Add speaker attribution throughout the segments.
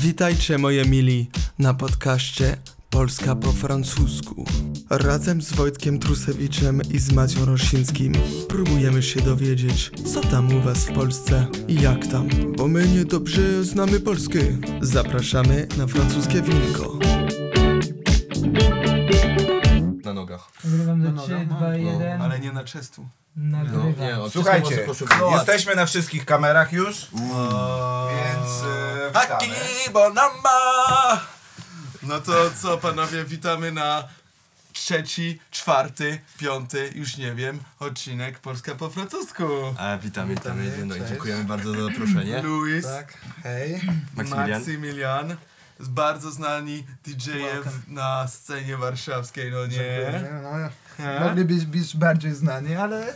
Speaker 1: Witajcie moje mili na podcaście Polska po francusku. Razem z Wojtkiem Trusewiczem i z Macią Rosińskim próbujemy się dowiedzieć, co tam u was w Polsce i jak tam, bo my niedobrze znamy Polskę. Zapraszamy na francuskie winko. Na nogach.
Speaker 2: Nagrywam do 3, 2, 1.
Speaker 1: nie na czestu.
Speaker 2: Nagrywam.
Speaker 3: Słuchajcie, jesteśmy na wszystkich kamerach już, więc... e, witamy.
Speaker 1: Bonamba! No to co panowie, witamy na trzeci, czwarty, piąty, już nie wiem, odcinek Polska po francusku.
Speaker 4: A, witamy, witamy.
Speaker 1: Witamy,
Speaker 4: no i
Speaker 1: cześć.
Speaker 4: dziękujemy bardzo za zaproszenie.
Speaker 1: Luis,
Speaker 3: Tak, hej.
Speaker 4: Maksymilian.
Speaker 1: Maksymilian, z bardzo znani DJ-ew
Speaker 2: Welcome.
Speaker 1: na scenie warszawskiej, no nie?
Speaker 3: Dziękujemy, No,
Speaker 1: He?
Speaker 3: mogli być, być bardziej znani, ale,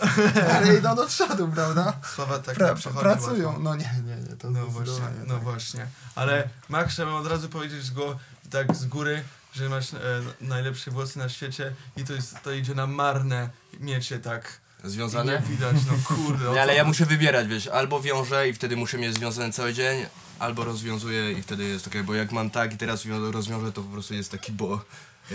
Speaker 3: ale idą do przodu, prawda?
Speaker 1: Słowa tak
Speaker 3: Pra,
Speaker 1: nie przychodzi
Speaker 3: pracują.
Speaker 1: łatwo.
Speaker 3: No nie, nie, nie, to
Speaker 1: No właśnie,
Speaker 3: zdecydowanie
Speaker 1: no
Speaker 3: tak.
Speaker 1: właśnie. Ale Max, chciałbym od razu powiedzieć z głowy, tak z góry, że masz e, najlepsze włosy na świecie i to, jest, to idzie na marne miecie tak. I nie
Speaker 4: Związane?
Speaker 1: widać, no kurde. o
Speaker 4: Nie,
Speaker 1: co-
Speaker 4: ale ja muszę wybierać, wiesz, albo wiążę i wtedy muszę mieć związane cały dzień, albo rozwiązuję i wtedy jest okej, bo jak mam tak i teraz wio- rozwiążę, to po prostu jest taki bo...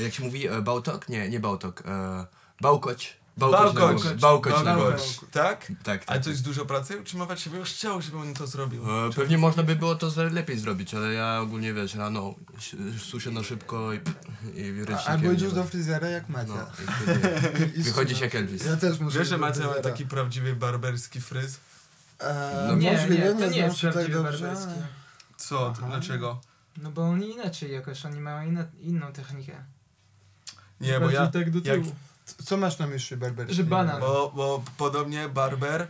Speaker 4: Jak się mówi? E, bałtok? Nie, nie bałtok. E, bałkoć. Bałkoć na
Speaker 1: Bałkoć.
Speaker 4: głowie.
Speaker 3: No,
Speaker 4: Bałkoć na głowie.
Speaker 1: Bałkoć. Tak?
Speaker 4: Tak,
Speaker 1: Ale
Speaker 4: tak.
Speaker 1: to jest dużo pracy? Utrzymywać się, bo już chciał, żebym on to zrobił.
Speaker 4: E, Pewnie można by było to zle- lepiej zrobić, ale ja ogólnie wiesz, rano się- suszę na szybko i, i
Speaker 3: A,
Speaker 4: ręcznikiem.
Speaker 3: albo idziesz
Speaker 4: nie
Speaker 3: do
Speaker 4: ma.
Speaker 3: fryzjera jak Macia.
Speaker 4: No, i wtedy
Speaker 3: I- i
Speaker 4: wychodzi
Speaker 3: ścina.
Speaker 4: się Elvis.
Speaker 3: Ja też muszę
Speaker 1: Wiesz, że
Speaker 3: iść do
Speaker 1: Macie ma
Speaker 3: fryzjera.
Speaker 1: taki prawdziwy barberski fryz?
Speaker 3: E,
Speaker 4: No
Speaker 2: nie,
Speaker 3: możliwe,
Speaker 2: nie, to nie
Speaker 3: znam
Speaker 2: jest
Speaker 3: się tak
Speaker 2: prawdziwy
Speaker 3: dobrze.
Speaker 2: barbarzyński.
Speaker 1: Co? To,
Speaker 3: Aha.
Speaker 1: dlaczego?
Speaker 2: No bo oni inaczej jakoś, oni mają inna, inną technikę.
Speaker 1: Nie, bo ja...
Speaker 2: Bardziej tak do
Speaker 1: jak-
Speaker 2: tyłu.
Speaker 3: Co masz na myśli barberski?
Speaker 2: Że banan.
Speaker 1: Bo, bo podobnie barber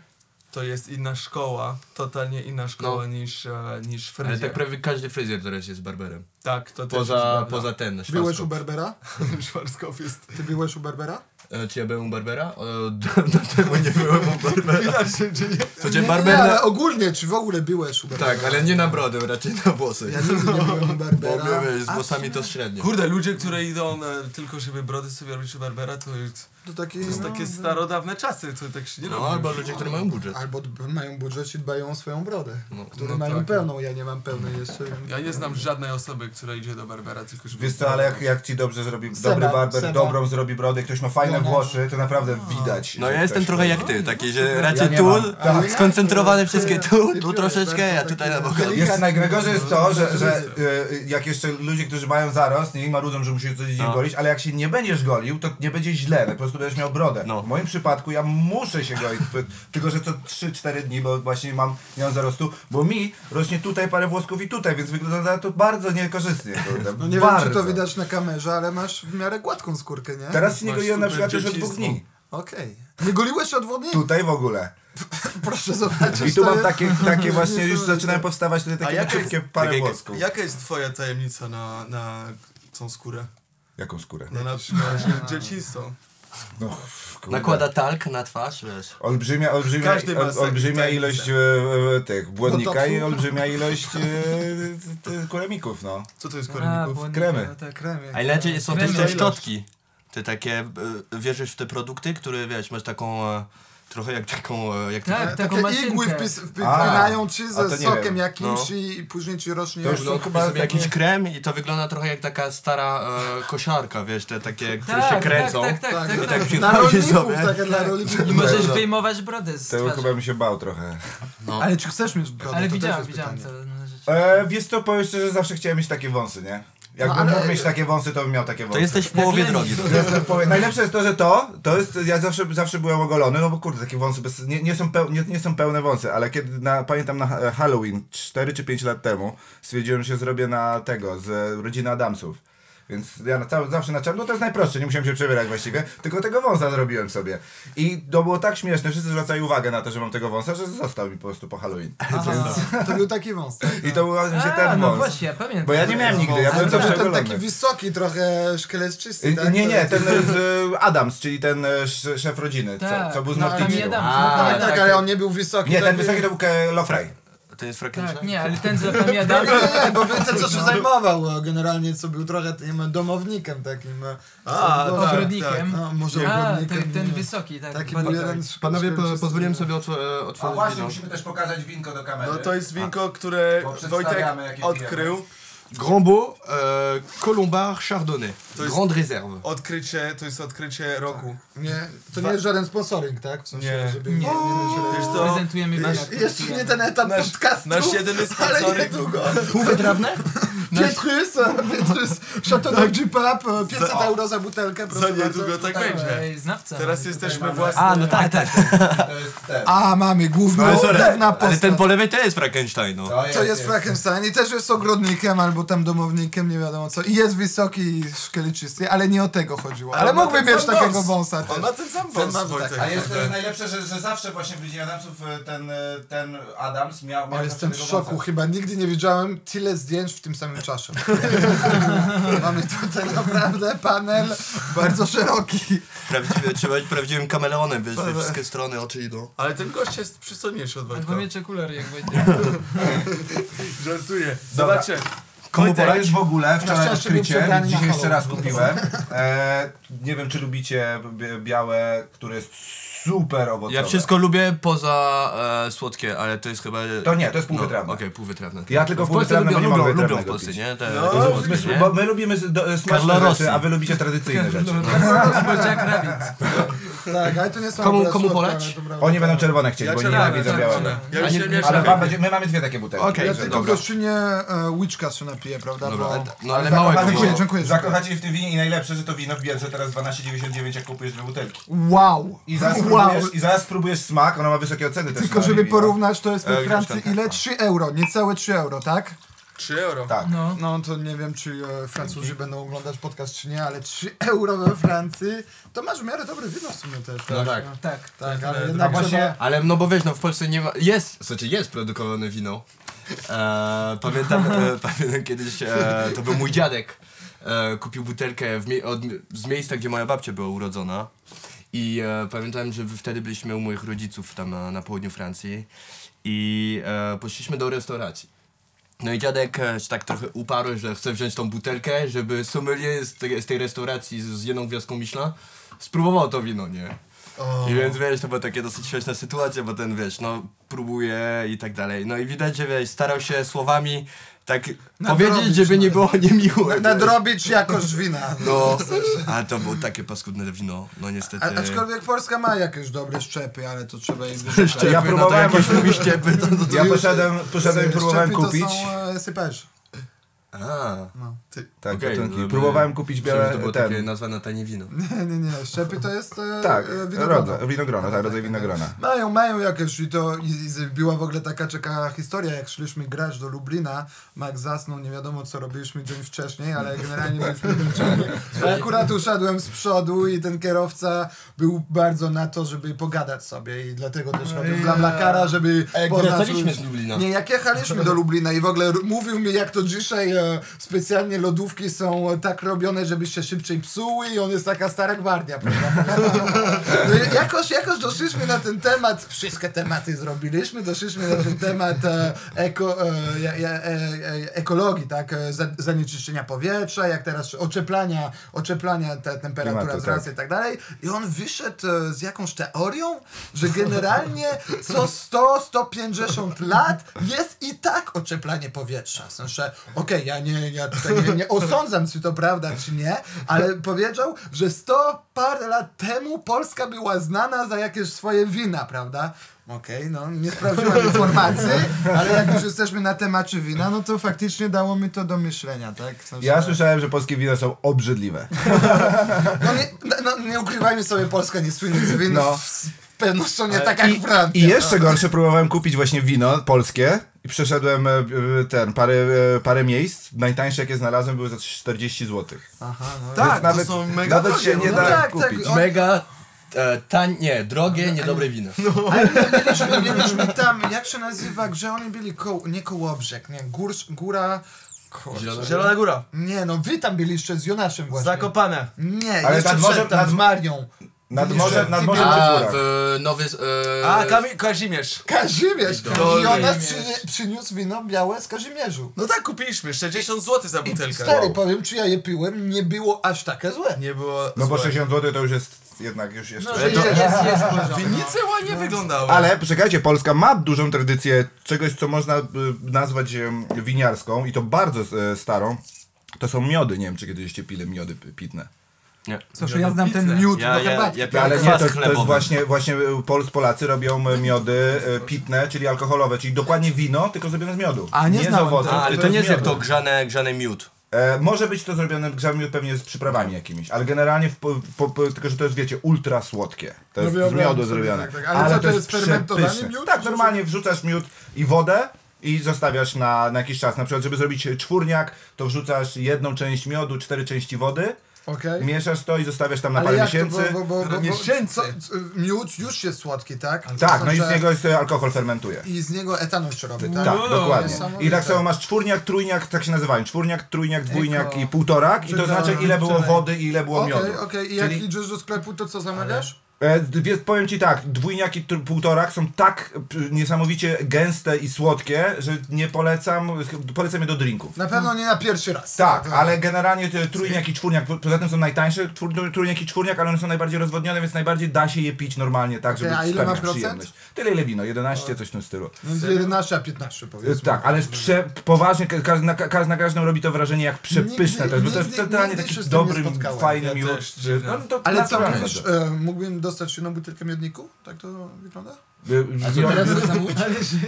Speaker 1: to jest inna szkoła, totalnie inna szkoła niż, e, niż
Speaker 4: Ale
Speaker 1: fryzjer.
Speaker 4: tak prawie każdy fryzjer teraz jest barberem.
Speaker 1: Tak, to też jest
Speaker 4: Poza,
Speaker 1: barber.
Speaker 4: poza ten,
Speaker 3: Byłeś u
Speaker 4: Szwarskop.
Speaker 3: Barbera?
Speaker 1: Schwarzkopf jest.
Speaker 3: Ty byłeś u Barbera?
Speaker 4: E, Czy ja byłem u Barbera? E, Dawno temu nie byłem u Barbera.
Speaker 1: Inaczej, czy nie?
Speaker 4: Słuchajcie,
Speaker 3: nie,
Speaker 4: Barber
Speaker 3: nie, ale
Speaker 4: na...
Speaker 3: ogólnie, czy w ogóle byłeś u Barbera?
Speaker 4: Tak, ale nie na brodę, raczej na włosy.
Speaker 3: Ja nigdy nie byłem u
Speaker 4: Bo
Speaker 3: Barbera.
Speaker 4: wiesz, z
Speaker 3: A
Speaker 4: włosami to średnio.
Speaker 1: Kurde, ludzie, które idą e, tylko, żeby brody sobie robić u Barbera, to jest,
Speaker 3: To taki,
Speaker 1: to jest
Speaker 3: no,
Speaker 1: takie starodawne czasy, to tak się nie robi.
Speaker 4: No albo
Speaker 1: już.
Speaker 4: ludzie, którzy mają budżet.
Speaker 3: Albo d- mają budżet i dbają o swoją brodę,
Speaker 4: No,
Speaker 3: którą
Speaker 1: no
Speaker 3: mają
Speaker 1: tak.
Speaker 3: pełną, ja nie mam pełnej jeszcze.
Speaker 1: Ja nie znam żadnej osoby, która idzie do Barbera tylko, żeby...
Speaker 5: Wiesz co, ale jak, jak ci dobrze zrobi,
Speaker 3: Seba,
Speaker 5: dobry barber,
Speaker 3: Seba. No,
Speaker 5: dobrą zrobi brodę, ktoś ma fajne
Speaker 3: Dobra.
Speaker 5: włosy, to naprawdę widać.
Speaker 4: No
Speaker 5: że
Speaker 4: ja jestem
Speaker 5: ktoś-
Speaker 4: trochę jak ty, taki, że
Speaker 5: Ja
Speaker 4: raczej
Speaker 5: nie
Speaker 4: tu,
Speaker 5: mam.
Speaker 3: Tak.
Speaker 4: skoncentrowane wszystkie tu,
Speaker 3: Ty
Speaker 4: tu
Speaker 3: byłeś
Speaker 4: troszeczkę,
Speaker 3: bardzo
Speaker 4: ja tutaj na
Speaker 3: taki-
Speaker 4: bokach.
Speaker 5: Wiesz, co, najgorsze jest
Speaker 3: No,
Speaker 5: to, że, że y, jak jeszcze ludzie, którzy mają zarost, nie marudzą, że musisz coś
Speaker 4: No.
Speaker 5: golić, ale jak się nie będziesz golił, to nie będzie źle, po prostu będziesz miał brodę.
Speaker 4: No.
Speaker 5: W moim przypadku ja muszę się golić, p- tylko że co 3-4 dni, bo właśnie mam, nie mam zarostu, bo mi rośnie tutaj parę włosków i tutaj, więc wygląda to bardzo niekorzystnie. kurde,
Speaker 3: No nie
Speaker 5: bardzo.
Speaker 3: wiem, czy to widać na kamerze, ale masz w miarę gładką skórkę, nie?
Speaker 5: Teraz się nie
Speaker 1: Masz
Speaker 5: goliłem na
Speaker 1: super
Speaker 5: przykład już od dwóch
Speaker 1: dzieciństwo.
Speaker 5: dni.
Speaker 3: Okej. Nie goliłeś się od wody?
Speaker 5: Tutaj w ogóle.
Speaker 3: Proszę zobaczyć.
Speaker 5: I tu
Speaker 3: to
Speaker 5: mam tak-
Speaker 3: jest-
Speaker 5: takie, takie właśnie, już zaczynają powstawać tutaj
Speaker 1: A
Speaker 5: takie
Speaker 1: jaka jest- Tak
Speaker 5: szybkie parę
Speaker 4: takie-
Speaker 5: włosków.
Speaker 1: Jaka jest twoja tajemnica na, na tą skórę?
Speaker 5: Jaką skórę?
Speaker 1: No na przykład że dzieciństwo.
Speaker 5: No, pff, kurde.
Speaker 4: Nakłada talk na twarz, wiesz.
Speaker 5: Olbrzymia, olbrzymia,
Speaker 1: Każdy ma
Speaker 5: ol,
Speaker 1: sobie
Speaker 5: olbrzymia
Speaker 1: tajemnicę.
Speaker 5: ilość e, e, tych błonnika i
Speaker 3: Botoksu.
Speaker 5: olbrzymia ilość e, t- błonników, no.
Speaker 1: Co to jest
Speaker 2: A,
Speaker 1: korników?
Speaker 2: błonnik,
Speaker 5: kremy.
Speaker 2: no tak.
Speaker 3: Kremie.
Speaker 4: A inaczej są też
Speaker 2: Kremy.
Speaker 4: te szczotki. Te takie, e, wierzysz w te produkty, które wiesz, masz taką, e, trochę jak taką, e, jak
Speaker 2: Tak, taką
Speaker 3: Takie igły
Speaker 2: maszynkę.
Speaker 3: wpis- wpinają ci
Speaker 5: A
Speaker 3: ze
Speaker 5: to nie
Speaker 3: sokiem
Speaker 5: wiem.
Speaker 3: jakimś i później ci rośnie
Speaker 5: No. To już
Speaker 3: język.
Speaker 5: są
Speaker 4: Masz
Speaker 5: chyba
Speaker 4: sobie
Speaker 5: takie-
Speaker 4: jakiś krem i to wygląda trochę jak taka stara e, kosiarka, wiesz, te takie, które się
Speaker 2: Tak, tak,
Speaker 4: kręcą.
Speaker 2: tak, tak, tak,
Speaker 3: Tak,
Speaker 2: tak,
Speaker 4: tak.
Speaker 3: dla
Speaker 4: robi
Speaker 3: rolników,
Speaker 4: sobie.
Speaker 3: takie dla rolników.
Speaker 2: I możesz
Speaker 5: Dobra.
Speaker 2: wyjmować brodę z
Speaker 5: Tego
Speaker 2: twarzy.
Speaker 5: chyba no bym się bał trochę.
Speaker 3: Ale czy chcesz mieć brodę?
Speaker 2: Ale
Speaker 3: To też
Speaker 2: widziałem,
Speaker 3: jest
Speaker 2: widziałem to.
Speaker 3: pytanie.
Speaker 2: no, rzecz.
Speaker 5: E, wiesz co, powiem szczerze, zawsze chciałem mieć takie wąsy, nie? Jakbym
Speaker 3: ale-
Speaker 5: mógł mieć takie wąsy, to bym miał takie wąsy.
Speaker 4: To jesteś w połowie
Speaker 2: Lenin.
Speaker 4: drogi.
Speaker 5: Ja sobie powiem, najlepsze jest to, że to, to jest, ja zawsze, zawsze byłem ogolony, no bo kurde, takie wąsy, bez, nie, nie, są peł, nie, nie są pełne wąsy, ale kiedy, na, pamiętam na Ha- Halloween 4 czy 5 lat temu, stwierdziłem, że się zrobię na tego, z e, rodziny Adamsów. Więc ja na cały, zawsze na czarno, no to jest najprostsze, nie musiałem się przebierać właściwie, tylko tego wąsa zrobiłem sobie. I to było tak śmieszne, wszyscy zwracają uwagę na to, że mam tego wąsa, że został mi po prostu po Halloween.
Speaker 3: Aha, To był taki wąs. tak?
Speaker 5: I to był właśnie
Speaker 2: A,
Speaker 5: ten
Speaker 2: no
Speaker 5: wąs.
Speaker 2: właśnie, ja pamiętam.
Speaker 5: Bo ja nie miałem nigdy, ja
Speaker 3: Ale
Speaker 5: byłem
Speaker 3: to
Speaker 5: zawsze
Speaker 3: był ten taki
Speaker 5: ogolony.
Speaker 3: wysoki trochę szkielet czysty, tak?
Speaker 5: Yy, Nie, nie,
Speaker 3: To-
Speaker 5: ten z, e, Adams, czyli ten e, sz- szef rodziny, co,
Speaker 2: Tak,
Speaker 5: co był z
Speaker 2: no, tam
Speaker 5: Martiniu.
Speaker 2: nie dam.
Speaker 4: A,
Speaker 2: no,
Speaker 3: Tak,
Speaker 2: tak,
Speaker 3: tak, ale on nie był wysoki.
Speaker 5: Nie, ten
Speaker 3: taki-
Speaker 5: wysoki to był Ke- Lofrey.
Speaker 4: To jest Frankenstein?
Speaker 2: tak, nie, ale ten z Lafamia
Speaker 3: Nie, nie, nie, bo był ten, co
Speaker 5: No.
Speaker 3: się zajmował e, generalnie, co był trochę tym domownikiem takim. e,
Speaker 1: A,
Speaker 3: co-
Speaker 1: tak,
Speaker 2: ogrodnikiem.
Speaker 3: No, może
Speaker 2: A,
Speaker 3: ogrodnikiem.
Speaker 2: ten, ten
Speaker 3: nie.
Speaker 2: wysoki, tak.
Speaker 3: Taki
Speaker 2: bardzo
Speaker 3: był jeden
Speaker 2: tak.
Speaker 3: z
Speaker 4: Panowie, po,
Speaker 3: szkielet
Speaker 4: pozwoliłem
Speaker 3: czysty.
Speaker 4: sobie otw e,
Speaker 5: A
Speaker 4: otworzyć
Speaker 5: właśnie,
Speaker 4: wino.
Speaker 5: musimy też pokazać winko do kamery.
Speaker 1: No to jest No winko, które
Speaker 5: Bo
Speaker 1: Wojtek
Speaker 5: przedstawiamy, jakie
Speaker 1: odkrył
Speaker 4: Grambo, e, Colombard, Chardonnay.
Speaker 6: To jest-
Speaker 4: Grande Réserve.
Speaker 6: Odkrycie, to jest odkrycie roku.
Speaker 5: Tak.
Speaker 3: Nie, to nie jest żaden sponsoring, tak? W sensie,
Speaker 6: Nie.
Speaker 3: żeby...
Speaker 2: Nie, No, nie,
Speaker 6: Wiesz co?
Speaker 2: Prezentujemy wyjazd.
Speaker 3: Jeszcze nie ten etap nasz, podcastu,
Speaker 6: Nasz jedyny
Speaker 3: ale
Speaker 6: sponsoring.
Speaker 3: niedługo.
Speaker 4: Półwy trawne?
Speaker 3: Pietrus, Pietrus, Chateauneuf du Pape, 500 euro za butelkę, proszę
Speaker 6: Za niedługo
Speaker 3: bardzo.
Speaker 6: tak
Speaker 2: Tak,
Speaker 6: będzie.
Speaker 2: e, Znawca.
Speaker 6: Teraz
Speaker 2: Tutaj
Speaker 6: jesteśmy
Speaker 2: mamy.
Speaker 6: własni.
Speaker 4: A, no tak, tak.
Speaker 5: To jest ten.
Speaker 3: A, mamy główną,
Speaker 4: No, Ale sorry,
Speaker 3: pewna
Speaker 4: ale
Speaker 3: postać.
Speaker 4: ten po lewej to jest Frankenstein, no.
Speaker 3: To jest Frankenstein i też jest ogrodnikiem albo tam domownikiem, nie wiadomo co. I jest wysoki i szkieliczysty, ale nie o tego chodziło. Ale,
Speaker 6: on ma
Speaker 3: mógłby
Speaker 6: ten
Speaker 3: mieć
Speaker 6: sam
Speaker 3: takiego
Speaker 6: wąs.
Speaker 3: wąsa
Speaker 6: On
Speaker 3: też.
Speaker 6: ma ten sam
Speaker 3: ma,
Speaker 6: wąs,
Speaker 3: tak.
Speaker 6: Wojtek.
Speaker 5: A jest to jest najlepsze, że, że zawsze właśnie w Godzinie Adamsów e, ten, e, ten Adams miał... miał
Speaker 3: Ja jestem w
Speaker 5: zawsze
Speaker 3: szoku,
Speaker 5: tego wąsa.
Speaker 3: chyba nigdy nie widziałem tyle zdjęć w tym samym czasie. Mamy tutaj naprawdę panel bardzo szeroki.
Speaker 4: Prawdziwy, trzeba być prawdziwym kameleonem, wiesz, we wszystkie strony oczy idą.
Speaker 6: Ale ten gość jest przystojniejszy od Wojtka.
Speaker 2: Albo miecze kuler, jak wejdzie.
Speaker 6: Żartuję.
Speaker 5: Dobra.
Speaker 6: Zobaczcie.
Speaker 5: Komu
Speaker 6: Wojtek,
Speaker 5: polecisz w ogóle, wczoraj
Speaker 3: szczęście był
Speaker 5: odkrycie,
Speaker 3: przebrany
Speaker 5: więc
Speaker 3: na
Speaker 5: dzisiaj jeszcze raz
Speaker 3: Halloween.
Speaker 5: kupiłem. E, nie wiem, czy lubicie bie- białe, które jest super owocowe.
Speaker 4: Ja wszystko lubię poza e, słodkie, ale to jest chyba... No,
Speaker 5: To nie, to jest półwytrawne.
Speaker 4: Okej, półwytrawne.
Speaker 5: Ja tylko
Speaker 4: W Polsce
Speaker 5: półwytrawne,
Speaker 4: lubią,
Speaker 5: bo nie
Speaker 4: lubią, lubią,
Speaker 5: mogę
Speaker 4: w
Speaker 5: wytrawnego
Speaker 4: Polsce,
Speaker 5: pić.
Speaker 4: nie? Te,
Speaker 6: No,
Speaker 4: te
Speaker 5: No,
Speaker 4: słodkie,
Speaker 5: zmysł,
Speaker 4: nie?
Speaker 5: bo my lubimy z- do, smaczne
Speaker 4: Carlo
Speaker 5: rzeczy,
Speaker 4: Rossi.
Speaker 5: a wy lubicie tradycyjne rzeczy.
Speaker 2: Bojack Rabbit.
Speaker 3: Tak, ale to nie są
Speaker 4: Komu-
Speaker 3: akurat
Speaker 4: komu
Speaker 3: słodkie,
Speaker 4: polać?
Speaker 3: ale tak. dobra.
Speaker 5: Oni będą czerwone chcieć,
Speaker 6: Ja
Speaker 5: bo
Speaker 6: czerwone,
Speaker 5: nienawidzą
Speaker 2: czerwone.
Speaker 5: białego.
Speaker 6: Ja już
Speaker 4: A
Speaker 6: się
Speaker 4: nie-
Speaker 6: nie
Speaker 5: Ale wam
Speaker 6: szarpię.
Speaker 5: będzie, my mamy dwie takie butelki.
Speaker 4: Okej,
Speaker 3: Ja
Speaker 5: Także
Speaker 3: tylko
Speaker 4: dobra.
Speaker 3: gościnie e, łyczka się napiję, prawda?
Speaker 4: Dobra,
Speaker 3: Bo...
Speaker 4: ale- no ale małego.
Speaker 5: zakochacie
Speaker 3: Dziękuję,
Speaker 5: się-
Speaker 3: dziękuję,
Speaker 5: Zakochacie się w tym winie i najlepsze, że to wino w bierze teraz 12,99 jak kupujesz dwie butelki.
Speaker 3: Wow!
Speaker 5: I zaraz,
Speaker 3: wow!
Speaker 5: próbujesz, I zaraz próbujesz smak, ono ma wysokie oceny też.
Speaker 3: Tylko
Speaker 5: na no.
Speaker 3: żeby
Speaker 5: wino.
Speaker 3: porównać, to jest
Speaker 4: E,
Speaker 3: we
Speaker 4: gdzieś tam,
Speaker 3: Francji
Speaker 4: tak.
Speaker 3: ile? 3 euro, niecałe 3 euro, tak?
Speaker 6: 3 euro.
Speaker 5: Tak.
Speaker 2: No.
Speaker 3: No to nie wiem, czy e, Francuzi będą oglądać podcast, czy nie, ale 3 euro we Francji, to masz w miarę dobre wino w sumie też.
Speaker 4: No tak.
Speaker 2: Tak.
Speaker 3: Tak, ale
Speaker 5: A
Speaker 3: jednak
Speaker 5: właśnie,
Speaker 4: Ale no bo wiesz, no w Polsce nie ma... Jest, znaczy jest produkowane wino. E, pamiętam, e, pamiętam kiedyś, e, to był mój dziadek. E, kupił butelkę w mie- od, z miejsca, gdzie moja babcia była urodzona. I e, pamiętam, że wtedy byliśmy u moich rodziców tam na, na południu Francji. I e, poszliśmy do restauracji. No i dziadek e, się tak trochę uparł, że chce wziąć tą butelkę, żeby sommelier z tej, z tej restauracji z, z jedną gwiazdką Michelin spróbował to wino, nie? I więc wiesz, to była taka dosyć śmieszna sytuacja, bo ten wiesz, no próbuje i tak dalej. No i widać, że wiesz, starał się słowami tak powiedzieć,
Speaker 3: Nadrobić,
Speaker 4: żeby nie
Speaker 3: no.
Speaker 4: było niemiłe.
Speaker 3: Na-
Speaker 4: wiesz.
Speaker 3: Nadrobić jakość wina.
Speaker 4: No, a to było takie paskudne wino, no niestety.
Speaker 3: A, aczkolwiek Polska ma jakieś dobre szczepy, ale to trzeba im no wyrzucać.
Speaker 4: Szczepy,
Speaker 5: Ja
Speaker 4: no
Speaker 5: próbowałem
Speaker 4: to jakieś
Speaker 5: właśnie-
Speaker 4: mówi szczepy, to...
Speaker 5: ja poszedłem, poszedłem i próbowałem
Speaker 3: Szczepy
Speaker 5: kupić.
Speaker 3: To są e, No. syperze.
Speaker 4: A,
Speaker 5: Tak,
Speaker 4: okej,
Speaker 5: gatunki.
Speaker 4: no,
Speaker 5: próbowałem kupić
Speaker 4: myślałem, że
Speaker 5: białe
Speaker 4: to było takie
Speaker 5: ten.
Speaker 4: nazwane na tanie wino.
Speaker 3: Nie, nie, nie. Szczepy to jest e,
Speaker 5: Tak,
Speaker 3: e, winogrona.
Speaker 5: winogrona, winogrona, tak, rodzaj winogrona.
Speaker 3: Mają, mają jakieś i to i, i była w ogóle taka ciekawa historia, jak szliśmy grać do Lublina, Max zasnął, nie wiadomo co robiliśmy dzień wcześniej, ale generalnie byliśmy wymęczeni. Ja Akurat usiadłem z przodu i ten kierowca był bardzo na to, żeby pogadać sobie i dlatego też
Speaker 4: No
Speaker 3: robił bla bla kara, żeby
Speaker 4: Ej,
Speaker 3: poznać
Speaker 4: wracaliśmy
Speaker 3: ludzi.
Speaker 4: z Lublina.
Speaker 3: Nie, jak jechaliśmy do Lublina i w ogóle r- mówił mi, jak to dzisiaj e, specjalnie lodówki są e, tak robione, żeby się szybciej psuły i on jest taka stara gwardia, prawda? No, i jakoś, jakoś doszliśmy na ten temat, wszystkie tematy zrobiliśmy, doszliśmy na ten temat e, eko, e, e, e, e, ekologii, tak, e, za- zanieczyszczenia powietrza, jak teraz ocieplania, ocieplania ta temperatura
Speaker 5: Klimatu,
Speaker 3: wzrasta i tak dalej. I on wyszedł e, z jakąś teorią, że generalnie co 100-150 lat jest i tak ocieplanie powietrza. W sensie, okej, ja, nie, ja tutaj nie, nie osądzam, czy to prawda, czy nie, ale powiedział, że 100 parę lat temu Polska była znana za jakieś swoje wina, prawda? Okej, no nie sprawdziłem informacji, ale jak już jesteśmy na temacie wina, no to faktycznie dało mi to do myślenia, tak? W sensie-
Speaker 5: Ja słyszałem, że polskie wina są obrzydliwe.
Speaker 3: no nie, no, nie ukrywajmy sobie, Polska nie słynie z win.
Speaker 5: No.
Speaker 3: No. Z pewnością nie tak jak
Speaker 5: I,
Speaker 3: Francja.
Speaker 5: I jeszcze gorsze, próbowałem kupić właśnie wino polskie i przeszedłem e, e, ten, parę, e, parę miejsc. Najtańsze jakie znalazłem były za 40 zł.
Speaker 3: Aha, no.
Speaker 6: Tak,
Speaker 5: nawet,
Speaker 6: to są mega
Speaker 5: nawet się
Speaker 6: drogie,
Speaker 5: nie
Speaker 3: no.
Speaker 5: da
Speaker 3: No tak, tak.
Speaker 5: kupić.
Speaker 3: O-
Speaker 4: Mega e, tanie, drogie, niedobre wino.
Speaker 3: Ale Znaczy, no nie- mieliśmy, mieliśmy tam, jak się nazywa, gdzie oni byli, koło, nie Kołobrzeg, nie, gór, góra... Kurczę.
Speaker 4: Zielone-
Speaker 6: Zielona Góra.
Speaker 3: Nie no, wy tam byliście z Jonaszem właśnie.
Speaker 6: Zakopane.
Speaker 3: Nie,
Speaker 5: Ale
Speaker 3: jeszcze przed
Speaker 5: nad morzem-
Speaker 3: tam,
Speaker 5: nad-
Speaker 3: z Marią.
Speaker 5: Nad morzem, nad
Speaker 3: Ty
Speaker 5: morzem
Speaker 3: bierzesz-
Speaker 5: czy
Speaker 4: A,
Speaker 5: górach?
Speaker 4: w nowy... E,
Speaker 1: A, Kamil, Kazimierz.
Speaker 3: Kazimierz!
Speaker 4: Dolny.
Speaker 3: I on nas przynie- przyniósł wino białe z Kazimierzu.
Speaker 1: No tak, kupiliśmy, 60 zł za butelkę.
Speaker 3: Stary, powiem ci, ja je piłem, nie było aż takie złe.
Speaker 1: Nie było
Speaker 5: No bo
Speaker 1: złe.
Speaker 5: 60 zł to już jest jednak już jeszcze.
Speaker 2: No, że jest, jest, jest poziom.
Speaker 1: Winnice ładnie wyglądały.
Speaker 5: No. Ale poczekajcie, Polska ma dużą tradycję czegoś, co można y, nazwać em, winiarską i to bardzo y, starą. To są miody, nie wiem czy kiedyście pili miody p- pitne.
Speaker 4: nie.
Speaker 2: Proszę, ja znam ten miód
Speaker 4: Ja,
Speaker 2: do
Speaker 4: ja,
Speaker 2: herbaty.
Speaker 4: ja piłem
Speaker 5: Ale nie,
Speaker 4: kwas
Speaker 5: to, to jest
Speaker 4: chlebowy.
Speaker 5: właśnie, właśnie y, Pol, Polacy robią y, miody y, pitne, czyli alkoholowe, czyli dokładnie wino, tylko zrobione z miodu.
Speaker 2: A, nie
Speaker 5: z
Speaker 2: znałem
Speaker 5: owoców,
Speaker 4: A, ale
Speaker 5: tylko
Speaker 4: to nie jest jak
Speaker 5: miodu.
Speaker 4: to grzane, grzane miód.
Speaker 5: E, może być to zrobione grzami pewnie z przyprawami jakimiś, ale generalnie, w, po, po, po, tylko że to jest, wiecie, ultra słodkie. To jest z
Speaker 3: wyobrażam
Speaker 5: miodu
Speaker 3: sobie,
Speaker 5: zrobione.
Speaker 3: tak, tak. Ale co, to jest fermentowany
Speaker 5: przepyszne.
Speaker 3: miód?
Speaker 5: Tak, normalnie wrzucasz miód i wodę i zostawiasz na, na jakiś czas. Na przykład, żeby zrobić czwórniak, to wrzucasz jedną część miodu, cztery części wody,
Speaker 3: Okej.
Speaker 5: mieszasz to i zostawiasz tam na
Speaker 3: Ale
Speaker 5: parę
Speaker 3: jak to,
Speaker 5: miesięcy.
Speaker 3: bo, bo, bo, bo,
Speaker 1: Parę
Speaker 3: bo,
Speaker 1: miesięcy.
Speaker 3: co, co, miód już jest słodki, tak?
Speaker 5: Tak,
Speaker 3: To
Speaker 5: no i z
Speaker 3: znaczy-
Speaker 5: niego jest, e, alkohol fermentuje.
Speaker 3: I z niego etanol się robi, tak?
Speaker 5: Tak, dokładnie.
Speaker 3: niesamowite.
Speaker 5: I tak samo masz czwórniak, trójniak, tak się nazywają. Czwórniak, trójniak, dwójniak i półtorak. I to
Speaker 3: Czytałem
Speaker 5: znaczy ile było
Speaker 2: wczoraj.
Speaker 5: wody i ile było
Speaker 3: Okej,
Speaker 5: miodu.
Speaker 3: okej. I jak
Speaker 5: Czyli-
Speaker 3: idziesz do sklepu, to co zamawiasz?
Speaker 5: E, dwie- powiem ci tak, dwójniak i tr- półtorak są tak p- niesamowicie gęste i słodkie, że nie polecam, polecam je do drinków.
Speaker 3: Na pewno nie na pierwszy raz.
Speaker 5: Tak, ale generalnie te trójniak i czwórniak, po- poza tym są najtańsze, czwór, trójniak i czwórniak, ale one są najbardziej rozwodnione, więc najbardziej da się je pić normalnie, tak, żeby
Speaker 3: a ile ma
Speaker 5: spełniać
Speaker 3: procent?
Speaker 5: przyjemność. Tyle ile wino, 11, coś w tym stylu.
Speaker 3: Między 11 a 15
Speaker 5: E,
Speaker 3: powiedzmy.
Speaker 5: Tak, ale prze, poważnie, ka, ka, na, ka, na każdą robi to wrażenie jak przepyszne to jest, bo to jest
Speaker 3: nigdy-
Speaker 5: centralnie
Speaker 3: nigdy się
Speaker 5: taki
Speaker 3: z tym nie
Speaker 5: dobry,
Speaker 3: spotkałem.
Speaker 5: fajny
Speaker 1: Ja
Speaker 5: miód.
Speaker 1: też,
Speaker 5: że- no, to
Speaker 3: Ale co,
Speaker 5: naturalne
Speaker 3: mówisz,
Speaker 5: to.
Speaker 3: e, mógłbym dostać jedną butelkę miodniku? Tak to wygląda?
Speaker 5: E,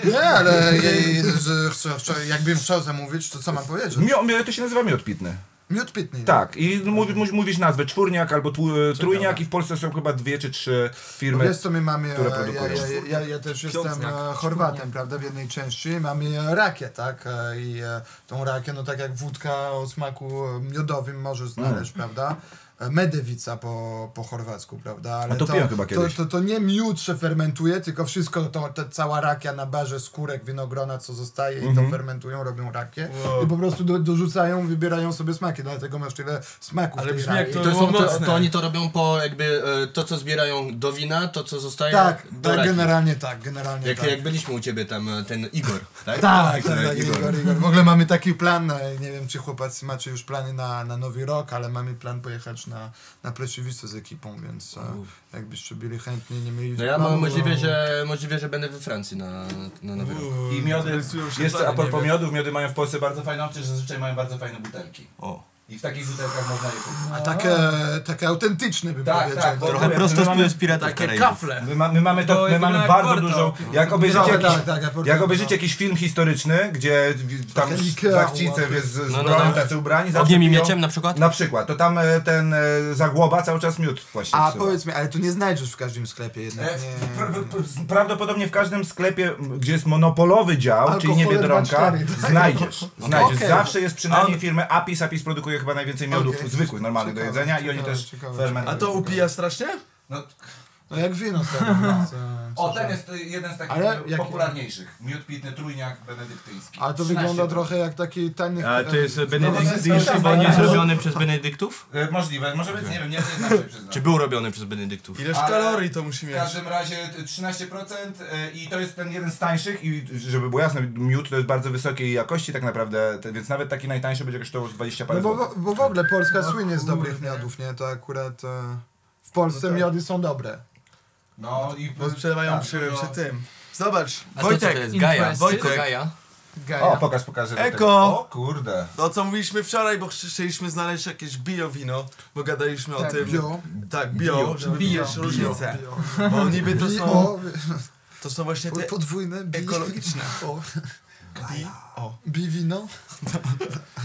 Speaker 3: Nie, ale je, że chcę- chcę- jakbym chciał zamówić, to co mam powiedzieć?
Speaker 5: Mio, mio, to się nazywa miód pitny.
Speaker 3: Miód pitny.
Speaker 5: Tak, i
Speaker 4: Mhm.
Speaker 5: mówi, mówi- mówisz nazwę czwórniak albo tłu, trójniak i w Polsce są chyba dwie czy trzy firmy.
Speaker 3: Wiesz co my mamy,
Speaker 5: które
Speaker 3: e, ja,
Speaker 5: produkują.
Speaker 3: ja, ja, ja też jestem e, Chorwatem, prawda, w jednej części mamy e, rakię, tak, e, i e, tą rakię, no tak jak wódka o smaku e, miodowym możesz znaleźć,
Speaker 5: Mm.
Speaker 3: prawda, E, medewica po, po chorwacku, prawda, ale
Speaker 5: A to piłem chyba
Speaker 3: to,
Speaker 5: kiedyś.
Speaker 3: to, to nie miód się fermentuje, tylko wszystko, to, ta cała rakia na barze skórek winogrona, co zostaje i
Speaker 5: Mhm.
Speaker 3: to fermentują, robią rakię i po prostu do, dorzucają, wybierają sobie smaki, dlatego masz tyle smaków
Speaker 1: Ale
Speaker 3: w tej
Speaker 1: brzmi jak
Speaker 3: rakii.
Speaker 1: to
Speaker 4: To, są, to,
Speaker 1: mocne.
Speaker 4: to oni to robią po jakby e, to, co zbierają do wina, to co zostaje
Speaker 3: Tak,
Speaker 4: do
Speaker 3: tak,
Speaker 4: raki.
Speaker 3: generalnie tak, generalnie
Speaker 4: Jak,
Speaker 3: tak.
Speaker 4: jak byliśmy u ciebie tam, e, ten Igor, tak?
Speaker 3: Tak, tak,
Speaker 4: E,
Speaker 3: tak, Igor, Igor. W ogóle mamy taki plan, e, nie wiem czy chłopacy macie już plany na, na nowy rok, ale mamy plan pojechać na, na Plesiewice z ekipą, więc e, jakbyście byli chętni, nie mieli
Speaker 4: No ja
Speaker 3: planu,
Speaker 4: mam możliwe,
Speaker 3: no.
Speaker 4: że, możliwe, że będę we Francji na, na Nowy Rok.
Speaker 5: I miody,
Speaker 1: się
Speaker 5: Mm. jeszcze a
Speaker 1: plany, nie
Speaker 5: propos
Speaker 1: wiem.
Speaker 5: miodów, miody mają w Polsce bardzo fajną opcję, że zazwyczaj mają bardzo fajne butelki.
Speaker 4: O.
Speaker 5: I w takich butelkach można je kupić.
Speaker 3: A takie, takie autentyczne bym
Speaker 5: Tak,
Speaker 3: powiedział.
Speaker 5: tak, bo-
Speaker 4: Trochę
Speaker 5: My
Speaker 4: prosto
Speaker 5: mamy-
Speaker 4: z piratów
Speaker 1: Takie
Speaker 4: Karaibów.
Speaker 1: kafle.
Speaker 5: My, ma, my mamy, to,
Speaker 1: To
Speaker 5: my mamy
Speaker 1: jak
Speaker 5: bardzo
Speaker 1: Porto.
Speaker 5: dużą, jak obejrzycie,
Speaker 3: Trochę
Speaker 5: jakiś,
Speaker 3: tak, tak, jak Porto,
Speaker 5: jak obejrzycie
Speaker 3: no.
Speaker 5: jakiś film historyczny, gdzie w- tam
Speaker 3: Takie Ikea,
Speaker 5: szlachcice
Speaker 3: ładne.
Speaker 5: z, z
Speaker 4: no,
Speaker 5: bronią,
Speaker 4: no.
Speaker 5: tacy ubrani, zawsze
Speaker 4: Ogniem i
Speaker 5: piją-
Speaker 4: mieczem na przykład?
Speaker 5: Na przykład, to tam e, ten e, zagłoba cały czas miód właśnie
Speaker 3: A
Speaker 5: wsyła.
Speaker 3: powiedz mi, ale tu nie znajdziesz w każdym sklepie jednak.
Speaker 5: E,
Speaker 3: nie.
Speaker 5: pra- pra- Prawdopodobnie w każdym sklepie, m, gdzie jest monopolowy dział, czyli nie
Speaker 3: Alkohole
Speaker 5: Biedronka,
Speaker 3: 24, tak?
Speaker 5: znajdziesz. znajdziesz.
Speaker 3: Okej.
Speaker 5: Zawsze jest przynajmniej firmy Apis. Apis produkuje chyba najwięcej miodów
Speaker 3: Okej.
Speaker 5: zwykłych, normalnych do
Speaker 3: Ciekawe,
Speaker 5: jedzenia i oni
Speaker 3: ciekawe,
Speaker 5: też
Speaker 3: ciekawe.
Speaker 5: fermentują.
Speaker 1: A to upija strasznie?
Speaker 5: No,
Speaker 3: No jak wino stary, no, co- co
Speaker 5: o, ten
Speaker 3: żarty.
Speaker 5: jest y, jeden z takich
Speaker 3: Ale
Speaker 5: y,
Speaker 3: jakie?
Speaker 5: popularniejszych. Miód pitny, trójniak, benedyktyński.
Speaker 3: A to wygląda trochę jak taki tani...
Speaker 7: A to jest
Speaker 3: benedyktyński,
Speaker 7: benedyktyński,
Speaker 3: bo
Speaker 7: bo
Speaker 3: nie
Speaker 7: nie
Speaker 4: Robiony przez Benedyktów?
Speaker 5: E, Możliwe, może być, nie wiem, nie jestem inaczej przyznam.
Speaker 4: Czy był robiony przez Benedyktów?
Speaker 1: Ileż
Speaker 5: Ale-
Speaker 1: kalorii to musi
Speaker 5: W
Speaker 1: mieć?
Speaker 5: każdym razie t- 13% y, i to jest ten jeden z tańszych i żeby było jasne, miód to jest bardzo wysokiej jakości tak naprawdę, te- więc nawet taki najtańszy będzie kosztował z 20 parę
Speaker 3: No bo,
Speaker 5: złotych.
Speaker 3: bo- bo w ogóle Polska słynie z dobrych miodów, nie? To akurat e, w Polsce miody są dobre.
Speaker 5: No i
Speaker 1: Bo sprzedawają
Speaker 5: tak,
Speaker 1: przy,
Speaker 5: no.
Speaker 1: przy tym. Zobacz,
Speaker 4: A to, co to
Speaker 1: Wojtek,
Speaker 4: jest? Gaja.
Speaker 2: Interesting.
Speaker 4: Wojtek. Gaja.
Speaker 2: Gaja.
Speaker 5: O, pokaż, pokażę. do
Speaker 1: Eko!
Speaker 5: tego. O kurde.
Speaker 1: to co mówiliśmy wczoraj, bo chcieliśmy znaleźć jakieś bio wino, bo gadaliśmy o
Speaker 2: Tak,
Speaker 1: tym.
Speaker 3: bio.
Speaker 1: Tak, bio, żeby
Speaker 2: Bio.
Speaker 1: widzieć różnicę. Bo niby to są,
Speaker 3: Bio,
Speaker 1: to są właśnie te
Speaker 3: podwójne bi-
Speaker 1: ekologiczne.
Speaker 3: O,
Speaker 1: O.
Speaker 3: biwino?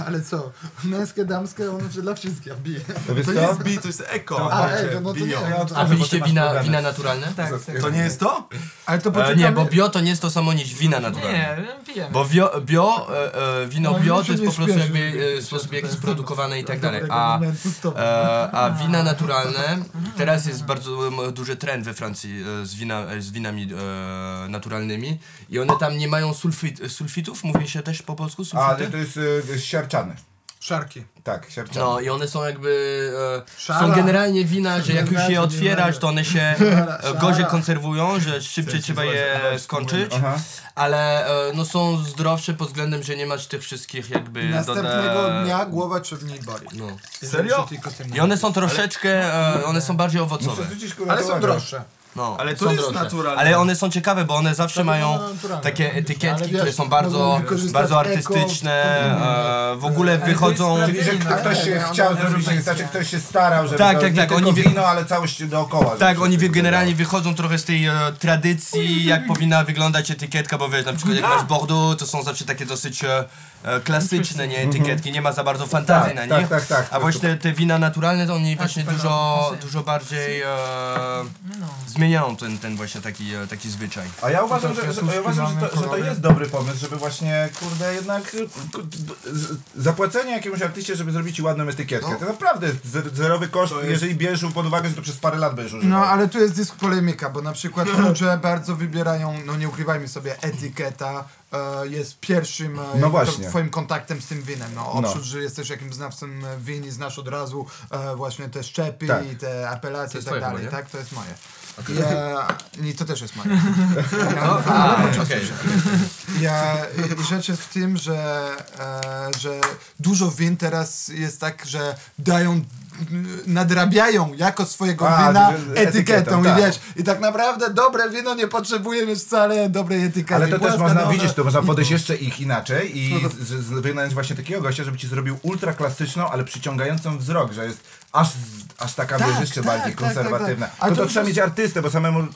Speaker 3: Ale co? Męskie, damskie, ono się dla wszystkich bije.
Speaker 5: To wiesz
Speaker 1: To nie jest bi, to jest eko.
Speaker 3: A,
Speaker 1: Wojciech,
Speaker 3: ego, no to
Speaker 1: bio.
Speaker 3: nie. No to,
Speaker 4: A piliście
Speaker 5: Bo ty masz
Speaker 4: wina,
Speaker 5: problemy.
Speaker 4: wina naturalne?
Speaker 2: Tak, tak.
Speaker 1: To nie jest to?
Speaker 3: ale to
Speaker 4: E,
Speaker 3: poczekamy...
Speaker 4: nie, bo bio to nie jest to samo niż wina naturalna.
Speaker 2: Nie, pijemy.
Speaker 4: Bo bio, bio e, e, wino
Speaker 3: No,
Speaker 4: bio
Speaker 3: nie,
Speaker 4: to jest
Speaker 3: nie
Speaker 4: po prostu
Speaker 3: śpieszy.
Speaker 4: jakby e, sposób jaki jest produkowane i tak dalej.
Speaker 3: Dobrego
Speaker 4: A,
Speaker 3: momentu, stop.
Speaker 4: e, a wina naturalne, teraz jest bardzo em, duży trend we Francji e, z, wina, e, z winami e, naturalnymi i one tam nie mają sulfit, sulfitów, mówi się też po polsku
Speaker 5: A,
Speaker 4: sulfity?
Speaker 5: to jest y, siarczany.
Speaker 3: Szarki.
Speaker 5: Tak, siarczane.
Speaker 4: No i one są jakby. E, są
Speaker 3: Szara.
Speaker 4: generalnie wina, że jak już je otwierać, to one się e, gorzej
Speaker 3: szara.
Speaker 4: konserwują, że szybciej trzeba je skończyć. Ale e, no są zdrowsze pod względem, że nie masz tych wszystkich jakby.
Speaker 3: Następnego
Speaker 4: doda-
Speaker 3: dnia głowa czy w niej boli.
Speaker 4: No.
Speaker 1: Serio?
Speaker 3: Tylko tym
Speaker 4: I one są troszeczkę. E, one są bardziej owocowe.
Speaker 5: Zwrócić, kurwa,
Speaker 3: Ale
Speaker 5: to
Speaker 3: są
Speaker 5: uwagę.
Speaker 3: droższe.
Speaker 4: No,
Speaker 1: Ale to
Speaker 4: są
Speaker 1: jest
Speaker 4: droższe.
Speaker 1: naturalne.
Speaker 4: Ale one są ciekawe, bo one zawsze mają
Speaker 3: no, naturalne.
Speaker 4: takie etykietki,
Speaker 3: Ale wiesz,
Speaker 4: które są bardzo,
Speaker 3: mogą wykorzystać
Speaker 4: bardzo
Speaker 3: eko,
Speaker 4: artystyczne, e, w ogóle
Speaker 2: to jest
Speaker 4: wychodzą...
Speaker 2: prawda.
Speaker 5: Czyli, że kto- ktoś się chciał zrobić,
Speaker 2: europejska.
Speaker 5: znaczy ktoś się starał, żeby
Speaker 4: Tak,
Speaker 5: to
Speaker 4: tak,
Speaker 5: nie
Speaker 4: tak,
Speaker 5: tylko
Speaker 4: oni wie-
Speaker 5: wino, ale całość dookoła.
Speaker 4: Tak,
Speaker 5: żeby
Speaker 4: oni
Speaker 5: się
Speaker 4: wie-
Speaker 5: tak
Speaker 4: generalnie wychodzą trochę z tej e, tradycji, jak powinna wyglądać etykietka, bo wiesz, na przykład jak masz Bordeaux, to są zawsze takie dosyć e, e, klasyczne nie, etykietki, nie ma za bardzo fantazji
Speaker 5: Tak,
Speaker 4: na
Speaker 5: tak,
Speaker 4: nich.
Speaker 5: tak, tak.
Speaker 4: A właśnie te wina naturalne, to oni właśnie
Speaker 2: pewno,
Speaker 4: dużo,
Speaker 2: pasuje.
Speaker 4: dużo bardziej e, zmieniają ten, ten właśnie taki, e, taki zwyczaj.
Speaker 5: A ja uważam, że, że,
Speaker 2: tu
Speaker 5: ja uważam że, to, że to
Speaker 2: kolory.
Speaker 5: jest dobry pomysł, żeby właśnie, kurde, jednak y, ku- d- z- zapłacenie jakiemuś artyście, żeby zrobić ci ładną etykietkę.
Speaker 3: No.
Speaker 5: To naprawdę jest zer- zerowy koszt, jeżeli bierzesz pod uwagę, że to przez parę lat będziesz używał.
Speaker 3: No, ale tu jest dysk polemika, bo na przykład ludzie bardzo wybierają, no nie ukrywajmy sobie, etykieta e, jest pierwszym e, jakby to
Speaker 5: No właśnie.
Speaker 3: twoim kontaktem z tym winem. No, oprócz,
Speaker 5: No.
Speaker 3: że jesteś jakimś znawcą e, win i znasz od razu e, właśnie te szczepy
Speaker 5: Tak.
Speaker 3: i te apelacje i tak
Speaker 4: twoje
Speaker 3: dalej,
Speaker 4: chyba, nie?
Speaker 3: tak? To jest moje. Ja, I to też jest moje. Ja,
Speaker 4: No, A, okej.
Speaker 3: ja, i- i rzecz jest w tym, że, e, że dużo win teraz jest tak, że dają nadrabiają jako swojego
Speaker 5: A,
Speaker 3: wina
Speaker 5: że- że
Speaker 3: etykietą,
Speaker 5: etykietą,
Speaker 3: i
Speaker 5: tak.
Speaker 3: wiesz, i tak naprawdę dobre wino nie potrzebuje mieć wcale dobrej etykety.
Speaker 5: Ale to też
Speaker 3: Płaska,
Speaker 5: można
Speaker 3: no,
Speaker 5: widzieć,
Speaker 3: no.
Speaker 5: to można podejść jeszcze ich inaczej i z, z, wynająć właśnie takiego gościa, żeby ci zrobił ultra klasyczną, ale przyciągającą wzrok, że jest aż, z- aż taka
Speaker 3: Tak,
Speaker 5: wiesz, jeszcze
Speaker 3: tak,
Speaker 5: bardziej
Speaker 3: tak,
Speaker 5: konserwatywna. No
Speaker 3: tak, tak. Ale
Speaker 5: To, to
Speaker 3: to
Speaker 5: trzeba
Speaker 3: już-
Speaker 5: mieć artystę, bo samemu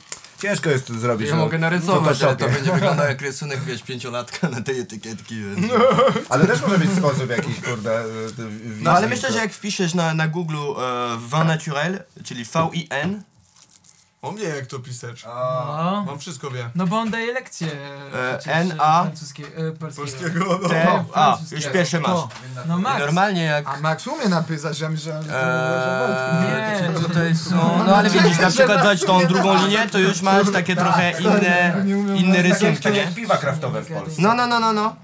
Speaker 5: ciężko jest to zrobić.
Speaker 4: Ja
Speaker 5: no,
Speaker 4: mogę
Speaker 5: w
Speaker 4: narysować, ale to
Speaker 5: Photoshopie.
Speaker 4: będzie wyglądał jak rysunek, wiesz, pięciolatka na tej etykietki. Więc...
Speaker 5: Ale też może mieć sposób jakiś, kurde. e,
Speaker 4: No ale myślę, że jak wpiszesz na, na Google e, vin naturel, czyli V-I-N,
Speaker 1: O mnie jak to pisać.
Speaker 2: No.
Speaker 1: Mam wszystko wie.
Speaker 2: No bo on daje lekcje
Speaker 4: E,
Speaker 2: przecież,
Speaker 4: N, A.
Speaker 2: francuskie, e, polskiego.
Speaker 1: Polskiego, no.
Speaker 4: T, A, już
Speaker 2: francuskiego.
Speaker 4: pierwsze masz.
Speaker 2: To. No
Speaker 4: Tak.
Speaker 2: Max.
Speaker 4: Normalnie jak...
Speaker 3: A Max umie napisać, ja myślałem, że to
Speaker 4: Eee,
Speaker 2: Nie.
Speaker 4: tutaj są... No ale
Speaker 3: Znaczy,
Speaker 4: widzisz, na przykład dać tą drugą linię, to już masz takie
Speaker 3: Tak,
Speaker 4: trochę inne, inne rysunki,
Speaker 5: Takie
Speaker 4: nie?
Speaker 5: jak piwa kraftowe w Polsce.
Speaker 4: No, no, no, no, no.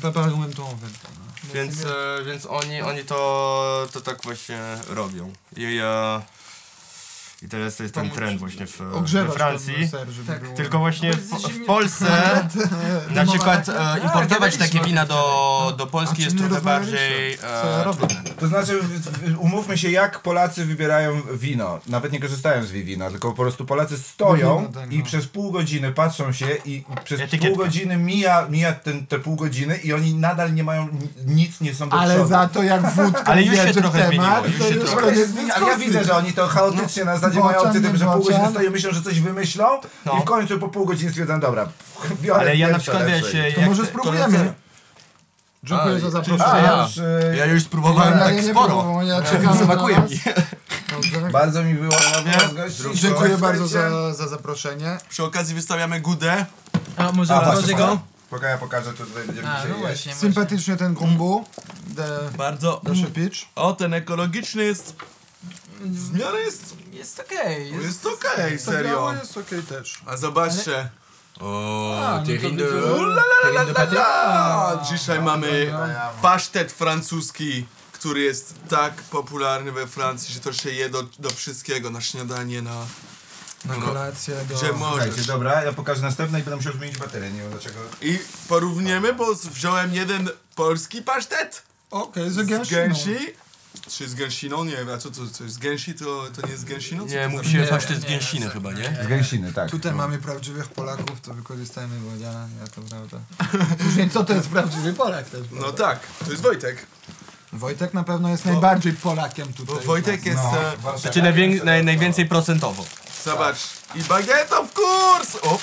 Speaker 2: Preparowałem to owę.
Speaker 4: Więc, e, więc oni, oni to, to tak właśnie robią. I, e, I teraz to jest ten trend właśnie w, we
Speaker 3: Ogrzewasz
Speaker 4: Francji.
Speaker 3: ten ser, żeby
Speaker 2: Tak.
Speaker 3: było...
Speaker 4: Tylko właśnie w,
Speaker 2: Bo jesteśmy-
Speaker 4: w
Speaker 3: Tak.
Speaker 4: Polsce na przykład e, importować
Speaker 2: gadaliśmy
Speaker 4: takie
Speaker 2: o
Speaker 4: wina do, do
Speaker 3: A
Speaker 4: Polski
Speaker 3: czy
Speaker 4: jest
Speaker 3: Znaczy, nie
Speaker 4: trochę bardziej...
Speaker 3: rozmawialiśmy? Co ja
Speaker 4: E,
Speaker 3: robię?
Speaker 5: To znaczy, w- w- umówmy się, jak Polacy wybierają wino. Nawet nie korzystają z wina, tylko po prostu Polacy stoją
Speaker 3: Wino, tak,
Speaker 5: i
Speaker 3: no.
Speaker 5: przez pół godziny patrzą się i przez
Speaker 4: Etykietka.
Speaker 5: pół godziny mija, mija ten, te pół godziny i oni nadal nie mają ni- nic, nie są do
Speaker 3: Ale
Speaker 5: przodu.
Speaker 3: za to jak wódka
Speaker 4: Ale już się
Speaker 3: wjedzie w
Speaker 4: trochę
Speaker 3: temat,
Speaker 4: zmieniło, już
Speaker 3: to No,
Speaker 4: się
Speaker 3: już
Speaker 4: trochę-
Speaker 3: koniec
Speaker 5: Ale ja
Speaker 3: dyskusji.
Speaker 5: widzę, że oni to chaotycznie na zasadzie mają
Speaker 3: Bocian,
Speaker 5: opcję,
Speaker 3: nie
Speaker 5: tym, że pół
Speaker 3: bocian.
Speaker 5: godziny stoją, myślą, że coś wymyślą
Speaker 4: No.
Speaker 5: i w końcu po pół godziny stwierdzam, dobra, biorę
Speaker 4: ale ja na
Speaker 5: pierwsze
Speaker 4: przykład wiesz...
Speaker 5: lepsze.
Speaker 4: e,
Speaker 3: To
Speaker 4: jak-
Speaker 3: może
Speaker 4: to-
Speaker 3: spróbujemy. Dziękuję za
Speaker 5: A,
Speaker 3: zaproszenie.
Speaker 5: ja
Speaker 4: Ja.
Speaker 5: już, e,
Speaker 4: Ja już spróbowałem
Speaker 3: Ja
Speaker 4: tak
Speaker 3: nie
Speaker 4: sporo.
Speaker 3: próbowałem, ja czekam
Speaker 4: Smakuje
Speaker 3: na
Speaker 4: mi.
Speaker 3: Dobrze.
Speaker 5: bardzo mi było miło z gościem.
Speaker 3: Dziękuję bardzo za, za zaproszenie.
Speaker 1: Przy okazji wystawiamy gudę.
Speaker 2: A może
Speaker 5: A,
Speaker 2: otworzy
Speaker 5: właśnie,
Speaker 2: go?
Speaker 5: Poka ja pokażę, co tutaj będziemy
Speaker 2: A,
Speaker 5: dzisiaj
Speaker 2: no
Speaker 5: jeść.
Speaker 2: właśnie. może.
Speaker 3: Sympatycznie ten kombu. The,
Speaker 1: Bardzo.
Speaker 3: the Shepich.
Speaker 1: O, ten ekologiczny jest... W miarę jest...
Speaker 2: Jest okej. jest-
Speaker 1: Jest okej, serio.
Speaker 3: Biało Tak, jest okej też.
Speaker 1: A zobaczcie.
Speaker 4: O,
Speaker 2: no to
Speaker 4: Terrin de...
Speaker 2: widzę.
Speaker 4: Terrin de Paty?
Speaker 1: A, dzisiaj mamy pasztet francuski, który jest tak popularny we Francji, że to się je do, do wszystkiego, na śniadanie, na... no,
Speaker 3: Na kolację do...
Speaker 1: Gdzie
Speaker 5: Słuchajcie,
Speaker 1: możesz.
Speaker 5: dobra, ja pokażę następne i będę musiał zmienić baterię, nie wiem dlaczego.
Speaker 1: I porównujemy, bo z- wziąłem jeden polski pasztet
Speaker 3: Okej, z
Speaker 1: z
Speaker 3: gęsi.
Speaker 1: gęsi. Czy z gęsiną? Nie wiem, a co to, to jest z gęsi? To, to nie jest z gęsiną? Co
Speaker 4: Nie,
Speaker 1: to
Speaker 4: musi się pasztet z gęsiny chyba, nie?
Speaker 5: Z gęsiny, tak.
Speaker 3: Tutaj mamy prawdziwych Polaków, to wykorzystajmy Wodziana, ja to prawda. Później co to jest prawdziwy Polak też?
Speaker 1: No tak, to jest Wojtek.
Speaker 3: Wojtek na pewno jest najbardziej Polakiem tutaj. No.
Speaker 1: Bo Wojtek jest... e,
Speaker 4: Znaczy najwię- naj, najwięcej procentowo.
Speaker 1: Zobacz. I bagieta w kurs! O.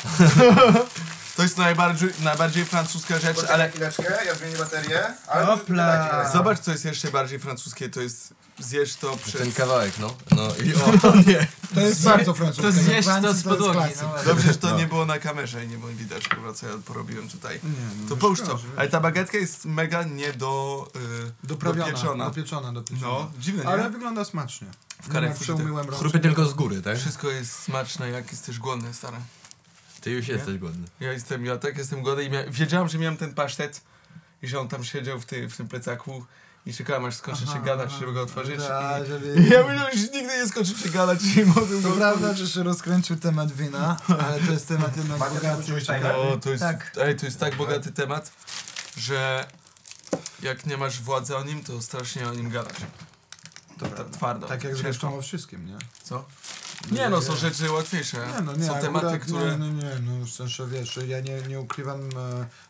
Speaker 1: To jest najbardziej, najbardziej francuska rzecz, ale
Speaker 5: Ale tak, chwileczkę, ja zmienię baterię. Ale
Speaker 2: Hopla.
Speaker 5: dajcie, dajcie.
Speaker 1: zobacz, co jest jeszcze bardziej francuskie. To jest zjesz to
Speaker 4: Ten
Speaker 1: przez...
Speaker 4: kawałek, no. No i o, nie.
Speaker 3: To jest bardzo francuskie.
Speaker 2: To zjeść
Speaker 3: We
Speaker 2: to
Speaker 3: Francji
Speaker 2: z podłogi.
Speaker 3: jest klasyk.
Speaker 2: no właśnie.
Speaker 1: Dobrze, że to nie było na kamerze i nie było widać, kurwa, co ja porobiłem tutaj.
Speaker 3: No,
Speaker 1: to połóż to. Ale ta bagietka jest mega nie do... Y,
Speaker 3: Doprawiona,
Speaker 1: dopieczona.
Speaker 3: dopieczona, dopieczona.
Speaker 1: No, dziwne, nie?
Speaker 3: Ale wygląda smacznie.
Speaker 1: W tak. karefurty.
Speaker 3: Przeumyłem rączki.
Speaker 4: Chrupy tylko z góry, tak?
Speaker 1: Wszystko jest smaczne, jak jesteś głodny, stary.
Speaker 4: Ty już jesteś głodny.
Speaker 1: Ja jestem, ja tak jestem głodny i mia- wiedziałam, że miałem ten pasztet i że on tam siedział w, ty, w tym plecaku I czekałem aż skończy się gadać, żeby go otworzyć.
Speaker 2: Da,
Speaker 1: I...
Speaker 2: żeby...
Speaker 1: Ja bym już nigdy nie skończył się gadać i mogłem
Speaker 2: To
Speaker 1: go
Speaker 2: prawda, że się rozkręcił temat wina, ale to jest temat jednak bogaty.
Speaker 1: O, No, to jest,
Speaker 2: Tak.
Speaker 1: ej, to jest tak bogaty temat, że jak nie masz władzy o nim, to strasznie o nim gadasz. To ta, twardo.
Speaker 3: Tak jak
Speaker 1: ciężko.
Speaker 3: zresztą o wszystkim, nie?
Speaker 1: Co? Nie no, są rzeczy łatwiejsze.
Speaker 3: Nie, no nie,
Speaker 1: są tematy,
Speaker 3: akurat,
Speaker 1: które...
Speaker 3: Nie, nie, nie, no w sensie wiesz, ja nie, nie ukrywam e,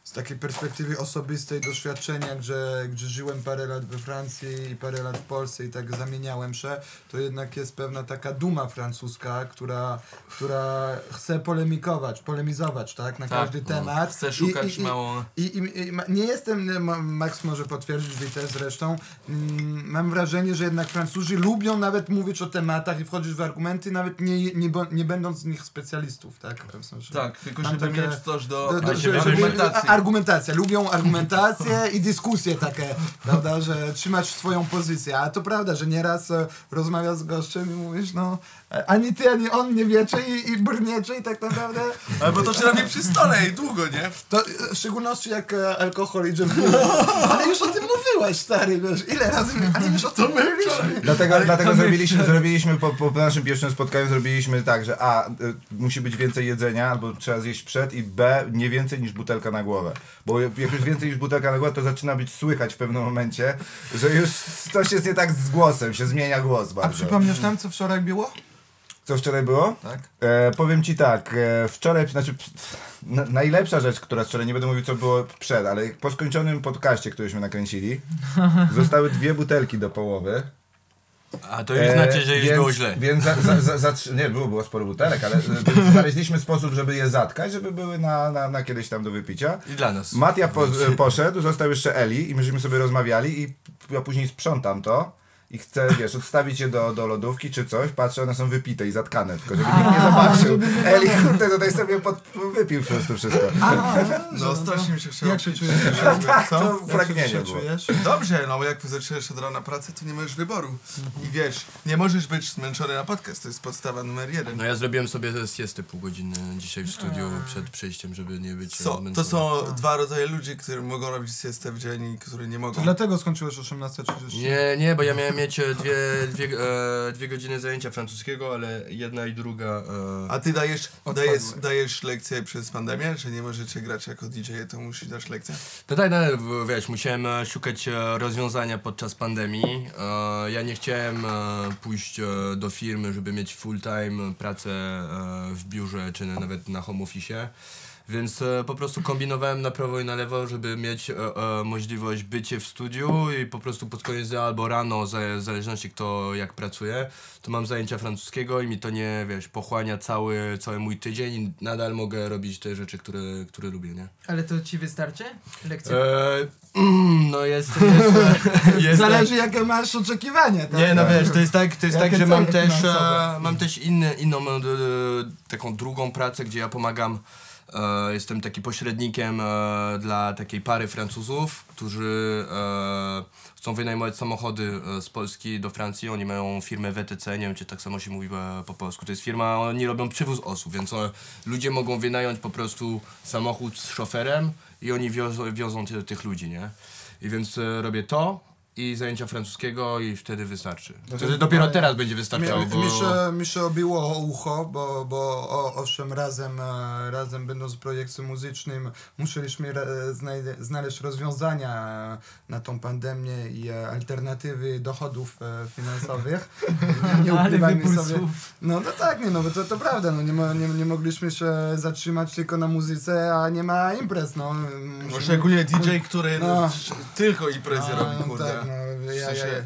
Speaker 3: z takiej perspektywy osobistej doświadczenia, że gdzie żyłem parę lat we Francji i parę lat w Polsce i tak zamieniałem się, to jednak jest pewna taka duma francuska, która, która chce polemikować, polemizować, tak, na
Speaker 1: Tak,
Speaker 3: każdy
Speaker 1: no.
Speaker 3: temat.
Speaker 1: Chcę
Speaker 3: I-
Speaker 1: szukać
Speaker 3: i, i,
Speaker 1: mało...
Speaker 3: i, i, i ma- nie jestem, e, ma- Max może potwierdzić, wy też zresztą, mm, mam wrażenie, że jednak Francuzi lubią nawet mówić o tematach i wchodzić w argumenty, nawet nie, nie, bo- nie będąc z nich specjalistów, tak? W tym sensie.
Speaker 1: Tak, tylko
Speaker 3: Mam
Speaker 1: żeby
Speaker 3: takie-
Speaker 1: mieć coś do,
Speaker 3: Do, do,
Speaker 4: Ale się
Speaker 3: żeby,
Speaker 1: argumentacji.
Speaker 3: argumentacja. argumentacja, lubią argumentację i dyskusje takie, prawda, że trzymasz swoją pozycję, a to prawda, że nieraz e, rozmawiasz z gościem i mówisz, no, e, ani ty, ani on nie wiecie i, i brniecie i tak naprawdę
Speaker 1: Ale bo to się robi przy stole i długo, nie?
Speaker 3: to e, w szczególności jak e, alkohol idzie w górę. Ale już o tym mówiłeś, stary, wiesz, ile razy, my- ale już o tym mówiliśmy.
Speaker 5: Dlatego, dlatego zrobiliśmy, zrobiliśmy po, po naszym pierwszym spotkaniu zrobiliśmy tak, że A, y, musi być więcej jedzenia, albo trzeba zjeść przed i B, nie więcej niż butelka na głowę. Bo jak już więcej niż butelka na głowę, to zaczyna być słychać w pewnym momencie, że już coś jest nie tak z głosem, się zmienia głos
Speaker 3: A
Speaker 5: bardzo.
Speaker 3: przypomniesz nam, co wczoraj było?
Speaker 5: Co wczoraj było?
Speaker 3: Tak.
Speaker 5: E, powiem ci tak, e, wczoraj, znaczy p- na, najlepsza rzecz, która wczoraj, nie będę mówił co było przed, ale po skończonym podcaście, któryśmy nakręcili, zostały dwie butelki do połowy.
Speaker 4: A to już znaczy, że już
Speaker 5: E, więc,
Speaker 4: było źle.
Speaker 5: Więc za, za, za, zatrzy- nie, było, było sporo butelek, ale e, więc znaleźliśmy sposób, żeby je zatkać, żeby były na, na, na kiedyś tam do wypicia.
Speaker 4: I dla nas.
Speaker 5: Matia po, e, poszedł, został jeszcze Eli i myśmy sobie rozmawiali i p- ja później sprzątam to i chcę, wiesz, odstawić je do, do lodówki czy coś, patrzę, one są wypite i zatkane, tylko żeby nikt nie zobaczył. Eli, kurde, tutaj sobie pod, wypił po prostu wszystko.
Speaker 1: No, strasznie mi się chciało.
Speaker 2: Jak się czujesz?
Speaker 5: Tak, to
Speaker 2: Jak
Speaker 5: pragnienie
Speaker 2: się
Speaker 5: było.
Speaker 2: czujesz?
Speaker 1: Dobrze, no bo jak zaczynasz od rana pracę, to nie masz wyboru.
Speaker 2: Mhm.
Speaker 1: I wiesz, nie możesz być zmęczony na podcast, to jest podstawa numer jeden.
Speaker 4: No ja zrobiłem sobie siestę półgodzinne dzisiaj w studiu przed przyjściem, żeby nie być e,
Speaker 1: Co? To
Speaker 4: zmęczony.
Speaker 1: są
Speaker 2: Tak.
Speaker 1: dwa rodzaje ludzi, którzy mogą robić siestę w dzień i którzy nie
Speaker 2: To
Speaker 1: mogą.
Speaker 2: dlatego skończyłeś 18.30.
Speaker 4: Nie, nie, bo ja miałem mieć e, dwie, dwie, e, dwie godziny zajęcia francuskiego, ale jedna i druga... E,
Speaker 1: A ty dajesz, dajesz, dajesz lekcje przez pandemię, że nie możecie grać jako DJ, to musisz dać lekcję.
Speaker 4: No tak, no, w- wiesz, musiałem e, szukać e, rozwiązania podczas pandemii. E, Ja nie chciałem e, pójść e, do firmy, żeby mieć full-time pracę e, w biurze, czy na- nawet na home office. Więc e, po prostu kombinowałem na prawo i na lewo, żeby mieć e, e, możliwość bycie w studiu i po prostu pod koniec dnia albo rano, za- w zależności kto jak pracuje, to mam zajęcia francuskiego i mi to nie, wiesz, pochłania cały, cały mój tydzień i nadal mogę robić te rzeczy, które, które lubię, nie?
Speaker 2: Ale to ci wystarczy? Lekcja?
Speaker 1: E,
Speaker 4: Eee, mm, no jest, jest, jest
Speaker 2: Zależy jakie masz oczekiwania, tak?
Speaker 4: Nie no wiesz, to jest tak, to jest
Speaker 2: Jakie
Speaker 4: tak że mam
Speaker 2: cele
Speaker 4: też,
Speaker 2: finansowe?
Speaker 4: e, mam też inne, inną, e, d- d- taką drugą pracę, gdzie ja pomagam, e, jestem taki pośrednikiem e, dla takiej pary Francuzów, którzy e, chcą wynajmować samochody e, z Polski do Francji, oni mają firmę WTC, nie wiem czy tak samo się mówi e, po polsku, to jest firma, oni robią przywóz osób, więc e, ludzie mogą wynająć po prostu samochód z szoferem i oni wiozą, wiozą ty, tych ludzi, nie? I więc e, robię to, i zajęcia francuskiego i wtedy wystarczy. Wtedy dopiero teraz będzie wystarczało,
Speaker 3: Mi,
Speaker 4: bo...
Speaker 3: mi, się, mi się obiło o ucho, bo, bo o, owszem, razem, e, razem będąc w projekcie muzycznym, musieliśmy e, znajde- znaleźć rozwiązania e, na tą pandemię i e, alternatywy dochodów e, finansowych. Nie, nie
Speaker 2: Ale
Speaker 3: ukrywajmy
Speaker 2: wybór
Speaker 3: sobie. No, no tak, nie, no bo to, to prawda, no, nie, mo, nie, nie mogliśmy się zatrzymać tylko na muzyce, a nie ma imprez. No, Musimy-
Speaker 1: No, Szczególnie DJ, który
Speaker 3: No.
Speaker 1: tylko imprezy
Speaker 3: A,
Speaker 1: robi,
Speaker 3: no
Speaker 1: kurde.
Speaker 3: Tak, no, ja,
Speaker 1: sensie-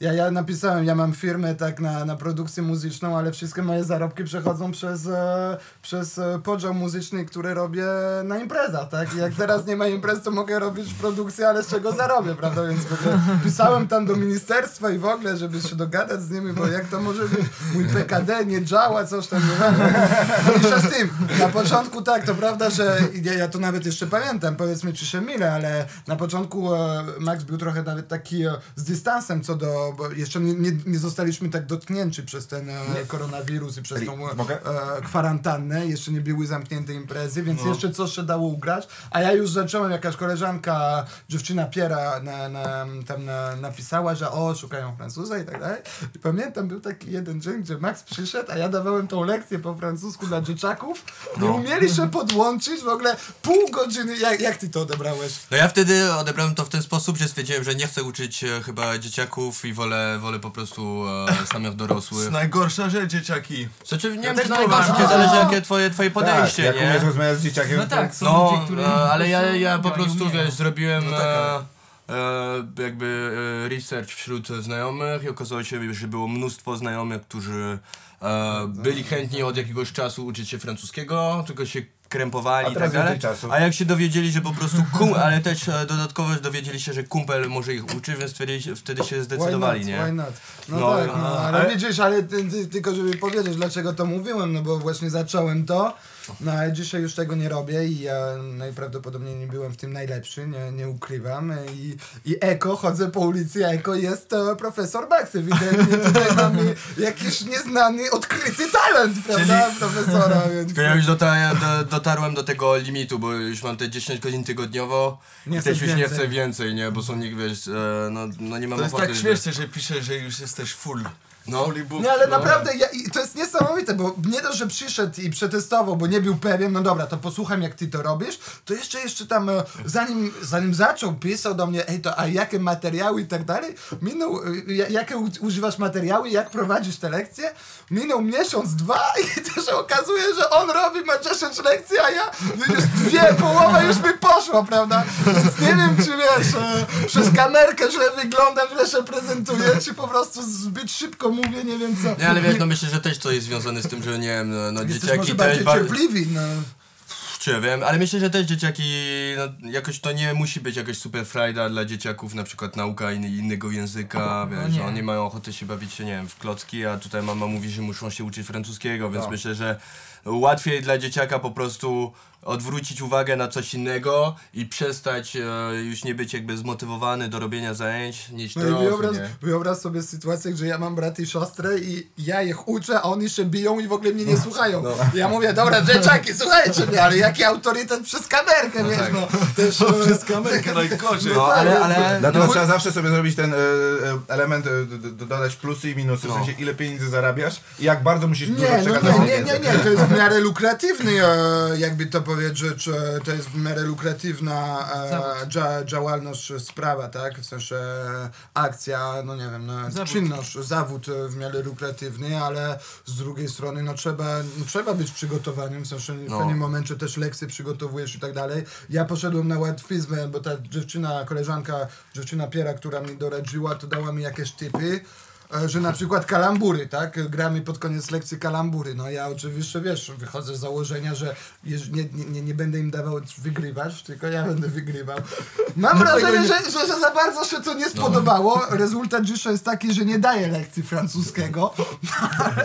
Speaker 3: ja, ja, ja napisałem, ja mam firmę tak na, na produkcję muzyczną, ale wszystkie moje zarobki przechodzą przez, e, przez e, podział muzyczny, który robię na imprezach, tak? I Jak teraz nie ma imprez, to mogę robić produkcję, ale z czego zarobię, prawda? Więc w ogóle pisałem tam do ministerstwa i w ogóle, żeby się dogadać z nimi, bo jak to może być? Mój PKD nie działa, coś tam. Mniejsza z tym, na początku tak, to prawda, że ja, ja to nawet jeszcze pamiętam, powiedzmy czy się mylę, ale na początku e, Max był trochę nawet taki e, z dystansem co do no bo jeszcze nie, nie, nie zostaliśmy tak dotknięci przez ten e, koronawirus i przez tą
Speaker 5: mogę?
Speaker 3: e, kwarantannę, jeszcze nie były zamknięte imprezy, więc jeszcze coś się dało ugrać, a ja już zacząłem, jakaś koleżanka, dziewczyna Piera na, na, tam na, napisała, że o, szukają Francuza i tak dalej. I pamiętam, był taki jeden dzień, gdzie Max przyszedł, a ja dawałem tą lekcję po francusku dla dzieciaków, nie umieli się podłączyć, w ogóle pół godziny, jak, jak ty to odebrałeś?
Speaker 4: No ja wtedy odebrałem to w ten sposób, że stwierdziłem, że nie chcę uczyć e, chyba dzieciaków i wolę, wolę po prostu e, samych dorosłych.
Speaker 1: Najgorsza rzecz, dzieciaki.
Speaker 4: Znaczy, nie wiem, czy najgorsze, to zależy jakie twoje, twoje
Speaker 5: Tak,
Speaker 4: podejście,
Speaker 5: jak
Speaker 4: nie?
Speaker 5: umiesz rozmawiać z dzieciakiem,
Speaker 2: No tak, są
Speaker 4: No,
Speaker 2: ludzie, którzy...
Speaker 4: e, ale ja, ja po
Speaker 2: no,
Speaker 4: prostu,
Speaker 2: nie umieją.
Speaker 4: wiesz, zrobiłem
Speaker 5: No tak,
Speaker 4: e, e, jakby e, research wśród znajomych i okazało się, że było mnóstwo znajomych, którzy e, byli chętni od jakiegoś czasu uczyć się francuskiego, tylko się krępowali
Speaker 5: A
Speaker 4: i tak
Speaker 5: teraz
Speaker 4: dalej.
Speaker 5: więcej czasu.
Speaker 4: A jak się dowiedzieli, że po prostu kum, ale też e, dodatkowo dowiedzieli się, że kumpel może ich uczy, więc wtedy, wtedy się zdecydowali,
Speaker 3: why not,
Speaker 4: nie?
Speaker 3: Why not? No,
Speaker 4: No,
Speaker 3: tak,
Speaker 4: a-
Speaker 3: no, ale,
Speaker 4: ale-
Speaker 3: widzisz, ale ty, ty, tylko żeby powiedzieć, dlaczego to mówiłem, no bo właśnie zacząłem to, no ale dzisiaj już tego nie robię i ja najprawdopodobniej nie byłem w tym najlepszy, nie, nie ukrywam i, i Eko, chodzę po ulicy, a Eko jest e, profesor Max, ewidentnie tutaj mamy jakiś nieznany, odkryty talent, prawda, profesora, więc...
Speaker 4: Tylko ja już dotarłem do, dotarłem do tego limitu, bo już mam te 10 godzin tygodniowo
Speaker 3: Nie
Speaker 4: i też
Speaker 3: chcesz
Speaker 4: już nie
Speaker 3: więcej.
Speaker 4: chcę więcej, nie? Bo są nie wiesz, e, no, no nie mam
Speaker 1: To jest
Speaker 4: ochoty,
Speaker 1: tak
Speaker 4: że-
Speaker 1: śmieszne, że pisze, że już jesteś full.
Speaker 4: No.
Speaker 1: Fully booked.
Speaker 3: Nie, ale
Speaker 1: No.
Speaker 3: naprawdę ja, i to jest niesamowite, bo nie dość, że przyszedł i przetestował, bo nie był pewien, no dobra, to posłucham jak ty to robisz, to jeszcze jeszcze tam e, zanim, zanim zaczął, pisał do mnie, ej to a jakie materiały i tak dalej, minął, e, ja- jakie u, używasz materiały, jak prowadzisz te lekcje, minął miesiąc, dwa i to się okazuje, że on robi, ma 10 lekcji, a ja już dwie, połowa już mi poszła, prawda, więc nie wiem czy wiesz, e, przez kamerkę źle wyglądam, źle się prezentuję, czy po prostu zbyt szybko mówię, nie wiem co.
Speaker 4: Nie, ale wiesz, no myślę, że też to jest związane z tym, że nie wiem, no, no
Speaker 3: Jesteś może
Speaker 4: dzieciaki też
Speaker 3: bardziej
Speaker 4: bar-
Speaker 3: cierpliwi, no.
Speaker 4: Czy wiem, ale myślę, że też dzieciaki, no, jakoś to nie musi być jakaś super frajda dla dzieciaków, na przykład nauka in, innego języka,
Speaker 2: No
Speaker 4: wiesz,
Speaker 2: nie.
Speaker 4: oni mają ochotę się bawić się, nie wiem, w klocki, a tutaj mama mówi, że muszą się uczyć francuskiego, więc myślę, że łatwiej dla dzieciaka po prostu odwrócić uwagę na coś innego i przestać e, już nie być jakby zmotywowany do robienia zajęć niż
Speaker 3: No i
Speaker 4: dorosły,
Speaker 3: wyobraź,
Speaker 4: nie?
Speaker 3: wyobraź sobie sytuację, że ja mam brat i siostrę i ja ich uczę, a oni się biją i w ogóle mnie nie słuchają. Ja mówię, dobra, dzieciaki, słuchajcie mnie, ale jaki autorytet przez kamerkę, wiesz,
Speaker 4: tak.
Speaker 3: no. Też,
Speaker 1: Przez kamerkę najgorzej.
Speaker 3: tak,
Speaker 4: No, ale, ale...
Speaker 5: Dlatego trzeba zawsze sobie zrobić ten e, e, element, e, d- d- dodać plusy i minusy, w
Speaker 4: No.
Speaker 5: sensie ile pieniędzy zarabiasz i jak bardzo musisz dużo
Speaker 3: Nie, no
Speaker 5: przekazać
Speaker 3: nie, nie,
Speaker 5: pieniędzy.
Speaker 3: nie, nie, to jest w miarę lukratywny, e, jakby to powiedzieć, e, to jest w miarę lukratywna e, dzia, działalność, e, sprawa, tak, w sensie e, akcja, no nie wiem, no, czynność, zawód e, w miarę lukratywny, ale z drugiej strony, no trzeba, no, trzeba być przygotowanym, w sensie w
Speaker 4: No.
Speaker 3: pewnym momencie też lekcje przygotowujesz i tak dalej. Ja poszedłem na łatwiznę, bo ta dziewczyna, koleżanka, dziewczyna Piera, która mi doradziła, to dała mi jakieś typy, e, że na przykład kalambury, tak? Gramy pod koniec lekcji kalambury. No ja oczywiście, wiesz, wychodzę z założenia, że jeż- nie, nie, nie, nie będę im dawał wygrywać, tylko ja będę wygrywał. Mam
Speaker 4: No
Speaker 3: wrażenie, że, że, że za bardzo się to nie spodobało. Rezultat dzisiaj jest taki, że nie daję lekcji francuskiego.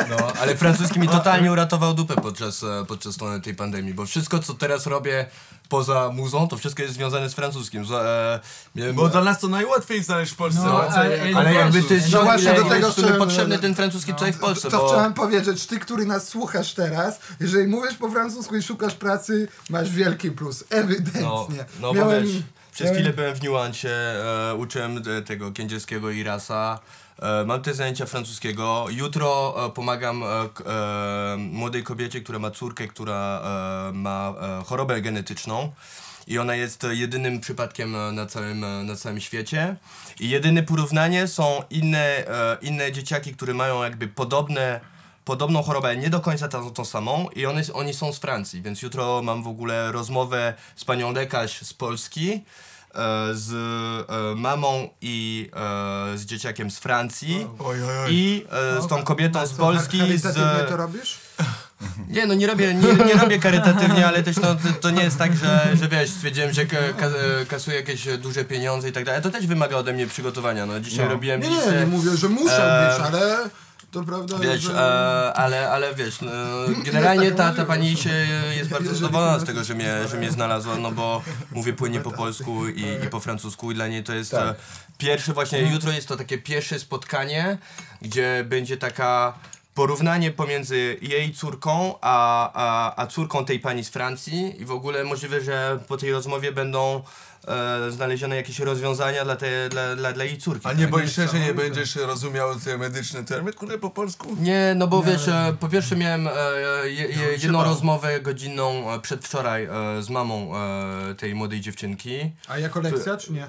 Speaker 4: No, ale francuski mi totalnie uratował dupę podczas, e, podczas to- tej pandemii, bo wszystko, co teraz robię poza muzą, to wszystko jest związane z francuskim. Z, e, miałem-
Speaker 1: Bo dla nas to najłatwiej znaleźć w Polsce.
Speaker 2: No,
Speaker 1: No,
Speaker 2: ale-
Speaker 4: ale jakby ty
Speaker 3: No właśnie, do
Speaker 4: do
Speaker 3: tego
Speaker 4: tego, który
Speaker 3: chciałem-
Speaker 4: potrzebny ten francuski tutaj w Polsce,
Speaker 3: To
Speaker 4: bo...
Speaker 3: chciałem powiedzieć, ty, który nas słuchasz teraz, jeżeli mówisz po francusku i szukasz pracy, masz wielki plus. Ewidentnie.
Speaker 4: No, no bo wiesz, przez chwilę byłem w Niuancie, e, uczyłem e, tego kędzierskiego Irasa, e, mam te zajęcia francuskiego, jutro e, pomagam e, k- e, młodej kobiecie, która ma córkę, która e, ma e, chorobę genetyczną. I ona jest e, jedynym przypadkiem e, na całym, e, na całym świecie. I jedyne porównanie są inne, e, inne dzieciaki, które mają jakby podobne podobną chorobę, nie do końca tą, tą samą i one, oni są z Francji, więc jutro mam w ogóle rozmowę z panią lekarz z Polski, e, z e, mamą i e, z dzieciakiem z Francji
Speaker 1: Oj, oj, oj.
Speaker 4: i e, z tą kobietą z Polski, z...
Speaker 3: Charytatywnie to robisz?
Speaker 4: Nie no, nie robię, nie, nie robię charytatywnie, ale też no, to, to nie jest tak, że, że wiesz, stwierdziłem, że ka, ka, kasuję jakieś e, duże pieniądze i tak dalej, to też wymaga ode mnie przygotowania, no dzisiaj robiłem
Speaker 3: Nie, nie,
Speaker 4: listę-
Speaker 3: nie mówię, że muszę
Speaker 4: Eee,
Speaker 3: być, ale... to prawda,
Speaker 4: Wiesz,
Speaker 3: że... tak
Speaker 4: e, ale, ale wiesz, e, generalnie ta, ta pani się jest bardzo zadowolona z tego, że mnie, że mnie znalazła, no bo mówię płynnie po polsku i, i po francusku i dla niej to jest e,
Speaker 1: Tak.
Speaker 4: pierwsze właśnie,
Speaker 3: Mhm.
Speaker 4: jutro jest to takie pierwsze spotkanie, gdzie będzie taka porównanie pomiędzy jej córką a, a, a córką tej pani z Francji i w ogóle możliwe, że po tej rozmowie będą e, znalezione jakieś rozwiązania dla, te, dla, dla, dla jej córki. tak?
Speaker 1: A
Speaker 2: tak,
Speaker 1: nie boisz się, że nie będziesz rozumiał te medyczne terminy, kurde, po polsku?
Speaker 4: Nie, no bo wiesz, e, po pierwsze miałem e, je, je, jedną
Speaker 1: bał.
Speaker 4: rozmowę godzinną e, przedwczoraj e, z mamą e, tej młodej dziewczynki.
Speaker 3: A jako lekcja, czy nie?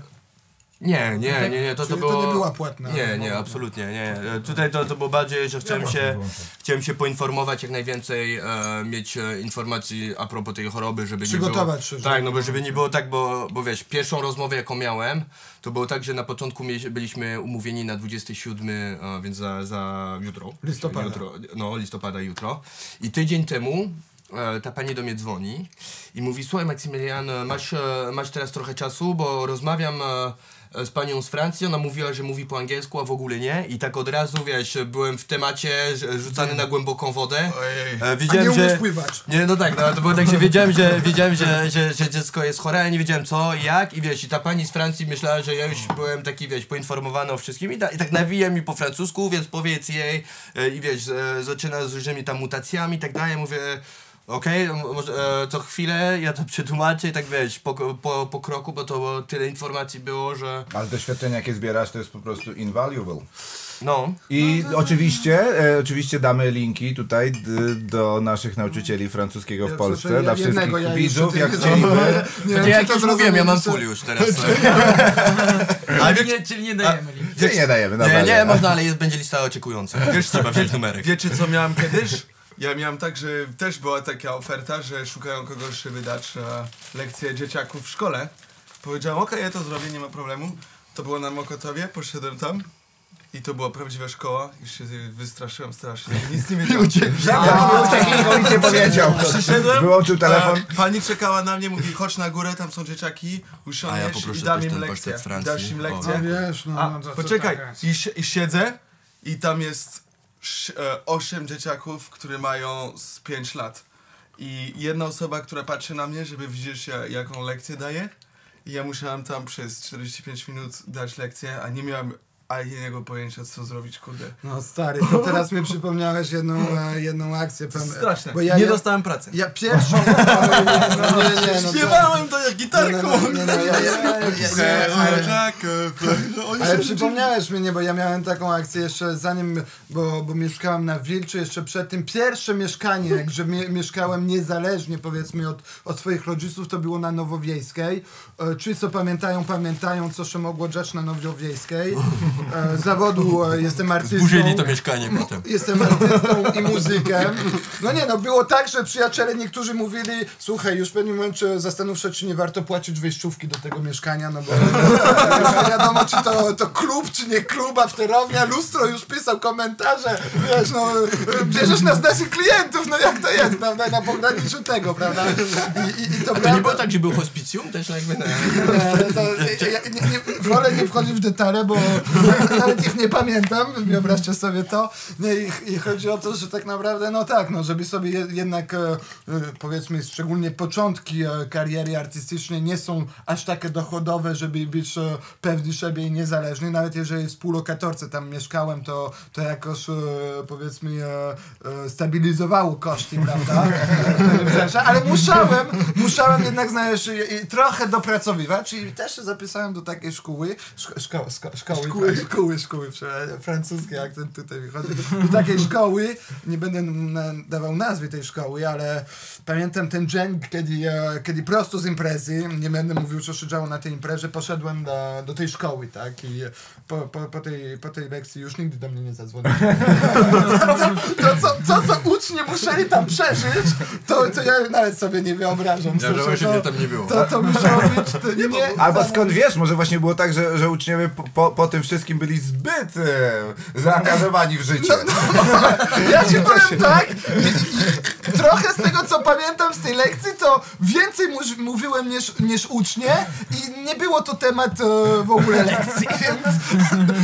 Speaker 4: Nie, nie, nie, nie, to, to
Speaker 3: Czyli to
Speaker 4: było...
Speaker 3: nie była płatna
Speaker 4: Nie, nie,
Speaker 3: rozmowa.
Speaker 4: absolutnie, nie. E, Tutaj to, to było bardziej, że chciałem się, chciałem się poinformować jak najwięcej, e, mieć e, informacji a propos tej choroby, żeby nie było...
Speaker 3: Przygotować się, żeby-
Speaker 4: Tak, no bo żeby nie było tak, bo, bo wiesz, pierwszą rozmowę jaką miałem, to było tak, że na początku mieli, byliśmy umówieni na 27, e, więc za, za jutro.
Speaker 3: Listopada.
Speaker 4: Jutro, no, listopada jutro. I tydzień temu e, ta pani do mnie dzwoni i mówi, słuchaj Maksymilian, e, masz, e, masz teraz trochę czasu, bo rozmawiam e, e, z panią z Francji, ona mówiła, że mówi po angielsku, a w ogóle nie. I tak od razu, wiesz, byłem w temacie, że- rzucany na głęboką wodę.
Speaker 1: Ojej.
Speaker 4: E,
Speaker 3: A nie
Speaker 4: wiedziałem,
Speaker 3: umiesz
Speaker 4: że...
Speaker 3: pływać.
Speaker 4: Nie, no tak, no, to było tak, że wiedziałem, że, wiedziałem że, że, że dziecko jest chore, ale nie wiedziałem co i jak i wiesz, i ta pani z Francji myślała, że ja już byłem taki, wiesz, poinformowany o wszystkim i, ta, i tak nawija mi po francusku, więc powiedz jej e, i wiesz, e, zaczyna z różnymi tam mutacjami i tak dalej, mówię... Okej, m- może, e, co chwilę ja to przetłumaczę i tak wiesz, po, po, po kroku, bo to tyle informacji było, że
Speaker 5: Ale doświadczenie, jakie zbierasz, to jest po prostu invaluable.
Speaker 4: no.
Speaker 5: I oczywiście, e, oczywiście damy linki tutaj d, do naszych nauczycieli francuskiego w Polsce,
Speaker 3: słyszę,
Speaker 5: dla
Speaker 3: ja
Speaker 5: wszystkich
Speaker 3: jednego ja
Speaker 5: widzów,
Speaker 3: jeszcze
Speaker 5: jak
Speaker 3: nie
Speaker 5: chcieliby.
Speaker 4: Nie,
Speaker 3: Nie wiem,
Speaker 4: jak
Speaker 3: czy to
Speaker 4: już mówiłem, ja mam
Speaker 3: zrozumieliście.
Speaker 4: full już teraz. e.
Speaker 1: A wiecie,
Speaker 2: Nie, czyli nie dajemy linki.
Speaker 5: Czy nie dajemy,
Speaker 4: Nie,
Speaker 5: dobra.
Speaker 4: nie, no. można, ale jest, będzie lista oczekująca. Wiesz, trzeba wziąć numerek.
Speaker 1: Wiecie co miałem kiedyś? Ja miałem tak, że też była taka oferta, że szukają kogoś, żeby dać e, lekcję dzieciaków w szkole. Powiedziałem, okej, ja to zrobię, nie ma problemu. To było na Mokotowie, poszedłem tam i to była prawdziwa szkoła i się wystraszyłem strasznie. Nic nie wiedziałem.
Speaker 5: Żaden nic nie powiedział.
Speaker 1: Przyszedłem,
Speaker 5: Wyłączył telefon.
Speaker 1: e, pani czekała na mnie, mówi, chodź na górę, tam są dzieciaki,
Speaker 4: A ja
Speaker 1: usiądziesz
Speaker 4: poproszę
Speaker 1: i dam
Speaker 4: też
Speaker 1: im
Speaker 4: ten
Speaker 1: lekcję.
Speaker 4: pasztet Francji.
Speaker 1: Dasz im
Speaker 4: O.
Speaker 1: lekcję.
Speaker 3: Wiesz, no,
Speaker 1: A,
Speaker 3: no to-
Speaker 1: poczekaj,
Speaker 2: tak jest.
Speaker 1: i, si- i siedzę i tam jest sz, e, 8 dzieciaków, które mają z 5 lat. I jedna osoba, która patrzy na mnie, żeby widzieć ja, jaką lekcję daję. I ja musiałem tam przez 45 minut dać lekcję, a nie miałem ani jednego pojęcia, co zrobić, kurde.
Speaker 3: No stary, to teraz mi przypomniałeś jedną, e, jedną akcję.
Speaker 1: To
Speaker 3: Pan-
Speaker 1: jest straszne.
Speaker 3: Bo ja,
Speaker 1: nie
Speaker 3: ja,
Speaker 1: dostałem pracy.
Speaker 3: ja pierwszą... No, nie, nie, no, to-
Speaker 1: Śpiewałem to jak
Speaker 3: nie, nie,
Speaker 1: gitarką!
Speaker 3: no, nie, no, ja- ja- ja- nie, ale-
Speaker 1: Oni
Speaker 3: Ale
Speaker 1: są-
Speaker 3: przypomniałeś mnie, bo ja miałem taką akcję jeszcze zanim, bo, bo mieszkałem na Wilczy, jeszcze przed tym pierwsze mieszkanie, jak że mie mieszkałem niezależnie powiedzmy od, od swoich rodziców, to było na Nowowiejskiej. E, ci co pamiętają, pamiętają co się mogło dziać na Nowowiejskiej. E, z zawodu e, jestem artystą.
Speaker 4: Burzyli to mieszkanie potem.
Speaker 3: Jestem artystą i muzykiem. No nie, no było tak, że przyjaciele niektórzy mówili, słuchaj, już w pewnym momencie zastanów się, czy nie warto płacić wyjściówki do tego mieszkania, no bo nie wiadomo, czy to, to klub, czy nie klub, afterownia, lustro już pisał komentarze, wiesz, no bierzesz nas naszych klientów, no jak to jest, prawda, na pograniczu tego, prawda. I, i, i to,
Speaker 4: To
Speaker 3: prawda-
Speaker 4: nie było tak, że był hospicjum też jakby na...
Speaker 3: nie, to, ja, ja, nie, nie, wolę nie wchodzić w detale, bo nawet ich nie pamiętam, wyobraźcie sobie to. Nie, i, I chodzi o to, że tak naprawdę, no tak, no, żeby sobie je, jednak, e, e, powiedzmy, szczególnie początki e, kariery artystycznej nie są aż takie dochodowe, żeby być e, pewni siebie i niezależni. Nawet jeżeli w współlokatorce tam mieszkałem, to, to jakoś, e, powiedzmy, e, e, stabilizowało koszty, prawda? W pewnym sensie. Ale musiałem, musiałem jednak znaleźć i, i trochę dopracowywać i też się zapisałem do takiej szkoły, szko, szko, szko, szkoły, tak. szkoły, szkoły, szkoły, przepraszam, francuski akcent tutaj mi chodzi, do takiej szkoły, nie będę na, dawał nazwy tej szkoły, ale pamiętam ten dzień, kiedy, e, kiedy prosto z imprezy, nie będę mówił, co się działo na tej imprezie, poszedłem do, do tej szkoły, tak, i po, po, po, tej, po tej lekcji już nigdy do mnie nie zadzwonił to, co, co, co ucznie musieli tam przeżyć, to, to ja nawet sobie nie wyobrażam.
Speaker 4: Ja żałuję,
Speaker 3: Słyszę,
Speaker 4: że mnie tam nie było.
Speaker 3: To, to musiało być... To, nie,
Speaker 5: Albo skąd wiesz, może właśnie było tak, że, że uczniowie po, po, po tym wszystkim byli zbyt e, zaangażowani w życie.
Speaker 3: Ja ci powiem tak, trochę z tego co pamiętam z tej lekcji, to więcej mu, mówiłem niż, niż ucznie i nie było to temat e, w ogóle lekcji, więc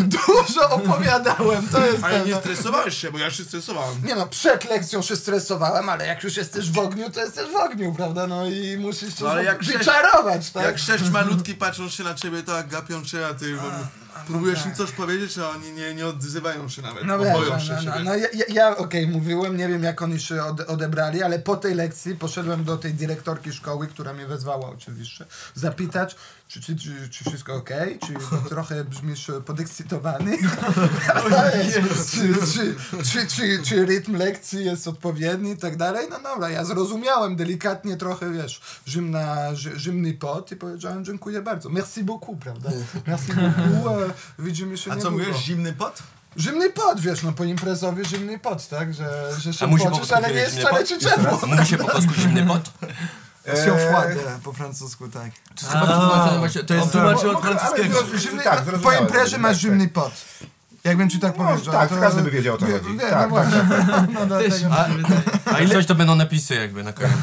Speaker 3: dużo opowiadałem, to jest
Speaker 1: Ale nie
Speaker 3: pewne.
Speaker 1: stresowałeś się, bo ja się stresowałem.
Speaker 3: Nie no, przed lekcją się stresowałem, ale jak już jesteś w ogniu, to jesteś w ogniu, prawda? No i musisz się
Speaker 1: No, ale
Speaker 3: znowu
Speaker 1: jak się-
Speaker 3: wyczarować, tak?
Speaker 1: Jak sześć malutki patrzą się na ciebie, tak gapią cię, a no tak. ty w ogóle próbujesz im coś powiedzieć, a oni nie, nie odzywają się nawet,
Speaker 3: No
Speaker 1: bo
Speaker 3: wiesz,
Speaker 1: boją
Speaker 3: no,
Speaker 1: się
Speaker 3: no, no,
Speaker 1: siebie.
Speaker 3: no ja, ja, ja okej, mówiłem, nie wiem jak oni się ode, odebrali, ale po tej lekcji poszedłem do tej dyrektorki szkoły, która mnie wezwała oczywiście, zapytać, czy, czy, czy, czy wszystko okej, czy bo trochę brzmisz e, podekscytowany, czy, czy, czy, czy, czy rytm lekcji jest odpowiedni i tak dalej. No dobra, ja zrozumiałem delikatnie trochę, wiesz, zimna, ży- zimny pot i powiedziałem dziękuję bardzo, merci beaucoup, prawda? Merci beaucoup, e, widzimy się
Speaker 1: A co
Speaker 3: niedługo.
Speaker 1: mówisz, zimny pot?
Speaker 3: Zimny pot, wiesz, no po imprezowie zimny pot, tak? Że, że się
Speaker 4: A musi po
Speaker 3: pocisz,
Speaker 4: polsku
Speaker 3: ale nie
Speaker 4: powiedzieć
Speaker 3: jest
Speaker 4: zimny
Speaker 3: wcale
Speaker 4: pot?
Speaker 3: czy czemu.
Speaker 4: Mówi się po polsku zimny pot?
Speaker 5: E,
Speaker 2: Ładne, po francusku tak.
Speaker 4: To jest
Speaker 5: tłumaczy
Speaker 4: tłumaczone
Speaker 5: od francuskiego.
Speaker 3: Zimny,
Speaker 5: Tak,
Speaker 3: po
Speaker 5: zrozumiałem.
Speaker 3: imprezie masz zimny pot. Jakbym ci tak
Speaker 5: No,
Speaker 3: powiedział.
Speaker 5: tak,
Speaker 3: to-
Speaker 5: każdy by wiedział, o co
Speaker 3: Wie-
Speaker 5: chodzi.
Speaker 3: wie,
Speaker 5: Tak,
Speaker 3: no właśnie. No, no, tego-
Speaker 4: A ile coś to będą napisy jakby na koniec.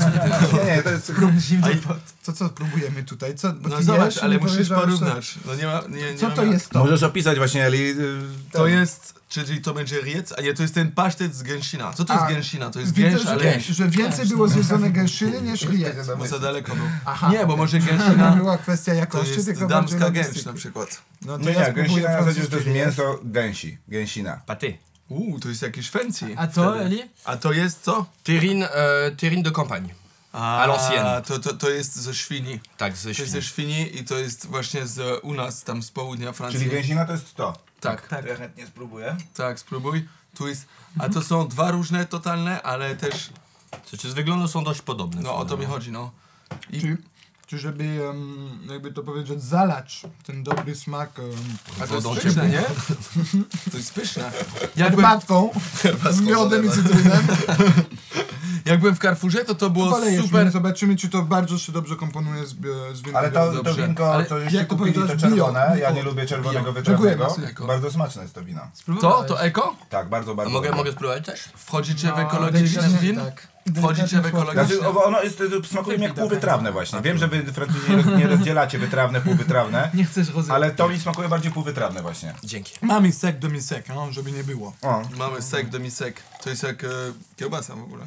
Speaker 5: nie, nie, to jest...
Speaker 2: Zimny pot. To co próbujemy tutaj? Co, bo
Speaker 1: No
Speaker 2: ty
Speaker 1: zobacz,
Speaker 2: jesz i
Speaker 1: ale
Speaker 2: nie
Speaker 1: musisz
Speaker 2: powiedziałeś,
Speaker 1: porównać. No nie ma, nie, nie
Speaker 2: Co
Speaker 1: mam
Speaker 2: to
Speaker 1: jak.
Speaker 2: jest to?
Speaker 5: Możesz opisać właśnie, Eli... y,
Speaker 1: To jest, czyli to będzie riec, a nie, to jest ten pasztet z gęsina. Co to jest
Speaker 2: A,
Speaker 1: gęsina? To jest
Speaker 2: Widzę,
Speaker 1: gęś,
Speaker 2: że,
Speaker 1: ale...
Speaker 2: że więcej było zjedzone gęszyny niż liet.
Speaker 1: Bo za daleko był.
Speaker 2: Aha.
Speaker 1: Nie, bo może gęsina
Speaker 2: Była kwestia
Speaker 1: to
Speaker 2: jakości,
Speaker 1: jest
Speaker 2: tylko
Speaker 1: damska
Speaker 2: bardziej
Speaker 1: gęś
Speaker 2: logistyki.
Speaker 1: na przykład.
Speaker 2: No to
Speaker 5: Nie,
Speaker 2: ja
Speaker 5: nie,
Speaker 2: spróbuję
Speaker 5: gęsina na zasadzie, że to jest
Speaker 2: francuskiej diety.
Speaker 5: mięso gęsi, gęsina.
Speaker 4: Paty.
Speaker 1: Uuu, to jest jakiś fancy.
Speaker 2: A to,
Speaker 1: wtedy.
Speaker 2: Eli?
Speaker 1: A to jest co?
Speaker 4: Tyrin, e, tyrin do kompanii.
Speaker 1: A,
Speaker 4: A l'ancienne.
Speaker 1: To, to, to jest ze świni.
Speaker 4: Tak, ze
Speaker 1: To jest ze
Speaker 4: świni.
Speaker 1: świni i to jest właśnie z u nas, tam z południa Francji.
Speaker 5: Czyli gęsina to jest to.
Speaker 1: Tak, tak,
Speaker 2: Tak.
Speaker 5: Ja chętnie spróbuję.
Speaker 1: spróbuj. Tu jest, a to są dwa różne totalne, ale też,
Speaker 4: Znaczy z wyglądu są dość podobne.
Speaker 1: no o to mi chodzi, no. I,
Speaker 3: Czy, czy żeby, em, jakby to powiedzieć, zalać ten dobry smak um,
Speaker 1: a to
Speaker 4: Wodą
Speaker 1: jest pyszne, nie? To jest pyszne. Jakbym,
Speaker 3: herbatką, z miodem i cytrynem.
Speaker 1: jakbym w Carrefourze, to to było
Speaker 3: Polejesz
Speaker 1: super.
Speaker 3: mnie, Zobaczymy, czy to bardzo się dobrze komponuje z, e, z winem.
Speaker 5: Ale to, to
Speaker 1: Dobrze.
Speaker 5: winko,
Speaker 1: Ale
Speaker 5: co
Speaker 3: jak
Speaker 5: żeście
Speaker 3: to
Speaker 5: kupili, to
Speaker 3: powiedziałeś, bio,
Speaker 5: czerwone. Ja
Speaker 3: bio.
Speaker 5: nie lubię czerwonego
Speaker 3: Dziękuję,
Speaker 5: wieczornego.
Speaker 3: masz
Speaker 1: jako.
Speaker 5: Bardzo smaczne jest to wino.
Speaker 1: To, to eko?
Speaker 5: Tak, bardzo,
Speaker 4: A
Speaker 5: bardzo.
Speaker 4: mogę,
Speaker 5: dobre.
Speaker 4: mogę spróbować też?
Speaker 1: Wchodzicie w
Speaker 2: No,
Speaker 1: ekologiczny
Speaker 2: delikatnie
Speaker 1: win?
Speaker 2: tak.
Speaker 1: Wchodzicie w
Speaker 5: Znaczy,
Speaker 1: ekologiczny
Speaker 5: o- ono jest, y, smakuje mi jak półwytrawne właśnie. Wiem, że wy Francuzi nie roz- nie rozdzielacie wytrawne, półwytrawne,
Speaker 2: Nie chcesz rozumiem.
Speaker 5: ale to mi smakuje bardziej półwytrawne właśnie.
Speaker 4: Dzięki.
Speaker 2: Mamy sek do misek, no, żeby nie było.
Speaker 5: O,
Speaker 1: Mamy sek do misek. To jest jak e, kiełbasa w ogóle.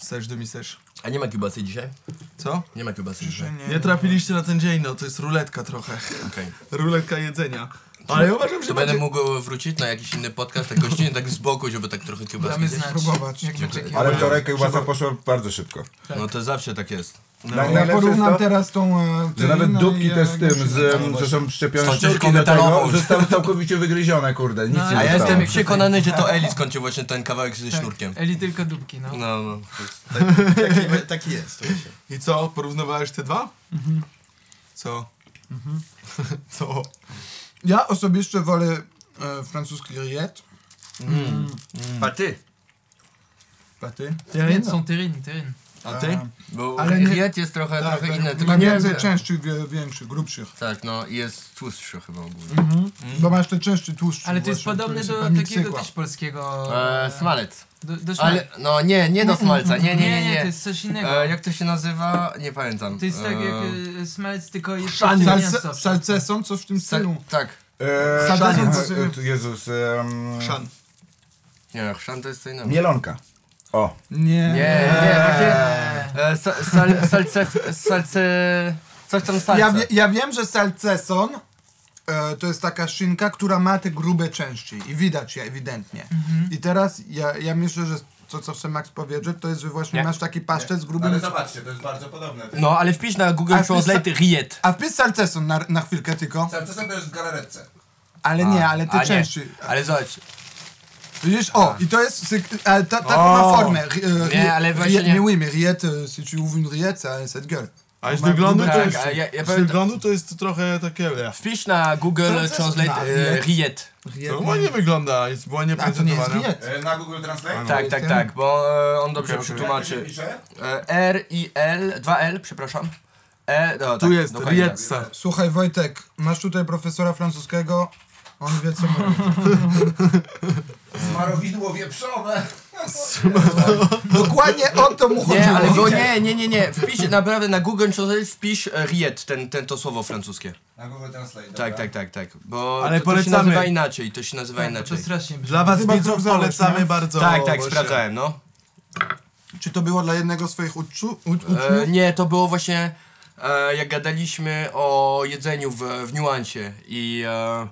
Speaker 1: Sesz do misesz.
Speaker 4: A nie ma kiełbasy dzisiaj?
Speaker 1: Co?
Speaker 4: Nie ma kiełbasy dzisiaj.
Speaker 1: Nie, trafiliście na ten dzień, no to jest ruletka trochę.
Speaker 4: Okej.
Speaker 1: Ruletka jedzenia. Ale ja uważam,
Speaker 4: To
Speaker 1: że
Speaker 4: będę
Speaker 1: będzie...
Speaker 4: mógł wrócić na jakiś inny podcast, tak gościnnie, tak z boku, żeby tak trochę kiełbaski
Speaker 2: Damy
Speaker 4: zjeść.
Speaker 2: znać.
Speaker 3: Próbować.
Speaker 2: Jak będzie kiełbasa.
Speaker 5: ale wczoraj kiełbasa poszła bardzo szybko.
Speaker 4: No to zawsze tak jest.
Speaker 1: No.
Speaker 5: Naj-
Speaker 3: Ja
Speaker 5: najlepsze jest
Speaker 3: porównam
Speaker 5: to,
Speaker 3: teraz tą... e,
Speaker 5: że nawet
Speaker 3: tyrynę
Speaker 5: dupki
Speaker 3: i,
Speaker 5: te
Speaker 3: e,
Speaker 5: z tym, z, em, że są
Speaker 4: Z tą
Speaker 5: przyczepione
Speaker 4: ciężką
Speaker 5: szczurki do tego,
Speaker 4: metalową.
Speaker 5: zostały całkowicie wygryzione, kurde, nic nie
Speaker 4: No, A ja
Speaker 5: zostało.
Speaker 4: jestem przekonany, że to Eli skończył właśnie ten kawałek ze sznurkiem.
Speaker 2: Eli tylko dupki, no.
Speaker 4: No, no.
Speaker 1: Taki, taki jest. I co? Porównywałeś te dwa? Co? Mhm. Co?
Speaker 3: Ja osobiście wolę e, francuski riet.
Speaker 4: A ty?
Speaker 1: A ty?
Speaker 2: Teryn
Speaker 4: no.
Speaker 2: są teryn, teryn.
Speaker 1: A ty?
Speaker 4: Bo
Speaker 3: Ale nie- Tak,
Speaker 4: riet jest trochę, trochę inny, tylko
Speaker 3: Ma
Speaker 4: nie
Speaker 3: więcej
Speaker 4: wiem.
Speaker 3: części wie- większych, grubszych.
Speaker 4: Tak, no i jest tłustszy chyba ogólnie.
Speaker 3: Bo masz te części tłuszczu.
Speaker 2: Ale to jest
Speaker 3: właśnie,
Speaker 2: podobne
Speaker 3: które
Speaker 2: do
Speaker 3: są tam
Speaker 2: takiego
Speaker 3: miksykła.
Speaker 2: też polskiego...
Speaker 4: E, smalec.
Speaker 2: Do, do szmalu.
Speaker 4: Ale, no nie, nie do smalca, nie, nie, nie,
Speaker 2: to
Speaker 4: nie.
Speaker 2: jest coś innego.
Speaker 4: E, jak to się nazywa? Nie pamiętam.
Speaker 2: To jest tak jak
Speaker 4: E,
Speaker 2: e, smalec, tylko jeszcze
Speaker 3: Salce,
Speaker 2: mięso.
Speaker 3: salcesą, coś w tym
Speaker 4: tak,
Speaker 3: stylu.
Speaker 4: tak.
Speaker 5: Eee,
Speaker 3: Szan.
Speaker 5: Szan, e, tu Jezus, em,
Speaker 1: Szan.
Speaker 4: Nie, chrzan to jest co innego.
Speaker 5: mielonka. O,
Speaker 4: Nie, nie, właśnie... E, sa, sal, salce, salce... Coś tam salce.
Speaker 3: Ja, wie, ja wiem, że salceson e, to jest taka szynka, która ma te grube części i widać je ewidentnie. I teraz ja, ja myślę, że to, co chce Max powiedzieć, to jest, że właśnie
Speaker 4: Nie.
Speaker 3: masz taki paszczet z grubym...
Speaker 5: zobaczcie, to jest bardzo podobne.
Speaker 4: No, ale wpisz na Google
Speaker 3: A ty
Speaker 4: Translate riet.
Speaker 3: A wpisz salceson na, na chwilkę tylko.
Speaker 5: Czasem to jest w galaretce.
Speaker 3: Ale nie, ale
Speaker 4: A,
Speaker 3: te
Speaker 4: nie.
Speaker 3: części.
Speaker 4: Ale zobacz,
Speaker 3: Widzisz, o, i to jest, syk- ale ta, taką ma formę. ri- e,
Speaker 4: Nie,
Speaker 3: ri-
Speaker 4: ale
Speaker 3: ri-
Speaker 4: właśnie nie.
Speaker 3: Mais oui, mais riette, euh, si tu ouvres une riette, ça, ça te gueule.
Speaker 1: A z wyglądu to
Speaker 4: Tak,
Speaker 1: jest...
Speaker 4: a ja- ja
Speaker 1: z
Speaker 4: powiem-
Speaker 1: wyglądu to jest trochę takie...
Speaker 4: wpisz na Google
Speaker 3: Salce-
Speaker 4: Translate
Speaker 3: na
Speaker 4: e,
Speaker 3: riet.
Speaker 4: riet.
Speaker 3: No,
Speaker 1: To ładnie wygląda, jest ładnie
Speaker 3: A to nie jest
Speaker 1: prezentowane.
Speaker 3: riette.
Speaker 5: E, Na Google Translate?
Speaker 4: Tak, tak, tak, bo e, on dobrze
Speaker 1: Okej, okej.
Speaker 4: przetłumaczy. E, R i L, 2 L, przepraszam. E, no,
Speaker 1: Tu
Speaker 4: tak,
Speaker 1: jest,
Speaker 4: dokładnie tak.
Speaker 1: Rietza.
Speaker 3: Słuchaj Wojtek, masz tutaj profesora francuskiego, on wie co mówi.
Speaker 5: Smarowidło wieprzowe.
Speaker 8: Dokładnie o to mu chodziło.
Speaker 4: tak. Nie, ale go nie, nie, nie, nie. Wpisz naprawdę na Google Translate wpisz e, Riet, ten, ten to słowo francuskie.
Speaker 5: Na Google Translate.
Speaker 4: Tak, tak, tak, tak. Bo
Speaker 1: Ale
Speaker 4: to, to się
Speaker 1: polecamy.
Speaker 4: nazywa inaczej, to się nazywa
Speaker 2: Tak, To
Speaker 4: inaczej.
Speaker 2: strasznie brzmi.
Speaker 1: Dla was
Speaker 3: Chyba
Speaker 1: widzów
Speaker 3: sprawdzałeś,
Speaker 1: polecamy
Speaker 3: nie?
Speaker 1: bardzo.
Speaker 4: Tak, tak,
Speaker 1: właśnie.
Speaker 4: sprawdzałem, no.
Speaker 3: Czy to było dla jednego z twoich uczu, u, uczniów?
Speaker 4: E, nie, to było właśnie e, jak gadaliśmy o jedzeniu w, w niuansie i e,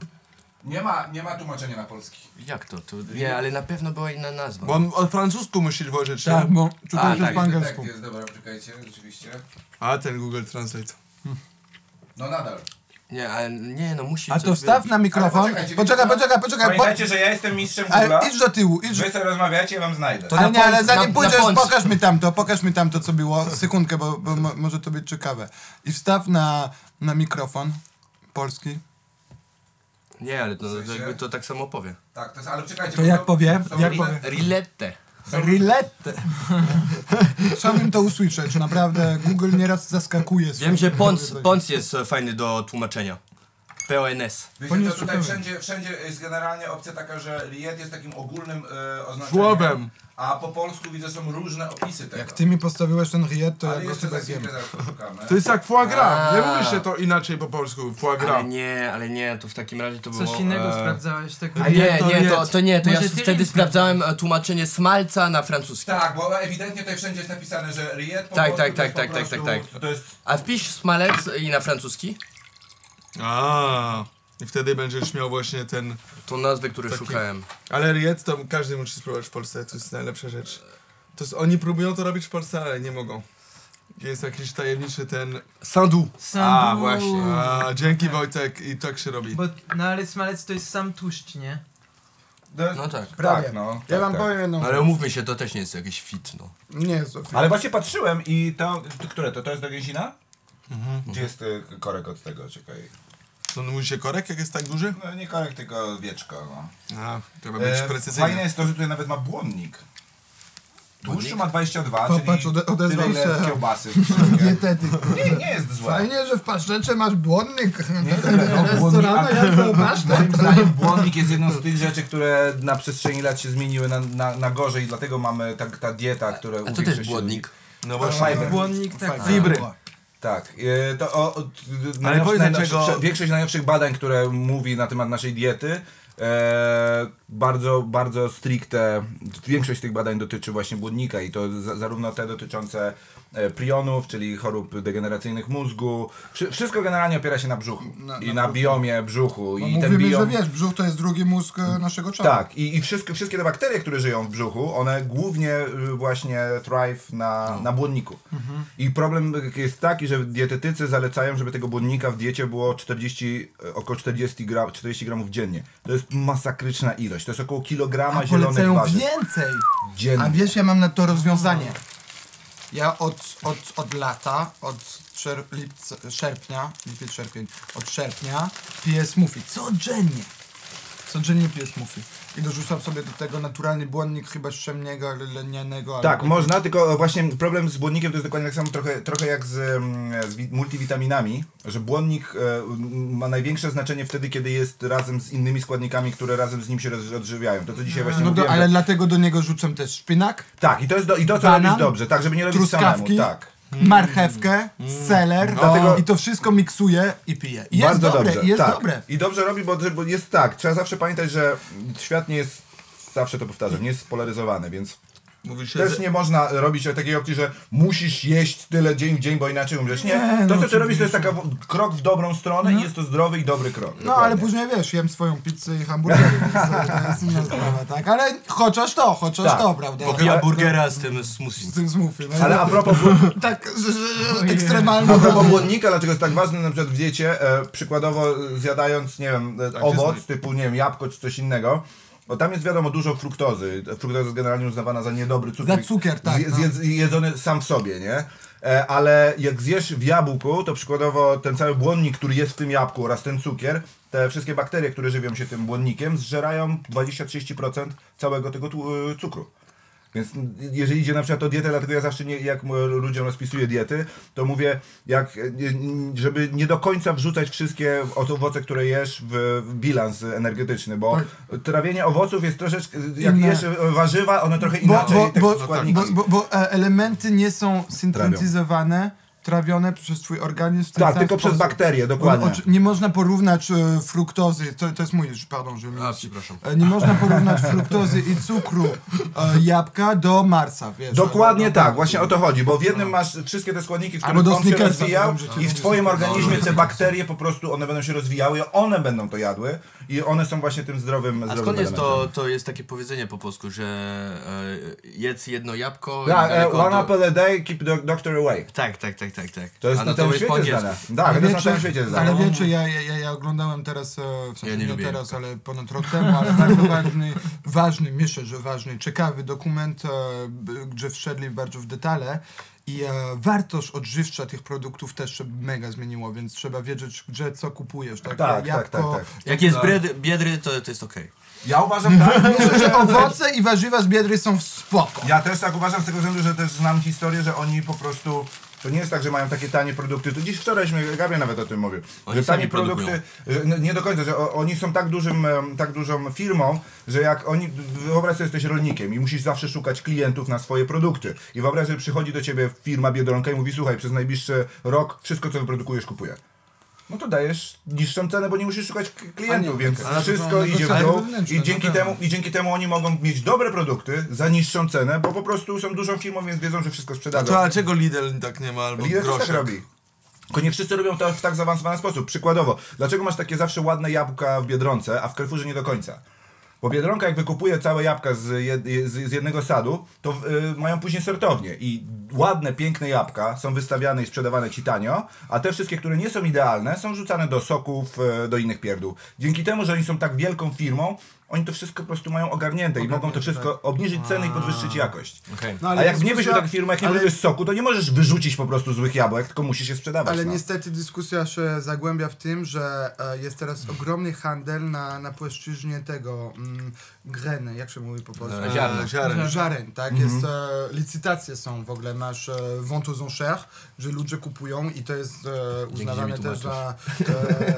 Speaker 5: Nie ma, nie ma tłumaczenia na polski.
Speaker 4: jak to, to? Nie, ale na pewno była inna nazwa.
Speaker 1: Bo on o francusku myśli dworzecz.
Speaker 3: Tak, bo
Speaker 4: A,
Speaker 3: czytałem
Speaker 4: tak,
Speaker 3: tak, po angielsku.
Speaker 5: Tak jest, dobra, czekajcie, rzeczywiście.
Speaker 1: A ten Google Translate.
Speaker 5: No nadal.
Speaker 4: Nie, ale nie, no musi
Speaker 3: A
Speaker 4: coś
Speaker 3: to wstaw
Speaker 4: być.
Speaker 3: na mikrofon.
Speaker 5: poczekajcie,
Speaker 3: Poczekaj,
Speaker 5: wiecie co?
Speaker 3: poczekaj, poczekaj. Po...
Speaker 5: Pamiętajcie, że ja jestem mistrzem Google'a.
Speaker 3: Ale idź do tyłu, idź.
Speaker 5: Wy sobie rozmawiacie, ja wam znajdę.
Speaker 4: na
Speaker 3: Ale nie, ale
Speaker 4: polsku, na-
Speaker 3: zanim
Speaker 4: na
Speaker 3: pójdziesz,
Speaker 4: polsku.
Speaker 3: pokaż mi tamto, pokaż mi tamto, co było. Sekundkę, bo, bo mo- może to być ciekawe. I wstaw na, na mikrofon polski.
Speaker 4: Nie, ale to, to
Speaker 5: sensie?
Speaker 4: jakby to tak samo powie.
Speaker 5: Tak, to jest, ale czekajcie.
Speaker 3: To
Speaker 5: bo
Speaker 3: jak powiem,
Speaker 5: są
Speaker 3: jak
Speaker 5: różne-
Speaker 3: powiem.
Speaker 4: Rilette.
Speaker 3: Rilette. Chciałbym to usłyszeć, naprawdę. Google nieraz zaskakuje.
Speaker 4: Wiem,
Speaker 3: swoimi
Speaker 4: że Pons,
Speaker 3: wypowiedziami.
Speaker 4: Pons jest e, fajny do tłumaczenia. PONS.
Speaker 5: Wiecie,
Speaker 3: Poniósł
Speaker 5: to tutaj
Speaker 3: szkodę.
Speaker 5: wszędzie, wszędzie jest generalnie opcja taka, że Riet jest takim ogólnym e, oznaczeniem.
Speaker 1: Słowem.
Speaker 5: A po polsku widzę są różne opisy tego.
Speaker 3: Jak ty mi postawiłeś ten riet, to
Speaker 5: Ale
Speaker 3: ja go
Speaker 5: jeszcze
Speaker 3: chyba
Speaker 5: za
Speaker 3: wiem.
Speaker 5: chwilkę zaraz poszukamy.
Speaker 1: To jest jak foie gras. Nie
Speaker 4: A.
Speaker 1: mówi się to inaczej po polsku. Foie
Speaker 4: Ale
Speaker 1: gras.
Speaker 4: nie, ale nie, to w takim razie to było...
Speaker 2: Coś innego
Speaker 4: e,
Speaker 2: sprawdzałeś, tak?
Speaker 4: A nie,
Speaker 1: to
Speaker 4: nie, to,
Speaker 1: jedz.
Speaker 4: to nie, to ja
Speaker 2: Może ty
Speaker 4: wtedy
Speaker 2: jedz.
Speaker 4: sprawdzałem e, tłumaczenie smalca na francuski.
Speaker 5: Tak, bo ewidentnie tutaj wszędzie jest napisane, że Riet po
Speaker 4: Tak,
Speaker 5: polsku
Speaker 4: tak,
Speaker 5: to jest
Speaker 4: tak,
Speaker 5: po
Speaker 4: tak, tak,
Speaker 5: prostu-
Speaker 4: tak, tak.
Speaker 5: To jest
Speaker 4: A wpisz smalec i na francuski,
Speaker 1: A. I wtedy będziesz miał właśnie ten...
Speaker 4: to nazwy, które
Speaker 1: Taki-
Speaker 4: szukałem.
Speaker 1: Ale riet to każdy musi spróbować w Polsce. To jest najlepsza rzecz. To jest, oni próbują to robić w Polsce, ale nie mogą. Jest jakiś tajemniczy ten...
Speaker 4: Sandu.
Speaker 2: Sam
Speaker 1: A, właśnie. A, dzięki Wojtek i tak się robi.
Speaker 2: Bo, no ale smalec to jest sam tłuszcz, nie?
Speaker 4: No tak.
Speaker 3: Prawie.
Speaker 5: Tak, no.
Speaker 3: Ja
Speaker 5: Tak,
Speaker 3: wam
Speaker 5: tak.
Speaker 3: powiem jedną
Speaker 4: Ale umówmy się, to też nie jest jakiś fit, no.
Speaker 3: Nie, Zofia.
Speaker 5: Ale właśnie patrzyłem i to, to które to? To jest do Gęsina?
Speaker 3: Mhm.
Speaker 5: Gdzie jest y, korek od tego, czekaj.
Speaker 1: To on musi się korek, jak jest tak duży?
Speaker 5: No nie korek, tylko wieczko, no.
Speaker 1: A, trzeba być
Speaker 5: E,
Speaker 1: precyzyjny.
Speaker 5: Fajne jest to, że tutaj nawet ma błonnik. Tłuszczu ma 22,
Speaker 3: Popatrz,
Speaker 5: czyli
Speaker 3: ode- odezwał
Speaker 5: tyle ile
Speaker 3: się.
Speaker 5: kiełbasy.
Speaker 3: Dietetyk.
Speaker 5: Nie, nie jest złe.
Speaker 3: Fajnie, że w paszczęcze masz błonnik.
Speaker 5: błonnik-
Speaker 3: Restorana jak zauważcie.
Speaker 5: Moim zdaniem błonnik jest jedną z tych rzeczy, które na przestrzeni lat się zmieniły na, na, na gorzej i dlatego mamy tak, ta dieta, która...
Speaker 4: A to też błodnik.
Speaker 1: No
Speaker 5: Bo fiber.
Speaker 2: Błonnik tak.
Speaker 1: Fibry.
Speaker 5: Tak. e, To o, o,
Speaker 1: Ale
Speaker 5: najnowsze,
Speaker 1: powiedz,
Speaker 5: najnowsze,
Speaker 1: dlaczego-
Speaker 5: Większość najnowszych badań, które mówi na temat naszej diety, e, bardzo, bardzo stricte, większość tych badań dotyczy właśnie błonnika i to za, zarówno te dotyczące e, prionów, czyli chorób degeneracyjnych mózgu. Wszy, wszystko generalnie opiera się na brzuchu
Speaker 3: Na-
Speaker 5: i
Speaker 3: na
Speaker 5: na, biomie brzuchu i ten
Speaker 3: No Mówimy, że
Speaker 5: biom...
Speaker 3: wiesz, brzuch to jest drugi mózg e, naszego ciała.
Speaker 5: Tak, i, i wszystkie, wszystkie te bakterie, które żyją w brzuchu, one głównie y, właśnie thrive
Speaker 3: No.
Speaker 5: na, na błonniku.
Speaker 3: Mhm.
Speaker 5: I problem jest taki, że dietetycy zalecają, żeby tego błonnika w diecie było 40, y, około 40, gram, 40 gramów dziennie. To jest masakryczna ilość, to jest około kilograma
Speaker 3: A
Speaker 5: zielonych
Speaker 3: polecają
Speaker 5: warzyw
Speaker 3: więcej. A
Speaker 5: dziennie.
Speaker 3: wiesz, ja mam na to rozwiązanie. Ja od, od, od lata, od czerw, lipca, sierpnia, lipiec, sierpień, od sierpnia piję smoothie. Codziennie. Codziennie piję smoothie. I dorzucam sobie do tego naturalny błonnik chyba szczemniego, ale lenianego.
Speaker 5: Tak,
Speaker 3: albo-
Speaker 5: można, tylko właśnie problem z błonnikiem to jest dokładnie tak samo trochę, trochę jak z, mm, z wi- multivitaminami, że błonnik e, m, ma największe znaczenie wtedy, kiedy jest razem z innymi składnikami, które razem z nim się roz- odżywiają. To co dzisiaj właśnie
Speaker 3: No do,
Speaker 5: mówiłem,
Speaker 3: ale
Speaker 5: że-
Speaker 3: dlatego do niego rzucam też szpinak,
Speaker 5: Tak, i to jest do, i to co
Speaker 3: Banan,
Speaker 5: robisz dobrze, tak, żeby nie robić
Speaker 3: truskawki,
Speaker 5: samemu, tak. Mm.
Speaker 3: marchewkę, seler
Speaker 5: Dlatego-
Speaker 3: i to wszystko miksuję i piję. I jest
Speaker 5: Bardzo
Speaker 3: dobre,
Speaker 5: dobrze,
Speaker 3: i jest
Speaker 5: tak.
Speaker 3: dobre.
Speaker 5: I dobrze robi, bo, bo jest tak, trzeba zawsze pamiętać, że świat nie jest, zawsze to powtarzam, nie jest spolaryzowany, więc
Speaker 1: Mówi się,
Speaker 5: też
Speaker 1: że...
Speaker 5: nie można robić takiej opcji, że musisz jeść tyle dzień w dzień, bo inaczej umrzesz. Nie,
Speaker 3: no,
Speaker 5: to co ty robisz to jest taka w- krok w dobrą stronę i jest to zdrowy i dobry krok.
Speaker 3: No ale później wiesz, jem swoją pizzę i hamburger, więc e, to jest inna sprawa, tak? Ale chociaż to, chociaż
Speaker 5: Tak.
Speaker 3: to, prawda?
Speaker 4: Ja burgera z tym smoothie.
Speaker 3: Z tym smoothie, no.
Speaker 5: Ale a propos, błon-
Speaker 3: tak że, że,
Speaker 2: Ojej.
Speaker 3: ekstremalnie.
Speaker 5: a propos błonnika, dlaczego jest tak ważny, na przykład w diecie, e, przykładowo e, zjadając, nie wiem,
Speaker 3: Tak,
Speaker 5: e, owoc typu, nie wiem, jabłko czy coś innego, bo tam jest wiadomo dużo fruktozy. Fruktoza jest generalnie uznawana za niedobry cukier.
Speaker 3: Za cukier, tak,
Speaker 5: Zje-
Speaker 3: no.
Speaker 5: zjedz- Jedzony sam w sobie, nie? E, Ale jak zjesz w jabłku, to przykładowo ten cały błonnik, który jest w tym jabłku oraz ten cukier, te wszystkie bakterie, które żywią się tym błonnikiem, zżerają 20-30% całego tego tu- y, cukru. Więc jeżeli idzie na przykład o dietę, dlatego ja zawsze nie, jak m- ludziom rozpisuję diety, to mówię, jak, nie- nie- żeby nie do końca wrzucać wszystkie o- owoce, które jesz w w bilans energetyczny, bo trawienie owoców jest troszeczkę, jak
Speaker 3: Tak. Inne.
Speaker 5: jesz warzywa, one trochę
Speaker 3: Bo,
Speaker 5: inaczej tak no
Speaker 3: bo,
Speaker 5: te
Speaker 3: bo,
Speaker 5: składniki.
Speaker 3: bo, bo, bo e, elementy nie są syntetyzowane, trawione przez twój organizm w ten
Speaker 5: tak,
Speaker 3: sam
Speaker 5: tylko przez
Speaker 3: sposób.
Speaker 5: bakterie,
Speaker 3: Bo
Speaker 5: dokładnie.
Speaker 3: oczy- Nie można porównać e, fruktozy, to, to jest mój już, pardon, że mi-
Speaker 5: Znaczy,
Speaker 4: A, przepraszam.
Speaker 3: E, Nie można porównać fruktozy i cukru e, jabłka do Marsa, wiesz.
Speaker 5: Dokładnie tak, właśnie o to chodzi, bo w jednym masz wszystkie te składniki, w
Speaker 3: No Albo
Speaker 5: których
Speaker 3: do
Speaker 5: on się
Speaker 3: Snickersa,
Speaker 5: rozwijał
Speaker 3: powiem, że to
Speaker 5: i w
Speaker 3: jest
Speaker 5: twoim
Speaker 3: Snickers. No.
Speaker 5: organizmie te bakterie po prostu, one będą się rozwijały, one będą to jadły i one są właśnie tym zdrowym
Speaker 4: A
Speaker 5: zdrowym
Speaker 4: skąd jest
Speaker 5: elementem.
Speaker 4: to, to jest takie powiedzenie po polsku, że e, jedz jedno jabłko i
Speaker 5: Tak, e,
Speaker 4: daleko od-
Speaker 5: one apple a day, keep the doctor away.
Speaker 4: Tak, tak, tak, tak, tak.
Speaker 5: To jest
Speaker 4: A,
Speaker 5: na
Speaker 4: no
Speaker 5: całym
Speaker 4: już po
Speaker 5: świecie
Speaker 4: angielsku.
Speaker 5: znane. Tak, to jest na
Speaker 3: wiecie-
Speaker 5: całym świecie znane.
Speaker 3: Ale wiecie, ja, ja, ja, ja oglądałem teraz, e, w sensie
Speaker 4: Ja nie
Speaker 3: nie,
Speaker 4: lubię
Speaker 3: teraz, ale ponad rok temu, ale bardzo ważny, ważny, myślę, że ważny, ciekawy dokument, e, b- gdzie wszedli bardzo w detale i e, wartość odżywcza tych produktów też się mega zmieniło, więc trzeba wiedzieć, gdzie co kupujesz, tak?
Speaker 5: Tak,
Speaker 3: Jabłko,
Speaker 5: tak, tak, tak.
Speaker 4: Jak jest biedry, biedry to, to jest okej.
Speaker 5: Ja uważam tak,
Speaker 3: Myślę, że owoce i warzywa z biedry są w spoko.
Speaker 5: Ja też tak uważam z tego względu, że też znam historię, że oni po prostu. To nie jest tak, że mają takie tanie produkty. To dziś wczorajśmy, Gabriel nawet o tym mówił.
Speaker 4: Oni
Speaker 5: że tanie
Speaker 4: sami produkują.
Speaker 5: produkty. że n- Nie do końca, że o, oni są tak dużym, em, tak dużą firmą, że jak oni. Wyobraź sobie, jesteś rolnikiem i musisz zawsze szukać klientów na swoje produkty. I wyobraź sobie, przychodzi do ciebie firma Biedronka i mówi: Słuchaj, przez najbliższy rok wszystko, co wyprodukujesz, kupuję. No to dajesz niższą cenę, bo nie musisz szukać k- klientów, więc
Speaker 3: ale to są
Speaker 5: wszystko idzie w
Speaker 3: negocjacje
Speaker 5: dół
Speaker 3: wewnętrzne, no tak.
Speaker 5: i dzięki
Speaker 3: na pewno.
Speaker 5: temu i dzięki temu oni mogą mieć dobre produkty za niższą cenę, bo po prostu są dużą firmą, więc wiedzą, że wszystko
Speaker 1: A
Speaker 5: sprzedadzą.
Speaker 1: to a czego Lidl tak nie ma albo
Speaker 5: Lidl też tak
Speaker 1: Groszek?
Speaker 5: robi. Tylko nie wszyscy robią to w tak zaawansowany sposób. Przykładowo, dlaczego masz takie zawsze ładne jabłka w Biedronce, a w Carrefourze nie do końca? Bo Biedronka jak wykupuje całe jabłka z, jed, z, z jednego sadu, to y, mają później sortownie i ładne, piękne jabłka są wystawiane i sprzedawane ci tanio, a te wszystkie, które nie są idealne, są rzucane do soków, y, do innych pierdół. Dzięki temu, że oni są tak wielką firmą, oni to wszystko po prostu mają ogarnięte i mogą to wszystko
Speaker 1: tak.
Speaker 5: obniżyć ceny i podwyższyć jakość.
Speaker 4: Okej.
Speaker 9: No,
Speaker 5: A jak nie byś
Speaker 9: dyskusja-
Speaker 5: tak firmy, jak nie
Speaker 9: ale-
Speaker 5: byłeś soku, to nie możesz wyrzucić po prostu złych jabłek, tylko musisz je sprzedawać.
Speaker 3: Ale
Speaker 5: no.
Speaker 3: niestety dyskusja się zagłębia w tym, że e, jest teraz ogromny handel na, na płaszczyźnie tego mm, greny, jak się mówi po polsku?
Speaker 4: E, Mhm. ziarna.
Speaker 3: Ziaren, tak. Jest, e, licytacje są w ogóle, masz e, vente aux enchères, że ludzie kupują i to jest e, uznawane
Speaker 4: mi
Speaker 3: też za, e,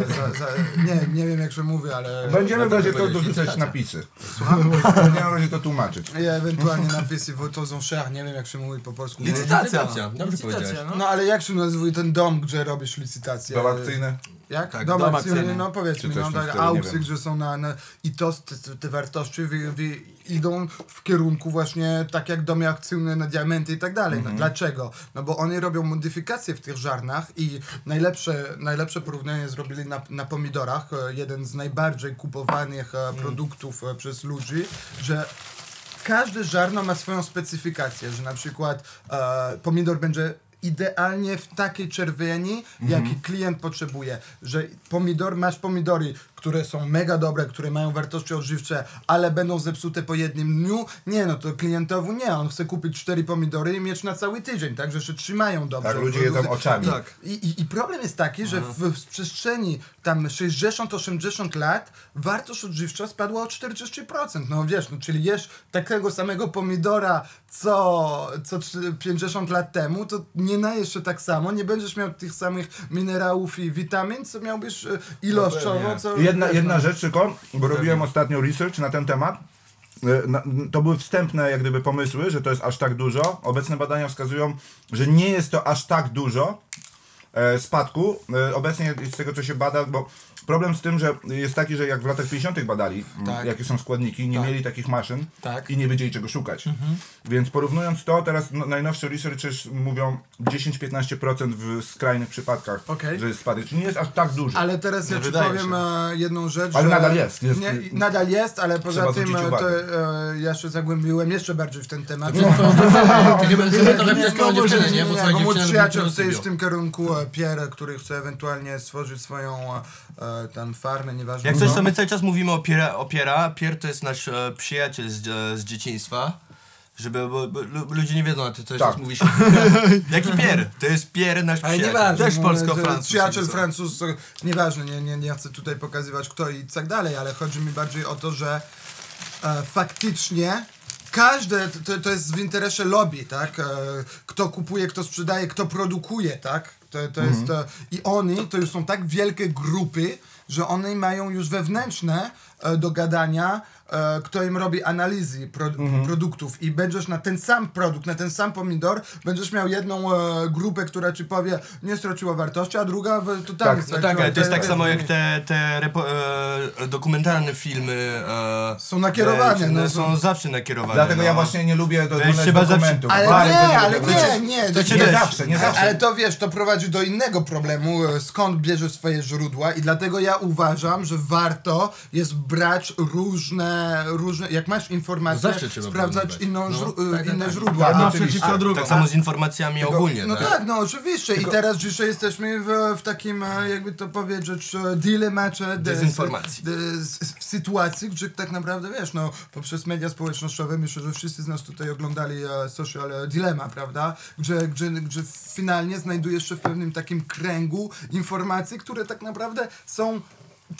Speaker 3: za, za... Nie, nie wiem jak się mówi, ale...
Speaker 5: Będziemy w razie to
Speaker 4: będzie
Speaker 5: dorzucać napisy. Będziemy w razie to tłumaczyć.
Speaker 3: I ewentualnie napisy vente aux enchères, nie wiem jak się mówi po polsku.
Speaker 4: Licytacja. Dobrze powiedziałeś.
Speaker 2: no.
Speaker 3: No ale jak się nazywuje ten dom, gdzie robisz licytację?
Speaker 5: Dom akcyjny.
Speaker 3: Jak?
Speaker 4: Tak,
Speaker 3: dom
Speaker 4: dom
Speaker 3: akcyjny,
Speaker 4: akcyjny.
Speaker 3: no powiedz mi,
Speaker 5: Czy coś
Speaker 3: no
Speaker 5: w tym
Speaker 3: tak,
Speaker 5: stylu, nie
Speaker 3: aukcje,
Speaker 5: wiem.
Speaker 3: że są na, na i to, te, te wartości wy, wy idą w kierunku właśnie tak jak domy akcyjne na diamenty i tak dalej.
Speaker 5: Mhm.
Speaker 3: No, dlaczego? No bo oni robią modyfikacje w tych żarnach i najlepsze, najlepsze porównanie zrobili na, na pomidorach, e, jeden z najbardziej kupowanych
Speaker 5: Mhm.
Speaker 3: e, produktów e, przez ludzi, że każde żarno no ma swoją specyfikację, że na przykład e, pomidor będzie idealnie w takiej czerwieni,
Speaker 5: Mhm.
Speaker 3: jaki klient potrzebuje, że pomidor, masz pomidory, które są mega dobre, które mają wartości odżywcze, ale będą zepsute po jednym dniu, nie no to klientowi nie, on chce kupić cztery pomidory i mieć na cały tydzień, także się trzymają dobrze.
Speaker 5: Tak, ludzie jedzą oczami.
Speaker 1: Tak.
Speaker 3: I, i, I problem jest taki, że w, w przestrzeni tam 60-80 lat wartość odżywcza spadła o 40%. No wiesz, no, czyli jesz takiego samego pomidora co, co trzy- 50 lat temu, to nie najesz się tak samo, nie będziesz miał tych samych minerałów i witamin, co miałbyś e, ilościowo. Co,
Speaker 5: Jedna,
Speaker 3: wiesz,
Speaker 5: jedna
Speaker 3: no.
Speaker 5: rzecz tylko, bo robiłem ostatnio research na ten temat. E, na- n- To były wstępne jak gdyby pomysły, że to jest aż tak dużo. Obecne badania wskazują, że nie jest to aż tak dużo e, spadku. E, Obecnie z tego co się bada, bo problem z tym, że jest taki, że jak w latach 50. badali, m,
Speaker 3: Tak.
Speaker 5: jakie są składniki, nie mieli takich maszyn
Speaker 3: Tak. Mhm.
Speaker 5: i nie wiedzieli czego szukać. Więc porównując to, teraz no, najnowsze researchers mówią 10-15% w skrajnych przypadkach,
Speaker 3: Okej.
Speaker 5: że jest spadek. Czyli nie jest aż tak dużo.
Speaker 3: Ale teraz ja ci
Speaker 1: wydaje
Speaker 3: powiem
Speaker 1: się.
Speaker 3: e, jedną rzecz.
Speaker 5: Ale
Speaker 3: że-
Speaker 5: nadal jest, jest-
Speaker 3: nie, nadal jest, ale poza tym
Speaker 5: zwrócić
Speaker 3: e,
Speaker 5: uwagę. No.
Speaker 3: to, e, ja się zagłębiłem jeszcze bardziej w ten temat.
Speaker 10: Chyba że to lepiej
Speaker 3: Nie, no,
Speaker 10: o dziewczynę, nie? Bo
Speaker 3: nie,
Speaker 10: twoja
Speaker 3: bo mój
Speaker 10: dziewczyna
Speaker 3: przyjaciel
Speaker 10: dopiero
Speaker 3: chce iść w
Speaker 10: sypie.
Speaker 3: tym kierunku, e, Pierre, który chce ewentualnie stworzyć swoją e, e, tam farmę, nieważne. No.
Speaker 4: Jak coś,
Speaker 3: co.
Speaker 4: to my cały czas mówimy o Piera. O Piera. Pier to jest nasz e, przyjaciel z, e, z dzieciństwa. Żeby, bo, bo, lu- ludzie nie wiedzą, a ty cały
Speaker 5: Tak.
Speaker 4: czas mówisz. Jaki Pier? To jest Pier, nasz
Speaker 3: Ale
Speaker 4: przyjaciel.
Speaker 3: nieważne.
Speaker 1: Też
Speaker 3: no,
Speaker 1: polsko-francuski
Speaker 3: Przyjaciel
Speaker 1: są.
Speaker 3: Francuz, e, nieważne, nie, nie, nie chcę tutaj pokazywać kto i tak dalej, ale chodzi mi bardziej o to, że e, faktycznie każde, to, to jest w interesie lobby, tak? E, Kto kupuje, kto sprzedaje, kto produkuje, tak? To, to jest,
Speaker 4: Mhm.
Speaker 3: e, I oni to już są tak wielkie grupy, że one mają już wewnętrzne e, do gadania, e, kto im robi analizy pro,
Speaker 4: Mhm.
Speaker 3: produktów i będziesz na ten sam produkt, na ten sam pomidor, będziesz miał jedną e, grupę, która ci powie, nie straciła wartości, a druga w, totalnie
Speaker 4: No
Speaker 3: straciła
Speaker 4: tak, ale to jest tak
Speaker 3: wartości.
Speaker 4: samo jak te, te repo, e, dokumentalne filmy. E,
Speaker 3: Są nakierowane,
Speaker 4: e,
Speaker 3: no,
Speaker 4: są zawsze nakierowane.
Speaker 5: Dlatego
Speaker 4: no.
Speaker 5: ja właśnie nie lubię do
Speaker 4: Weź trzeba zawsze-
Speaker 5: dokumentów.
Speaker 3: Ale
Speaker 5: Bardzo
Speaker 3: nie,
Speaker 5: lubię
Speaker 3: ale
Speaker 5: dokumentów.
Speaker 3: nie, nie.
Speaker 4: to cię
Speaker 5: Nie
Speaker 4: też.
Speaker 5: zawsze, nie zawsze.
Speaker 3: Ale to wiesz, to prowadzi do innego problemu, e, skąd bierzesz swoje źródła i dlatego ja uważam, że warto jest brać różne, różne jak masz informacje,
Speaker 4: Zawsze trzeba
Speaker 3: sprawdzać
Speaker 4: porównywać.
Speaker 3: inną,
Speaker 4: No,
Speaker 3: żru- e,
Speaker 4: tak, tak,
Speaker 3: inne
Speaker 4: tak.
Speaker 3: źródła. A-
Speaker 1: Jedna przeciwko
Speaker 4: A,
Speaker 1: drugą.
Speaker 4: tak samo z informacjami ogólnie.
Speaker 3: no
Speaker 4: tak?
Speaker 3: tak, no oczywiście. I teraz dzisiaj jesteśmy w, w takim, e, jakby to powiedzieć, e, dylemacie de-
Speaker 4: Dezinformacji.
Speaker 3: de- s- w sytuacji, gdzie tak naprawdę, wiesz, no poprzez media społecznościowe, myślę, że wszyscy z nas tutaj oglądali e, social e, dilema, prawda? Gdzie, gdzie, gdzie finalnie znajdujesz się w pewnym takim kręgu informacji, które tak naprawdę są...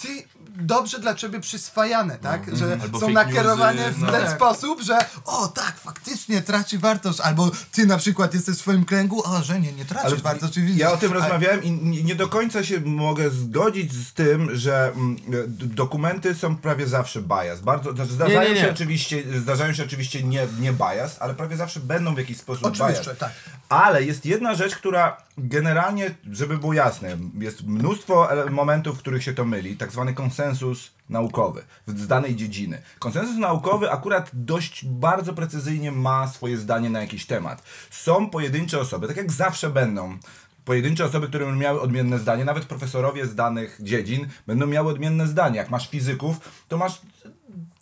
Speaker 3: Ty dobrze dla ciebie przyswajane, tak? że
Speaker 4: Mm, Albo
Speaker 3: są
Speaker 4: fake
Speaker 3: nakierowane
Speaker 4: newsy,
Speaker 3: w
Speaker 4: no.
Speaker 3: ten
Speaker 5: tak.
Speaker 3: sposób, że o tak, faktycznie traci wartość, albo ty na przykład jesteś w swoim kręgu, a że nie, nie tracisz
Speaker 5: Ale
Speaker 3: wartości, widzisz.
Speaker 5: Ja o tym rozmawiałem i nie- nie do końca się mogę zgodzić z tym, że mm, d- dokumenty są prawie zawsze bias. Bardzo, znaczy zdarzają,
Speaker 4: nie, nie.
Speaker 5: Się oczywiście, zdarzają się oczywiście nie, nie bias, ale prawie zawsze będą w jakiś sposób
Speaker 3: Oczywiście,
Speaker 5: bias.
Speaker 3: tak.
Speaker 5: Ale jest jedna rzecz, która generalnie, żeby było jasne, jest mnóstwo ele- momentów, w których się to myli, tak zwany konsensus naukowy w- z danej dziedziny. Konsensus naukowy akurat dość bardzo precyzyjnie ma swoje zdanie na jakiś temat. Są pojedyncze osoby, tak jak zawsze będą, pojedyncze osoby, które będą miały odmienne zdanie, nawet profesorowie z danych dziedzin będą miały odmienne zdanie. Jak masz fizyków, to masz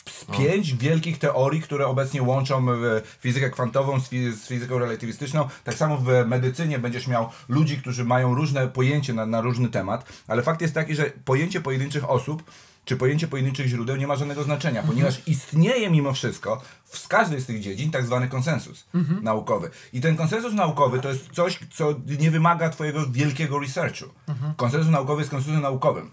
Speaker 5: z pięć wielkich teorii, które obecnie łączą e, fizykę kwantową z, fi- z fizyką relatywistyczną. Tak samo w medycynie będziesz miał ludzi, którzy mają różne pojęcie na, na różny temat, ale fakt jest taki, że pojęcie pojedynczych osób czy pojęcie pojedynczych źródeł nie ma żadnego znaczenia, ponieważ istnieje mimo wszystko w każdej z tych dziedzin tak zwany konsensus naukowy. I ten konsensus naukowy to jest coś, co nie wymaga twojego wielkiego researchu. Konsensus naukowy jest konsensusem naukowym.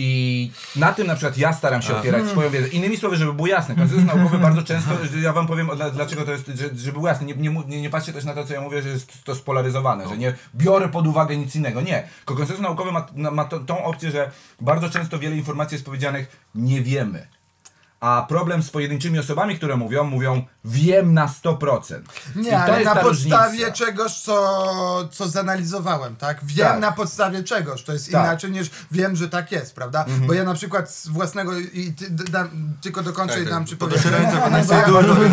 Speaker 5: I na tym na przykład ja staram się opierać swoją wiedzę. Innymi słowy, żeby było jasne, konsensus naukowy bardzo często, że ja wam powiem dla- dlaczego to jest, że- żeby było jasne, nie, nie, mu- nie, nie patrzcie też na to, co ja mówię, że jest to spolaryzowane, że nie biorę pod uwagę nic innego. Nie. Tylko Konsensus naukowy ma, na- ma to, tą opcję, że bardzo często wiele informacji jest powiedzianych nie wiemy. A problem z pojedynczymi osobami, które mówią, mówią wiem na 100%. I
Speaker 3: Nie,
Speaker 5: to
Speaker 3: ale
Speaker 5: jest
Speaker 3: na
Speaker 5: ta
Speaker 3: podstawie
Speaker 5: różnica.
Speaker 3: czegoś, co, co zanalizowałem, tak? Wiem
Speaker 5: Tak.
Speaker 3: na podstawie czegoś, to jest
Speaker 5: Tak. Mhm.
Speaker 3: inaczej niż wiem, że tak jest, prawda? Bo ja na przykład z własnego, i ty, d- dam, tylko dokończę
Speaker 5: Tak,
Speaker 3: i dam ci powiem.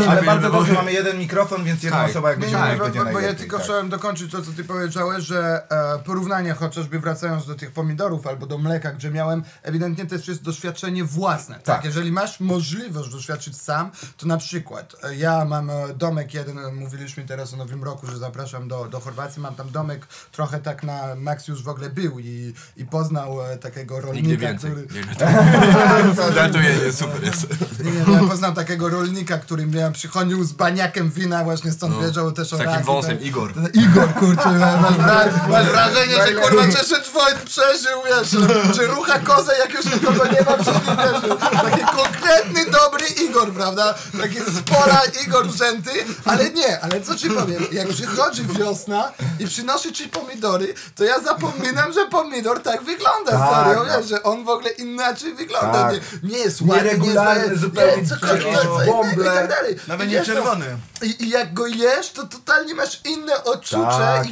Speaker 5: Ale bardzo dobrze, mamy jeden mikrofon, więc jedna
Speaker 4: Tak.
Speaker 5: osoba jakby
Speaker 3: Nie,
Speaker 5: się
Speaker 3: nie,
Speaker 5: tak,
Speaker 3: bo,
Speaker 5: będzie
Speaker 3: bo, bo ja
Speaker 5: najlepiej,
Speaker 3: tylko
Speaker 5: tak.
Speaker 3: chciałem dokończyć to, co ty powiedziałeś, że e, porównanie chociażby wracając do tych pomidorów albo do mleka, gdzie miałem, ewidentnie też jest doświadczenie własne. Tak.
Speaker 5: Tak.
Speaker 3: Jeżeli masz możliwość doświadczyć sam, to na przykład e, ja mam e, domek jeden, e, mówiliśmy teraz o Nowym Roku, że zapraszam do, do Chorwacji, mam tam domek trochę tak na, Max już w ogóle był i, i poznał e, takiego rolnika,
Speaker 4: Nigdy więcej.
Speaker 3: który...
Speaker 4: Nie, nie, tak. Żartuję, nie, super jest.
Speaker 3: Nie, nie, ja poznam takiego rolnika, który mnie przychodził z baniakiem wina, właśnie stąd wiedział też o
Speaker 4: No. Z takim
Speaker 3: raki,
Speaker 4: wąsem,
Speaker 3: tak.
Speaker 4: Igor.
Speaker 3: Igor, kurczę, masz, wra- masz wrażenie, że kurwa Czeszycz Wojt przeżył, wiesz, że- że rucha kozę, jak już nikogo nie ma przy nim, wiesz, taki konkretny, dobry Igor, prawda? Taki spora Igor wrzęty, ale nie, ale co ci powiem, jak przychodzi wiosna i przynosi ci pomidory, to ja zapominam, że pomidor tak wygląda, serio, wiesz, że on w ogóle inaczej wygląda,
Speaker 5: Tak.
Speaker 3: nie, nie jest ładny,
Speaker 5: Nieregularny
Speaker 3: nie jest,
Speaker 5: zupełnie,
Speaker 3: nie, cokolwiek,
Speaker 5: jakieś
Speaker 3: co innego
Speaker 5: bąble.
Speaker 3: i tak dalej.
Speaker 1: Nawet
Speaker 3: I
Speaker 1: nie
Speaker 3: wiesz, no,
Speaker 1: czerwony.
Speaker 3: i, I jak go jesz, to totalnie masz inne odczucie
Speaker 5: Tak,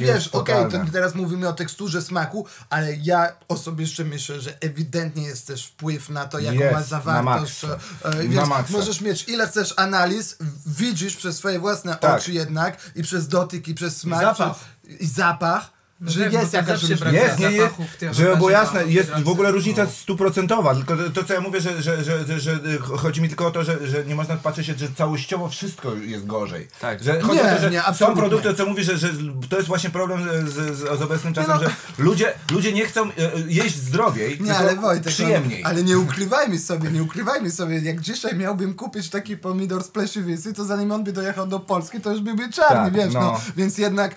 Speaker 3: i
Speaker 5: jest
Speaker 3: wiesz, okej,
Speaker 5: totalne.
Speaker 3: to teraz mówimy o teksturze smaku, ale ja osobiście myślę, że ewidentnie jest też wpływ na to, jaką
Speaker 5: Jest,
Speaker 3: ma
Speaker 5: na
Speaker 3: zawartość.
Speaker 5: maksa.
Speaker 3: e,
Speaker 5: Na
Speaker 3: wiesz,
Speaker 5: maksa.
Speaker 3: możesz mieć ile chcesz analiz, w- widzisz przez swoje własne
Speaker 5: Tak.
Speaker 3: oczy jednak i przez dotyk i przez smak.
Speaker 2: zapach.
Speaker 3: przez- I zapach. Że
Speaker 2: wiem, bo
Speaker 3: jest
Speaker 2: tam
Speaker 3: jakaś
Speaker 2: zawsze
Speaker 3: różnica.
Speaker 2: brak-
Speaker 5: Jest, nie,
Speaker 2: zapachów
Speaker 5: jest.
Speaker 2: w tych
Speaker 5: Żeby było
Speaker 2: wyraźnych
Speaker 5: jasne,
Speaker 2: zapachów
Speaker 5: jest
Speaker 2: tej
Speaker 5: w ogóle różnica stuprocentowa, tylko to, to co ja mówię, że, że, że, że, że y, chodzi mi tylko o to, że, że nie można patrzeć się, że całościowo wszystko jest gorzej.
Speaker 4: Tak.
Speaker 5: Że chodzi
Speaker 3: Nie,
Speaker 5: o to, że
Speaker 3: nie,
Speaker 5: są
Speaker 3: absolutnie.
Speaker 5: produkty, co mówi, że, że to jest właśnie problem z, z, z obecnym czasem, że ludzie, ludzie nie chcą y, y, jeść zdrowiej,
Speaker 3: no. Nie,
Speaker 5: tylko
Speaker 3: ale Wojtek,
Speaker 5: przyjemniej.
Speaker 3: No, ale nie ukrywajmy sobie, nie ukrywajmy sobie, jak dzisiaj miałbym kupić taki pomidor z plesiwicy, to zanim on by dojechał do Polski, to już by był czarny,
Speaker 5: Tak,
Speaker 3: wiesz, no.
Speaker 5: no.
Speaker 3: Więc jednak,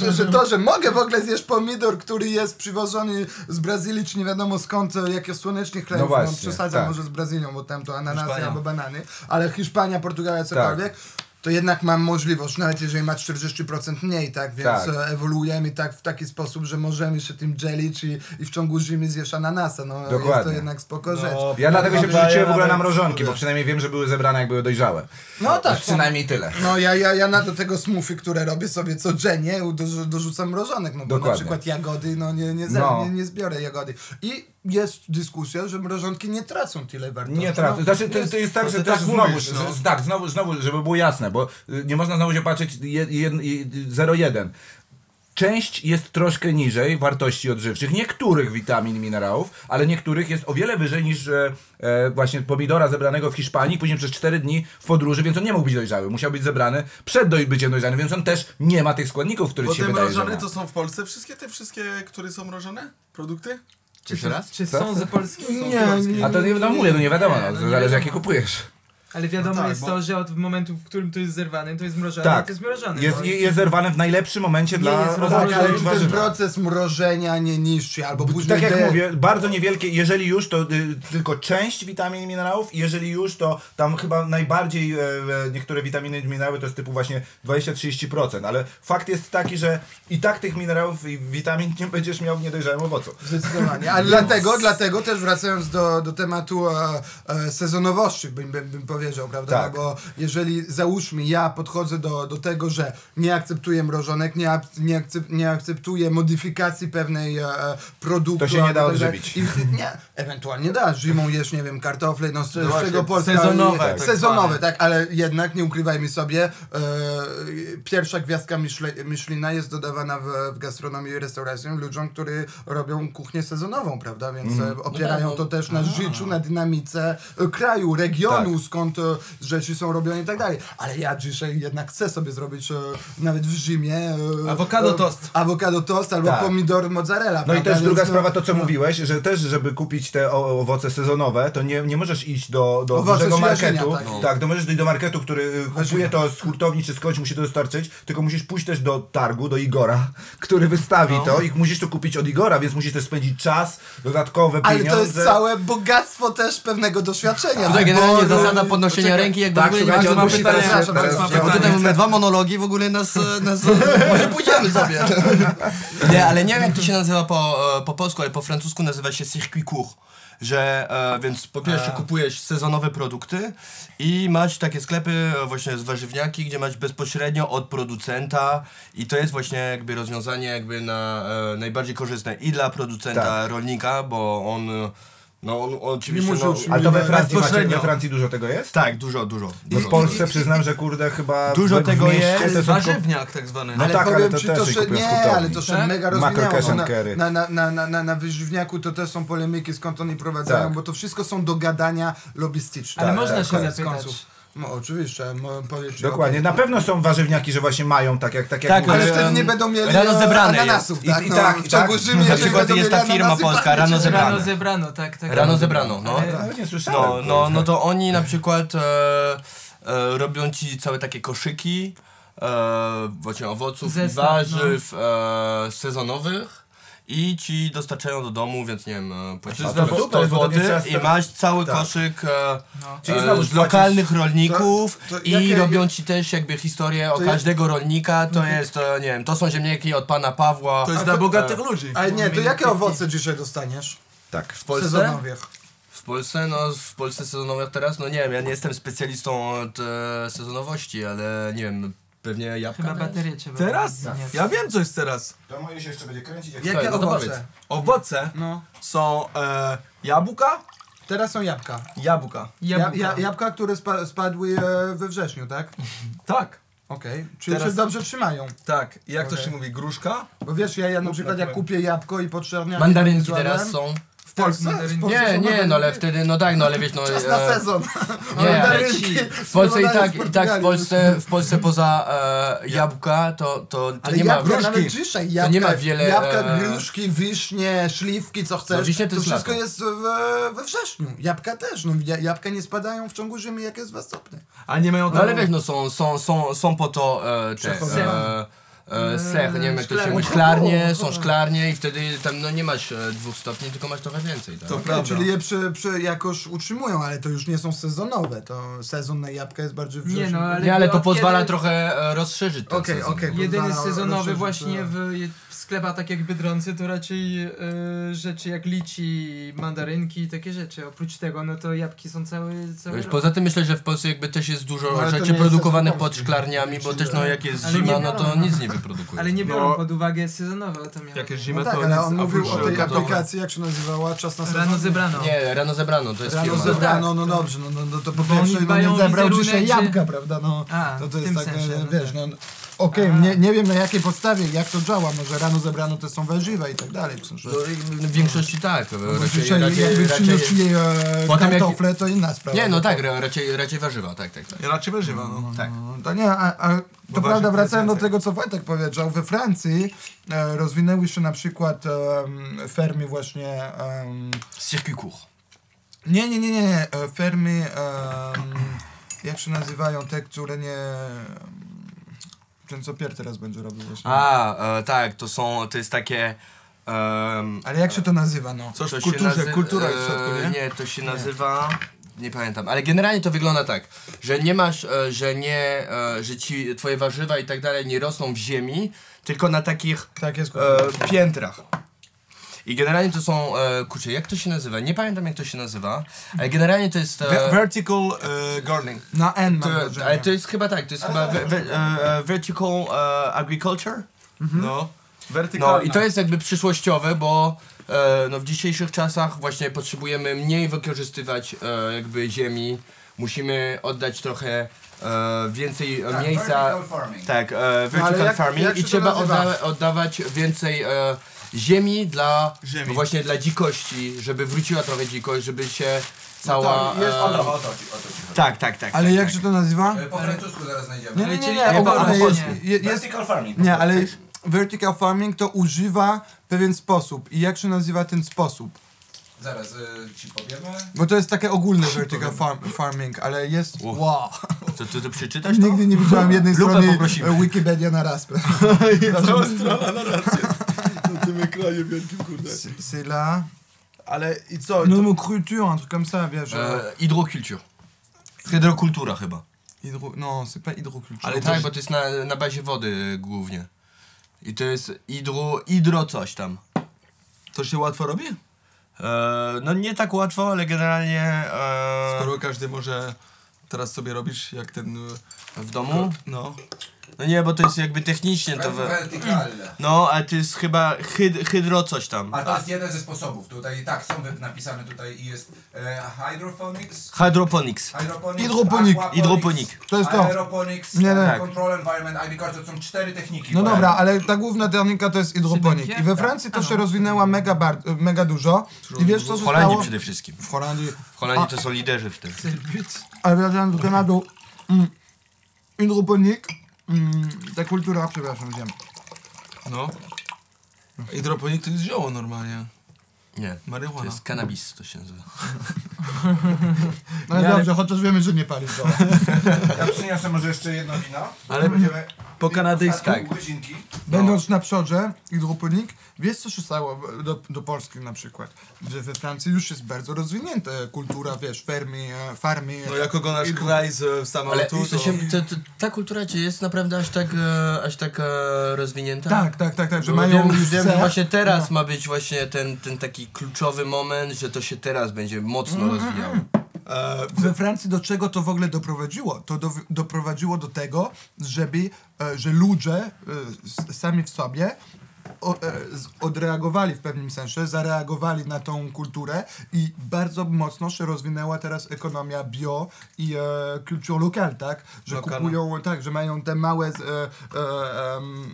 Speaker 3: że, że to, że mogę w ogóle zjeść pomidor, który jest przywożony z Brazylii, czy nie wiadomo skąd, e, jakie słonecznych krajów, no,
Speaker 5: właśnie,
Speaker 3: przesadzam
Speaker 5: tak.
Speaker 3: może z Brazylią, bo tam to ananasy
Speaker 4: Hiszpania.
Speaker 5: Tak.
Speaker 3: albo banany, ale Hiszpania, Portugalia, cokolwiek, to jednak mam możliwość, nawet jeżeli ma 40% mniej, tak? Więc
Speaker 5: Tak.
Speaker 3: e, ewoluujemy tak w taki sposób, że możemy się tym dzielić i, i w ciągu zimy zjesz ananasa. No, Jest to
Speaker 5: Dokładnie.
Speaker 3: jednak spoko rzecz.
Speaker 5: Ja dlatego
Speaker 3: No,
Speaker 5: się
Speaker 11: Daje
Speaker 5: przerzuciłem w ogóle na
Speaker 11: nawet-
Speaker 5: mrożonki, bo przynajmniej wiem, że były zebrane jak były dojrzałe.
Speaker 3: No tak.
Speaker 5: Przynajmniej tyle.
Speaker 3: No ja, ja, ja na do tego smoothie, które robię sobie codziennie, dorzu, dorzucam mrożonek, no bo na
Speaker 5: Dokładnie.
Speaker 3: przykład jagody, no nie, nie, ze-
Speaker 5: No.
Speaker 3: nie, nie zbiorę jagody. I jest dyskusja, że mrożonki nie tracą tyle wartości.
Speaker 5: Nie tracę.
Speaker 3: No,
Speaker 5: Znaczy, to, to jest tak,
Speaker 1: to
Speaker 5: że
Speaker 1: ty
Speaker 5: też
Speaker 1: tak
Speaker 5: znowu,
Speaker 1: mówisz, no.
Speaker 5: z, tak, znowu, znowu, żeby było jasne, bo y, nie można znowu się patrzeć jed- jed- jed- 0,1. Część jest troszkę niżej wartości odżywczych, niektórych witamin, minerałów, ale niektórych jest o wiele wyżej niż e, e, właśnie pomidora zebranego w Hiszpanii, później przez 4 dni w podróży, więc on nie mógł być dojrzały. Musiał być zebrany przed doj- byciem dojrzanym, więc on też nie ma tych składników, które
Speaker 1: Bo
Speaker 5: ci się
Speaker 1: te
Speaker 5: wydaje, że
Speaker 1: mrożone
Speaker 5: ma.
Speaker 1: to są w Polsce wszystkie te wszystkie, które są mrożone? Produkty?
Speaker 12: Czy teraz?
Speaker 2: Czy są z Polski?
Speaker 1: Są
Speaker 2: Nie,
Speaker 1: polskie.
Speaker 2: nie.
Speaker 5: A to nie, no mówię, no nie wiadomo,
Speaker 2: Nie,
Speaker 5: no,
Speaker 2: no nie
Speaker 5: zależy jakie
Speaker 2: wiadomo.
Speaker 5: kupujesz.
Speaker 2: Ale wiadomo
Speaker 1: No tak,
Speaker 2: jest
Speaker 1: bo-
Speaker 2: to, że od momentu, w którym to jest zerwane, to jest mrożone,
Speaker 5: Tak.
Speaker 2: to jest mrożone.
Speaker 5: Jest,
Speaker 2: no.
Speaker 5: jest zerwane w najlepszym momencie dla
Speaker 2: jest
Speaker 3: Tak,
Speaker 2: rozmrożone.
Speaker 5: odżywczych
Speaker 3: ale czy ten
Speaker 5: warzywa.
Speaker 3: proces mrożenia nie niszczy, albo później...
Speaker 5: Tak jak
Speaker 3: de-
Speaker 5: mówię, bardzo niewielkie, jeżeli już, to y, tylko część witamin i minerałów, i jeżeli już, to tam chyba najbardziej e, e, niektóre witaminy i minerały to jest typu właśnie 20-30%, ale fakt jest taki, że i tak tych minerałów i witamin nie będziesz miał w niedojrzałym owocu.
Speaker 3: Zdecydowanie. A dlatego, dlatego też wracając do, do tematu e, e, sezonowości, bym, bym, bym powiedział, prawda?
Speaker 5: Tak.
Speaker 3: No Bo jeżeli załóżmy, ja podchodzę do, do tego, że nie akceptuję mrożonek, nie, ab- nie, akcep, nie akceptuję modyfikacji pewnej e, e, produktu.
Speaker 5: To się nie da
Speaker 3: albo tak dalej.
Speaker 5: odżywić.
Speaker 3: I, nie, ewentualnie da. Zimą jesz, nie wiem, kartofle, no z, z
Speaker 1: właśnie,
Speaker 3: czego Polska...
Speaker 1: sezonowe,
Speaker 3: Tak,
Speaker 1: tak
Speaker 3: sezonowe,
Speaker 1: zwane.
Speaker 3: tak, ale jednak nie ukrywajmy sobie, e, pierwsza gwiazdka Miszle- Michelina jest dodawana w, w gastronomii i restauracji ludziom, którzy robią kuchnię sezonową, prawda? Więc
Speaker 5: Mhm.
Speaker 3: e, opierają
Speaker 4: No tak,
Speaker 3: to
Speaker 4: no.
Speaker 3: też na życiu, na dynamice e, kraju, regionu,
Speaker 5: Tak.
Speaker 3: skąd e, rzeczy są robione i tak dalej. Ale ja dzisiaj jednak chcę sobie zrobić e, nawet w Rzymie... E,
Speaker 1: Awokado toast.
Speaker 3: Awokado toast albo
Speaker 5: Tak.
Speaker 3: pomidor mozzarella,
Speaker 5: No i
Speaker 3: prawda?
Speaker 5: też
Speaker 3: Więc,
Speaker 5: druga
Speaker 3: no,
Speaker 5: sprawa, to co mówiłeś, że też, żeby kupić te o- owoce sezonowe, to nie, nie możesz iść do, do
Speaker 3: Owoce
Speaker 5: dużego
Speaker 3: z jarzenia,
Speaker 5: marketu.
Speaker 3: tak.
Speaker 5: Tak. to możesz iść do marketu, który y, kupuje to z hurtowni czy skądś, musi to dostarczyć, tylko musisz pójść też do targu, do Igora, który wystawi to i musisz to kupić od Igora, więc musisz też spędzić czas, dodatkowe
Speaker 3: Ale
Speaker 5: pieniądze.
Speaker 3: to jest całe bogactwo też pewnego doświadczenia.
Speaker 4: Że
Speaker 3: tak?
Speaker 4: generalnie
Speaker 3: Bo-
Speaker 4: zasada podnoszenia ręki jakby
Speaker 5: Tak,
Speaker 4: w ogóle nie
Speaker 5: słuchajcie,
Speaker 4: ma
Speaker 5: on
Speaker 4: sensu.
Speaker 5: musi
Speaker 4: pytania.
Speaker 5: teraz-
Speaker 4: Przepraszam,
Speaker 5: teraz-
Speaker 4: Max ma pytanie. Tutaj mamy dwa monologi, w ogóle nas, nas może pójdziemy sobie. Nie, ale nie wiem jak to się nazywa po, e, po polsku, ale po francusku nazywa się circuit court. Że, e, więc po pierwsze kupujesz sezonowe produkty i masz takie sklepy e, właśnie z warzywniaki, gdzie masz bezpośrednio od producenta i to jest właśnie jakby rozwiązanie jakby na e, najbardziej korzystne i dla producenta, rolnika, bo on, e, no on oczywiście...
Speaker 3: musi
Speaker 4: no,
Speaker 3: utrzymywać
Speaker 5: Ale to we Francji, macie, we
Speaker 4: Bezpośrednio.
Speaker 5: Francji dużo tego jest?
Speaker 4: tak, dużo, dużo.
Speaker 5: Bo
Speaker 4: dużo.
Speaker 5: w Polsce przyznam, że kurde chyba
Speaker 4: Dużo
Speaker 5: we- w
Speaker 4: tego
Speaker 5: mieście
Speaker 4: jest,
Speaker 5: to są tylko-
Speaker 1: Warzywniak tak zwany.
Speaker 5: No
Speaker 3: Ale
Speaker 5: tak,
Speaker 3: powiem
Speaker 5: ale to
Speaker 3: ci,
Speaker 5: też
Speaker 3: to
Speaker 5: się
Speaker 3: się,
Speaker 5: kupią
Speaker 3: nie,
Speaker 5: z hurtowni.
Speaker 3: ale to się
Speaker 2: Tak?
Speaker 3: mega
Speaker 5: Macro
Speaker 3: rozwinęło.
Speaker 5: cash and
Speaker 3: Na,
Speaker 5: carry.
Speaker 3: na, na, na, na, na, na wyżywniaku to też są polemiki, skąd oni prowadzają,
Speaker 5: Tak.
Speaker 3: bo to wszystko są dogadania lobbystyczne.
Speaker 2: Ale można się
Speaker 3: koniec
Speaker 2: zapytać.
Speaker 3: No oczywiście, mo- powiem ci,
Speaker 5: Dokładnie, na pewno są warzywniaki, że właśnie mają, tak jak, tak jak
Speaker 4: Tak,
Speaker 3: okej. Ale
Speaker 4: że-
Speaker 3: wtedy nie będą mieli
Speaker 4: Rano
Speaker 3: e,
Speaker 4: zebrane
Speaker 3: ananasów,
Speaker 5: jest. I-
Speaker 3: tak?
Speaker 5: i
Speaker 3: no,
Speaker 5: tak,
Speaker 3: w
Speaker 5: i
Speaker 3: ciągu
Speaker 5: tak.
Speaker 3: Rzymu
Speaker 4: Na
Speaker 3: nie
Speaker 4: przykład
Speaker 3: będą
Speaker 4: jest
Speaker 3: mieli
Speaker 4: ta firma
Speaker 3: ananasy,
Speaker 4: polska,
Speaker 3: tak,
Speaker 4: rano
Speaker 3: wiecie,
Speaker 4: zebrane.
Speaker 2: Rano zebrano, tak, tak.
Speaker 4: Rano
Speaker 2: tak.
Speaker 4: zebrano, no.
Speaker 2: Ale-
Speaker 5: Ale nie słyszałem.
Speaker 4: No, no, no to oni na przykład e, e, robią ci całe takie koszyki e, właśnie owoców i
Speaker 2: Zestaw,
Speaker 4: warzyw e, sezonowych i ci dostarczają do domu, więc nie wiem, e, płacisz
Speaker 5: to
Speaker 4: za
Speaker 5: super,
Speaker 4: 100
Speaker 5: bo to nie
Speaker 4: zł
Speaker 5: trzeba
Speaker 4: i
Speaker 5: stać-
Speaker 4: masz cały koszyk e,
Speaker 5: Czyli
Speaker 4: e,
Speaker 5: znowu
Speaker 4: z
Speaker 5: płacisz-
Speaker 4: lokalnych rolników
Speaker 3: to
Speaker 4: i
Speaker 3: jakie-
Speaker 4: robią ci też jakby historię o
Speaker 3: ja-
Speaker 4: każdego rolnika, to jest, e, nie wiem, to są ziemniaki od pana Pawła. e,
Speaker 1: To jest
Speaker 3: A
Speaker 1: dla
Speaker 3: to-
Speaker 1: bogatych ludzi.
Speaker 3: Ale nie, to jakie owoce dzisiaj dostaniesz?
Speaker 5: Tak.
Speaker 4: w Polsce?
Speaker 3: Sezonowych.
Speaker 4: W Polsce, no w Polsce sezonowych teraz, no nie wiem, ja nie jestem specjalistą od e, sezonowości, ale nie wiem, pewnie jabłka.
Speaker 2: Chyba
Speaker 4: teraz?
Speaker 2: baterię trzeba.
Speaker 1: Teraz?
Speaker 2: Nie.
Speaker 1: Ja wiem coś teraz.
Speaker 5: To moje się jeszcze będzie kręcić. Jak...
Speaker 3: Jakie
Speaker 4: no to powiedz.
Speaker 3: owoce?
Speaker 1: Owoce
Speaker 3: No,
Speaker 1: są e, jabłka,
Speaker 3: teraz są jabłka.
Speaker 1: jabłka.
Speaker 3: Jabłka,
Speaker 2: Jabłka.
Speaker 3: ja, jabłka które spa, spadły e, we wrześniu, tak?
Speaker 1: Tak,
Speaker 3: Okej, czyli
Speaker 1: Teraz-
Speaker 3: się dobrze trzymają.
Speaker 1: tak. Jak to
Speaker 3: Okej.
Speaker 1: się mówi? Gruszka?
Speaker 3: Bo wiesz, ja, ja na przykład jak kupię jabłko i potrzebnie...
Speaker 4: Mandarynki teraz są.
Speaker 3: W Polsce?
Speaker 2: Mandarynki.
Speaker 3: W Polsce
Speaker 4: Nie,
Speaker 3: są
Speaker 4: nie, no ale
Speaker 3: mandarynki.
Speaker 4: wtedy, no tak, no ale wiesz, no...
Speaker 3: Czas
Speaker 4: e,
Speaker 3: na sezon.
Speaker 4: Nie,
Speaker 3: Mandarynki
Speaker 4: w Polsce i tak, i tak w
Speaker 3: Portugalii.
Speaker 4: Polsce, w Polsce poza e, jabłka to, to, to
Speaker 3: Ale
Speaker 4: nie ma...
Speaker 3: jabłka,
Speaker 4: wróżki.
Speaker 3: nawet dzisiaj, jabłka,
Speaker 4: nie ma wiele,
Speaker 3: jabłka,
Speaker 4: e,
Speaker 3: gruszki, wiśnie, szliwki, co chcesz,
Speaker 4: wiśnie to
Speaker 3: to
Speaker 4: jest
Speaker 3: wszystko
Speaker 4: lato.
Speaker 3: jest we, we wrześniu. Jabłka też, no ja- jabłka nie spadają w ciągu zimy, jak jest w stopniu.
Speaker 1: A nie mają
Speaker 4: No ale
Speaker 1: tam-
Speaker 4: wiesz, no są, są, są, są po to e, te...
Speaker 3: Przechodzenia.
Speaker 4: E, e, ser, nie wiem jak to się
Speaker 2: szklarnie.
Speaker 4: mówi, szklarnie, są szklarnie i wtedy tam no nie masz e, dwóch stopni, tylko masz trochę więcej, tak?
Speaker 1: To
Speaker 3: Okej,
Speaker 1: prawda.
Speaker 3: czyli je przy, przy jakoś utrzymują, ale to już nie są sezonowe. To sezon na jabłka jest bardziej wrześniu.
Speaker 2: Nie no, ale,
Speaker 4: Nie, ale to
Speaker 2: od
Speaker 4: pozwala
Speaker 2: kiedy-
Speaker 4: trochę e, rozszerzyć ten
Speaker 3: Okej,
Speaker 4: sezon.
Speaker 3: okej. no,
Speaker 2: Jedyny
Speaker 3: pozwala
Speaker 2: sezonowy
Speaker 3: rozszerzyć,
Speaker 2: właśnie
Speaker 3: e,
Speaker 2: w, w sklepach tak jak Biedronce to raczej e, rzeczy jak lici, mandarynki i takie rzeczy. Oprócz tego no to jabłki są cały, cały
Speaker 4: Wiesz,
Speaker 2: rok.
Speaker 4: poza tym myślę, że w Polsce jakby też jest dużo
Speaker 3: No, ale to nie
Speaker 4: rzeczy
Speaker 3: jest
Speaker 4: produkowanych
Speaker 3: sezon
Speaker 4: pod szklarniami, bo też no jak jest
Speaker 2: Ale nie
Speaker 4: zima, no to
Speaker 2: biorą.
Speaker 4: nic nie wyprodukuje.
Speaker 2: Ale nie biorą
Speaker 1: No.
Speaker 2: pod uwagę sezonowe, o to miałem.
Speaker 1: Jak jest
Speaker 3: No
Speaker 1: zima,
Speaker 3: tak,
Speaker 1: to
Speaker 3: ale
Speaker 1: nic,
Speaker 3: on
Speaker 1: a
Speaker 3: mówił o
Speaker 1: wróży
Speaker 3: tej
Speaker 1: gotowe.
Speaker 3: aplikacji, jak się nazywała, Czas na sezon?
Speaker 2: Rano zebrano. Tak.
Speaker 4: Nie, rano zebrano, to jest
Speaker 3: Rano
Speaker 4: firma.
Speaker 3: zebrano, no dobrze, no, no, no to po
Speaker 2: Bo oni
Speaker 3: pierwsze no,
Speaker 2: dbają
Speaker 3: nie
Speaker 2: o
Speaker 3: zebrał
Speaker 2: wizerunek,
Speaker 3: dzisiaj
Speaker 2: że-
Speaker 3: jabłka, prawda, no.
Speaker 2: A,
Speaker 3: to
Speaker 2: w
Speaker 3: to jest
Speaker 2: tym
Speaker 3: takie,
Speaker 2: sensie, no
Speaker 3: wiesz,
Speaker 2: tak.
Speaker 3: no... Okej,
Speaker 2: A.
Speaker 3: nie, nie wiem na jakiej podstawie, jak to działa, może rano zebrano to są warzywa i tak dalej, w sensie.
Speaker 4: No, w większości tak.
Speaker 3: No, Bo
Speaker 4: raczej,
Speaker 3: dzisiaj
Speaker 4: raczej,
Speaker 3: jakby
Speaker 4: raczej,
Speaker 3: przynieśli e,
Speaker 4: Potem jak-
Speaker 3: kartofle, to inna sprawa.
Speaker 4: nie, no tak, ra- raczej, raczej warzywa, tak, tak, tak.
Speaker 1: Ja raczej wyżywa, no.
Speaker 4: tak.
Speaker 3: No, To nie, a, a to
Speaker 1: warzyw
Speaker 3: prawda,
Speaker 1: jest
Speaker 3: wracając do
Speaker 1: więcej.
Speaker 3: tego, co Wojtek powiedział, we Francji e, rozwinęły się na przykład em, fermy właśnie... em,
Speaker 4: Circuit court.
Speaker 3: nie, nie, nie, nie, nie, e, fermy, em, jak się nazywają te, które nie... Ten co Pier teraz będzie robił właśnie.
Speaker 4: A, e, tak, to są, to jest takie... em,
Speaker 3: Ale jak się to nazywa, no?
Speaker 1: Coś
Speaker 4: to
Speaker 1: w
Speaker 4: się
Speaker 1: kulturze,
Speaker 4: nazy-
Speaker 1: kultura
Speaker 4: e,
Speaker 1: w środku, nie?
Speaker 4: Nie, to się nazywa... Nie pamiętam, ale generalnie to wygląda tak, że nie masz, e, że nie, e, że ci twoje warzywa i tak dalej nie rosną w ziemi, tylko na takich
Speaker 3: Tak jest.
Speaker 4: e, piętrach. I generalnie to są, e, kurczę, jak to się nazywa? Nie pamiętam jak to się nazywa, ale generalnie to jest...
Speaker 1: Ve-
Speaker 4: E,
Speaker 1: Vertical e, gardening.
Speaker 3: Na N mam
Speaker 4: to,
Speaker 3: wrażenie.
Speaker 4: ale to jest chyba tak, to jest chyba ve, ve, e, e, vertical e, agriculture.
Speaker 1: No. Wertykalna.
Speaker 4: No i to jest jakby przyszłościowe, bo e, no, w dzisiejszych czasach właśnie potrzebujemy mniej wykorzystywać e, jakby ziemi. Musimy oddać trochę e, więcej
Speaker 3: Tak,
Speaker 4: e, miejsca.
Speaker 5: Tak, vertical farming.
Speaker 4: Tak, e, vertical
Speaker 3: No, jak-
Speaker 4: farming
Speaker 3: jak
Speaker 4: i
Speaker 3: się to
Speaker 4: trzeba
Speaker 3: nazywa?
Speaker 4: odda- oddawać więcej e, ziemi dla
Speaker 1: Ziemi.
Speaker 4: no właśnie dla dzikości, żeby wróciła trochę dzikość, żeby się cała.
Speaker 3: No tak, jest-
Speaker 5: O
Speaker 4: e,
Speaker 5: to, No, o to, ci- o to ci chodzi.
Speaker 4: tak, tak, tak.
Speaker 3: Ale
Speaker 4: tak,
Speaker 3: jak
Speaker 4: tak.
Speaker 3: się to nazywa?
Speaker 5: E, Po francusku zaraz znajdziemy.
Speaker 3: Nie, nie, nie,
Speaker 2: czyli-
Speaker 3: nie,
Speaker 2: po-
Speaker 3: ogólnie
Speaker 2: po
Speaker 3: jest,
Speaker 2: polsku.
Speaker 3: je- jest,
Speaker 5: Vertical farming.
Speaker 3: Nie, ale vertical farming to używa pewien sposób. I jak się nazywa ten sposób?
Speaker 5: Zaraz y, ci powiemy.
Speaker 3: Bo to jest takie ogólne vertical farm, farming, ale jest... Wow.
Speaker 4: To ty to przeczytasz? To?
Speaker 3: Nigdy nie widziałem jednej
Speaker 4: Lupę
Speaker 3: strony
Speaker 4: poprosimy.
Speaker 3: e, Wikipedia na raz.
Speaker 1: Cała
Speaker 3: No,
Speaker 1: strona na raz jest na tym ekranie wielkim, kurde.
Speaker 3: C'est là...
Speaker 1: Ale i co?
Speaker 3: Nomoculture, No, un truc comme ça, bien genre...
Speaker 4: E, hydrokultur. E, Hydrokultura chyba.
Speaker 3: Hydro... Non, c'est pas hydroculture. No
Speaker 4: Ale tak, bo to jest na, na bazie wody głównie. I to jest hidro, hidro coś tam.
Speaker 1: To się łatwo robi?
Speaker 4: E, no nie tak łatwo, ale generalnie e,
Speaker 1: Skoro każdy może teraz sobie robisz jak ten... y,
Speaker 4: w domu.
Speaker 1: No.
Speaker 4: No nie, bo to jest jakby technicznie to... We,
Speaker 5: Vertikalne.
Speaker 4: no, ale to jest chyba hyd, hydro coś tam.
Speaker 5: A to jest jeden ze sposobów. Tutaj tak, są wy- napisane tutaj i jest e, hydroponics,
Speaker 4: Hydroponics.
Speaker 5: hydroponics,
Speaker 3: Hydroponik.
Speaker 5: aquaponics,
Speaker 4: Hydroponik.
Speaker 3: To jest to.
Speaker 5: aeroponics,
Speaker 3: Nie, nie.
Speaker 5: e, control environment, agriculture. To są cztery techniki.
Speaker 3: No
Speaker 5: bo-
Speaker 3: dobra, ale ta główna technika to jest hydroponik. I we Francji to się rozwinęła mega, bar- e, mega dużo. I wiesz co
Speaker 4: W
Speaker 3: się
Speaker 4: Holandii
Speaker 3: stało?
Speaker 4: przede wszystkim.
Speaker 3: W Holandii.
Speaker 4: W Holandii to są liderzy w tym.
Speaker 3: Ale wracając do tematu. Mm, hydroponik. Mm, ta kultura, przepraszam, wiem.
Speaker 1: No. Hydroponik to jest zioło normalnie.
Speaker 4: Nie, to
Speaker 1: Marihuana.
Speaker 4: jest cannabis to się nazywa.
Speaker 3: No ale dobrze, chociaż wiemy, że nie pali zgoła.
Speaker 5: Ja przyniosę może jeszcze jedno wino.
Speaker 1: Ale
Speaker 5: Będziemy
Speaker 1: po kanadyjsku.
Speaker 5: tak. godzinki.
Speaker 3: Będąc na przodzie, hydroponik, wiesz co się stało do, do Polski na przykład? Że we Francji już jest bardzo rozwinięta kultura, wiesz, fermy, e, farmy.
Speaker 1: No jak oglądasz kraj z e,
Speaker 4: Ale
Speaker 1: samolotu,
Speaker 4: to
Speaker 1: to...
Speaker 4: się, to, to, ta kultura ci jest naprawdę aż tak, e, aż tak e, rozwinięta?
Speaker 3: Tak, tak, tak, tak, że
Speaker 4: Bo
Speaker 3: mają
Speaker 4: wiem,
Speaker 3: już
Speaker 4: wiem,
Speaker 3: ser.
Speaker 4: że właśnie teraz ma być właśnie ten, ten taki kluczowy moment, że to się teraz będzie mocno rozwijało.
Speaker 1: E,
Speaker 3: We Francji do czego to w ogóle doprowadziło? To do, doprowadziło do tego, żeby, e, że ludzie e, s- sami w sobie o, e, z- odreagowali w pewnym sensie, zareagowali na tą kulturę i bardzo mocno się rozwinęła teraz ekonomia bio i e, kultur lokal, tak? Że
Speaker 1: Lokalna.
Speaker 3: kupują, tak, że mają te małe z- e, e, em,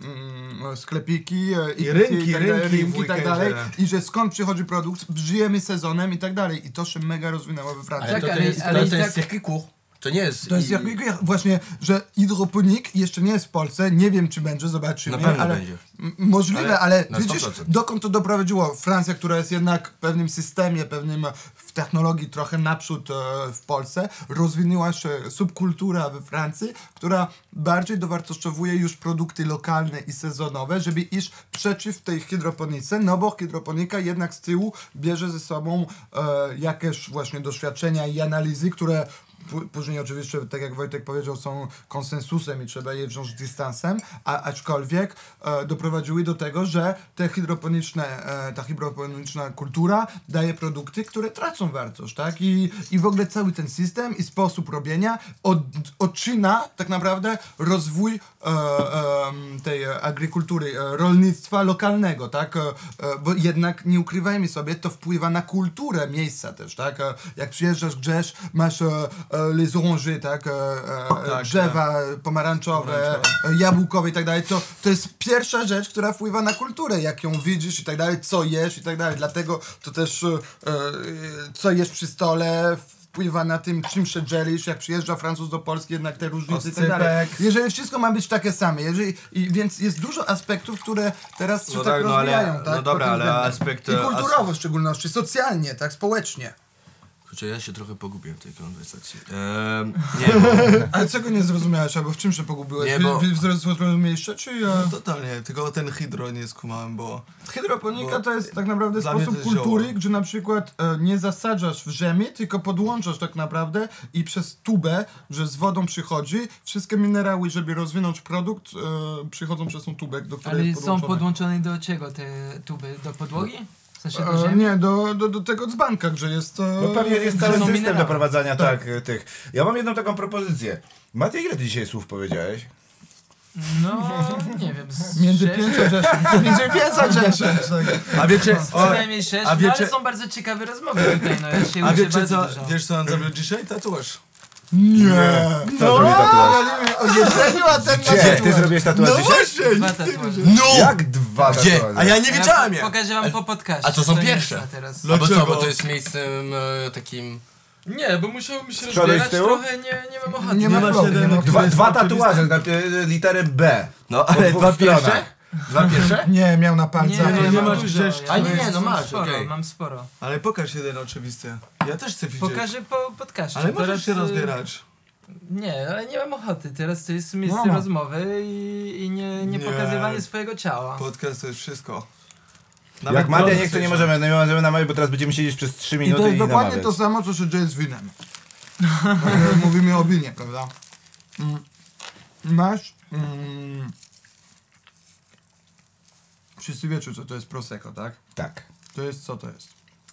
Speaker 3: mm, sklepiki e,
Speaker 1: I rynki,
Speaker 3: tak dalej,
Speaker 1: rynki w
Speaker 3: rynki i tak
Speaker 1: weekendzie.
Speaker 3: dalej i że skąd przychodzi produkt, żyjemy sezonem i tak dalej i to się mega rozwinęło we Francji.
Speaker 2: Tak,
Speaker 4: to, to
Speaker 2: ale-
Speaker 4: jest,
Speaker 2: ale
Speaker 4: to,
Speaker 2: i
Speaker 4: to jest
Speaker 2: tak-
Speaker 4: circuit court. To nie jest...
Speaker 3: To jest
Speaker 4: i-
Speaker 3: jak właśnie, że hydroponik jeszcze nie jest w Polsce, nie wiem czy będzie, zobaczymy.
Speaker 4: Na pewno
Speaker 3: ale
Speaker 4: będzie.
Speaker 3: M- Możliwe, ale,
Speaker 4: na
Speaker 3: widzisz
Speaker 4: 100%.
Speaker 3: dokąd to doprowadziło? Francja, która jest jednak w pewnym systemie, pewnym w w technologii trochę naprzód e, w Polsce, rozwinęła się subkultura we Francji, która bardziej dowartościowuje już produkty lokalne i sezonowe, żeby iść przeciw tej hydroponice, no bo hydroponika jednak z tyłu bierze ze sobą e, jakieś właśnie doświadczenia i analizy, które P- Później oczywiście, tak jak Wojtek powiedział, są konsensusem i trzeba je wziąć z dystansem, a, aczkolwiek e, doprowadziły do tego, że te hydroponiczne, e, ta hydroponiczna kultura daje produkty, które tracą wartość, tak? I, i w ogóle cały ten system i sposób robienia od, odcina tak naprawdę rozwój e, em, tej e, agrikultury, e, rolnictwa lokalnego, tak? E, e, bo jednak nie ukrywajmy sobie, to wpływa na kulturę miejsca też, tak? E, jak przyjeżdżasz gdzieś, masz e, e, les oranges, tak? E, e,
Speaker 1: Tak,
Speaker 3: drzewa pomarańczowe, e, jabłkowe i tak dalej, to, to jest pierwsza rzecz, która wpływa na kulturę, jak ją widzisz i tak dalej, co jesz i tak dalej, dlatego to też e, e, co jesz przy stole, wpływa na tym, czym się dzielisz, jak przyjeżdża Francuz do Polski, jednak te różnice i tak dalej. Jeżeli wszystko ma być takie same, jeżeli, i, więc jest dużo aspektów, które teraz się
Speaker 4: No
Speaker 3: tak,
Speaker 4: tak, no ale-
Speaker 3: rozwijają, tak?
Speaker 4: no
Speaker 3: pod
Speaker 4: dobra,
Speaker 3: tym
Speaker 4: ale
Speaker 3: względem.
Speaker 4: aspekt,
Speaker 3: I
Speaker 4: e,
Speaker 3: kulturowo w szczególności, socjalnie, tak, społecznie.
Speaker 4: Kurczę, ja się trochę pogubiłem w tej konwersacji. Ehm, nie, bo
Speaker 3: Ale czego nie zrozumiałeś, albo w czym się pogubiłeś?
Speaker 4: Nie,
Speaker 3: Wy-
Speaker 4: bo-
Speaker 3: wy Zrozumieliście, czy ja...
Speaker 1: Totalnie, tylko ten hydro nie skumałem, bo...
Speaker 3: Hydroponika
Speaker 1: Bo
Speaker 3: to jest tak naprawdę
Speaker 1: dla mnie
Speaker 3: sposób
Speaker 1: to jest
Speaker 3: kultury,
Speaker 1: zioło.
Speaker 3: gdzie na przykład e, nie zasadzasz w ziemi, tylko podłączasz tak naprawdę i przez tubę, że z wodą przychodzi, wszystkie minerały, żeby rozwinąć produkt, e, przychodzą przez tą tubę, do której
Speaker 2: Ale
Speaker 3: jest
Speaker 2: są
Speaker 3: podłączony.
Speaker 2: podłączone do czego te tuby? Do podłogi? W sensie do
Speaker 3: E,
Speaker 2: ziemi?
Speaker 3: nie, do, do, do tego dzbanka, gdzie jest... E,
Speaker 13: No pewnie jest cały
Speaker 2: Są
Speaker 13: system
Speaker 2: minerały.
Speaker 13: doprowadzania tak. y, tych. Ja mam jedną taką propozycję. Maty, ile ty dzisiaj słów powiedziałeś?
Speaker 2: No, nie wiem. z
Speaker 3: Między
Speaker 2: sześć?
Speaker 3: pięć a dziesięć. Między pięć a dziesięć. tak.
Speaker 1: A wiecie...
Speaker 2: Co najmniej sześć,
Speaker 1: a
Speaker 2: no,
Speaker 1: wiecie-
Speaker 2: ale są bardzo ciekawe rozmowy tutaj, no ja się
Speaker 1: A
Speaker 2: uczę
Speaker 1: wiecie
Speaker 2: bardzo
Speaker 1: co,
Speaker 2: dużo.
Speaker 1: wiesz co nam zrobił dzisiaj? Tatuaż.
Speaker 3: Nie.
Speaker 13: Kto zrobił Tak. tatuaż?
Speaker 3: Zrobiła ten
Speaker 13: Gdzie? Ty zrobiłeś tatuaż dzisiaj?
Speaker 2: Dwa tatuaże.
Speaker 4: no!
Speaker 13: Jak dwa
Speaker 4: Gdzie?
Speaker 13: tatuaże?
Speaker 4: A ja nie wiedziałem
Speaker 2: Ja
Speaker 4: je!
Speaker 2: pokażę wam po podcaście.
Speaker 4: A to są
Speaker 2: nie
Speaker 4: pierwsze.
Speaker 2: jest na Teraz.
Speaker 4: Albo co, bo
Speaker 1: Dlaczego?
Speaker 4: to jest miejscem e, takim...
Speaker 2: Nie, bo musiałbym się
Speaker 13: przodu i z
Speaker 2: rozbierać
Speaker 13: tyłu?
Speaker 2: trochę, nie, nie mam ochoty.
Speaker 3: Nie ma flow. nie ma
Speaker 13: Dwa, dwa tatuaże, na, y, literę B.
Speaker 4: No,
Speaker 13: Po
Speaker 4: ale
Speaker 13: dwóch
Speaker 4: dwa
Speaker 13: stronach.
Speaker 4: pierwsze?
Speaker 13: Dwa pierwsze?
Speaker 3: Nie, miał na palcach.
Speaker 2: nie,
Speaker 1: nie
Speaker 2: mam
Speaker 1: masz
Speaker 2: dużo,
Speaker 1: grzeszki.
Speaker 2: ja
Speaker 4: A nie,
Speaker 2: mam-
Speaker 4: no
Speaker 2: mam
Speaker 4: masz,
Speaker 2: sporo,
Speaker 4: okej.
Speaker 2: mam sporo.
Speaker 1: Ale pokaż jeden oczywiście. Ja też chcę widzieć.
Speaker 2: Pokażę po podcaście.
Speaker 1: Ale możesz
Speaker 2: Teraz,
Speaker 1: się
Speaker 2: y,
Speaker 1: rozbierać.
Speaker 2: Nie, ale nie mam ochoty. Teraz to jest miejsce
Speaker 3: Mama.
Speaker 2: rozmowy i, i nie, nie
Speaker 1: Nie.
Speaker 2: pokazywanie swojego ciała.
Speaker 1: Podcast to jest wszystko.
Speaker 13: Jak Matia
Speaker 1: drony
Speaker 13: nie chce, nie
Speaker 1: słyszę.
Speaker 13: możemy, no nie możemy namawiać, bo teraz będziemy siedzieć przez trzy
Speaker 3: I
Speaker 13: minuty
Speaker 3: to
Speaker 13: i,
Speaker 3: jest dokładnie
Speaker 13: namawiać.
Speaker 3: to samo, co się dzieje z winem. E, Mówimy o winie, prawda? Mm. Masz... Mm, wszyscy wiecie, co to jest Prosecco, tak?
Speaker 13: Tak.
Speaker 3: To jest co to jest?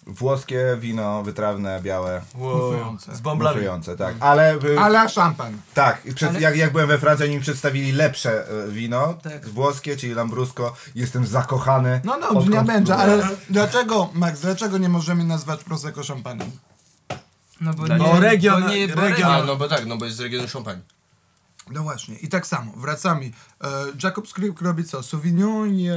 Speaker 13: Włoskie wino, wytrawne, białe,
Speaker 1: Wow.
Speaker 3: Bufujące.
Speaker 1: Z bąblami.
Speaker 13: musujące, tak. Ale... y,
Speaker 3: Ale szampan.
Speaker 13: Tak, i przed,
Speaker 2: Ale-
Speaker 13: jak, jak byłem we Francji, oni mi przedstawili lepsze e, wino,
Speaker 2: Tak.
Speaker 13: włoskie, czyli Lambrusco. Jestem zakochany.
Speaker 3: No no,
Speaker 13: odkąd Tak,
Speaker 3: nie będzie,
Speaker 13: próbowałem.
Speaker 3: ale dlaczego, Max, dlaczego nie możemy nazwać Prosecco szampanem?
Speaker 2: No bo,
Speaker 1: Dla-
Speaker 2: nie,
Speaker 1: Bo region-
Speaker 2: bo nie, bo
Speaker 1: region-
Speaker 2: region.
Speaker 4: A, no bo tak, no bo jest z regionu Champagne.
Speaker 3: No właśnie, i tak samo, wracamy. E, Jacob's Creek robi co? Sauvignon i... E,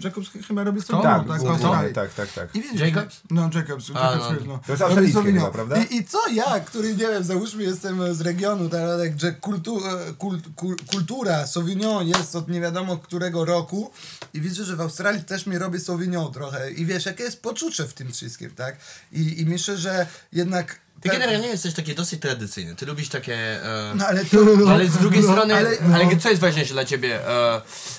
Speaker 3: Jacob's Creek chyba robi co?
Speaker 13: Tak,
Speaker 3: tak,
Speaker 13: tak,
Speaker 3: w Australii.
Speaker 13: tak, tak, tak.
Speaker 3: I wiesz,
Speaker 4: Jacobs?
Speaker 3: No, Jacobs,
Speaker 4: A,
Speaker 3: Jacobs
Speaker 4: no.
Speaker 3: Creek, no.
Speaker 13: To jest australijskie
Speaker 3: Robi Sauvignon.
Speaker 13: chyba, prawda?
Speaker 3: I, I co ja, który, nie wiem, załóżmy jestem e, z regionu, tak jak, że kultu, e, kult, kul- kultura Sauvignon jest od nie wiadomo którego roku i widzę, że w Australii też mi robi Sauvignon trochę i wiesz, jakie jest poczucie w tym wszystkim, tak? I, i myślę, że jednak...
Speaker 4: Ty
Speaker 3: ten-
Speaker 4: generalnie jesteś taki dosyć tradycyjny, ty lubisz takie... E,
Speaker 3: Tak. No ale to...
Speaker 4: Ale z drugiej
Speaker 3: no,
Speaker 4: strony, ale,
Speaker 3: ale- no.
Speaker 4: co jest ważniejsze dla ciebie? E,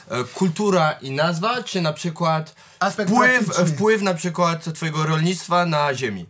Speaker 4: e, kultura i nazwa, czy na przykład
Speaker 3: Aspekt
Speaker 4: wpływ,
Speaker 3: praktyczny.
Speaker 4: wpływ na przykład twojego rolnictwa na ziemi?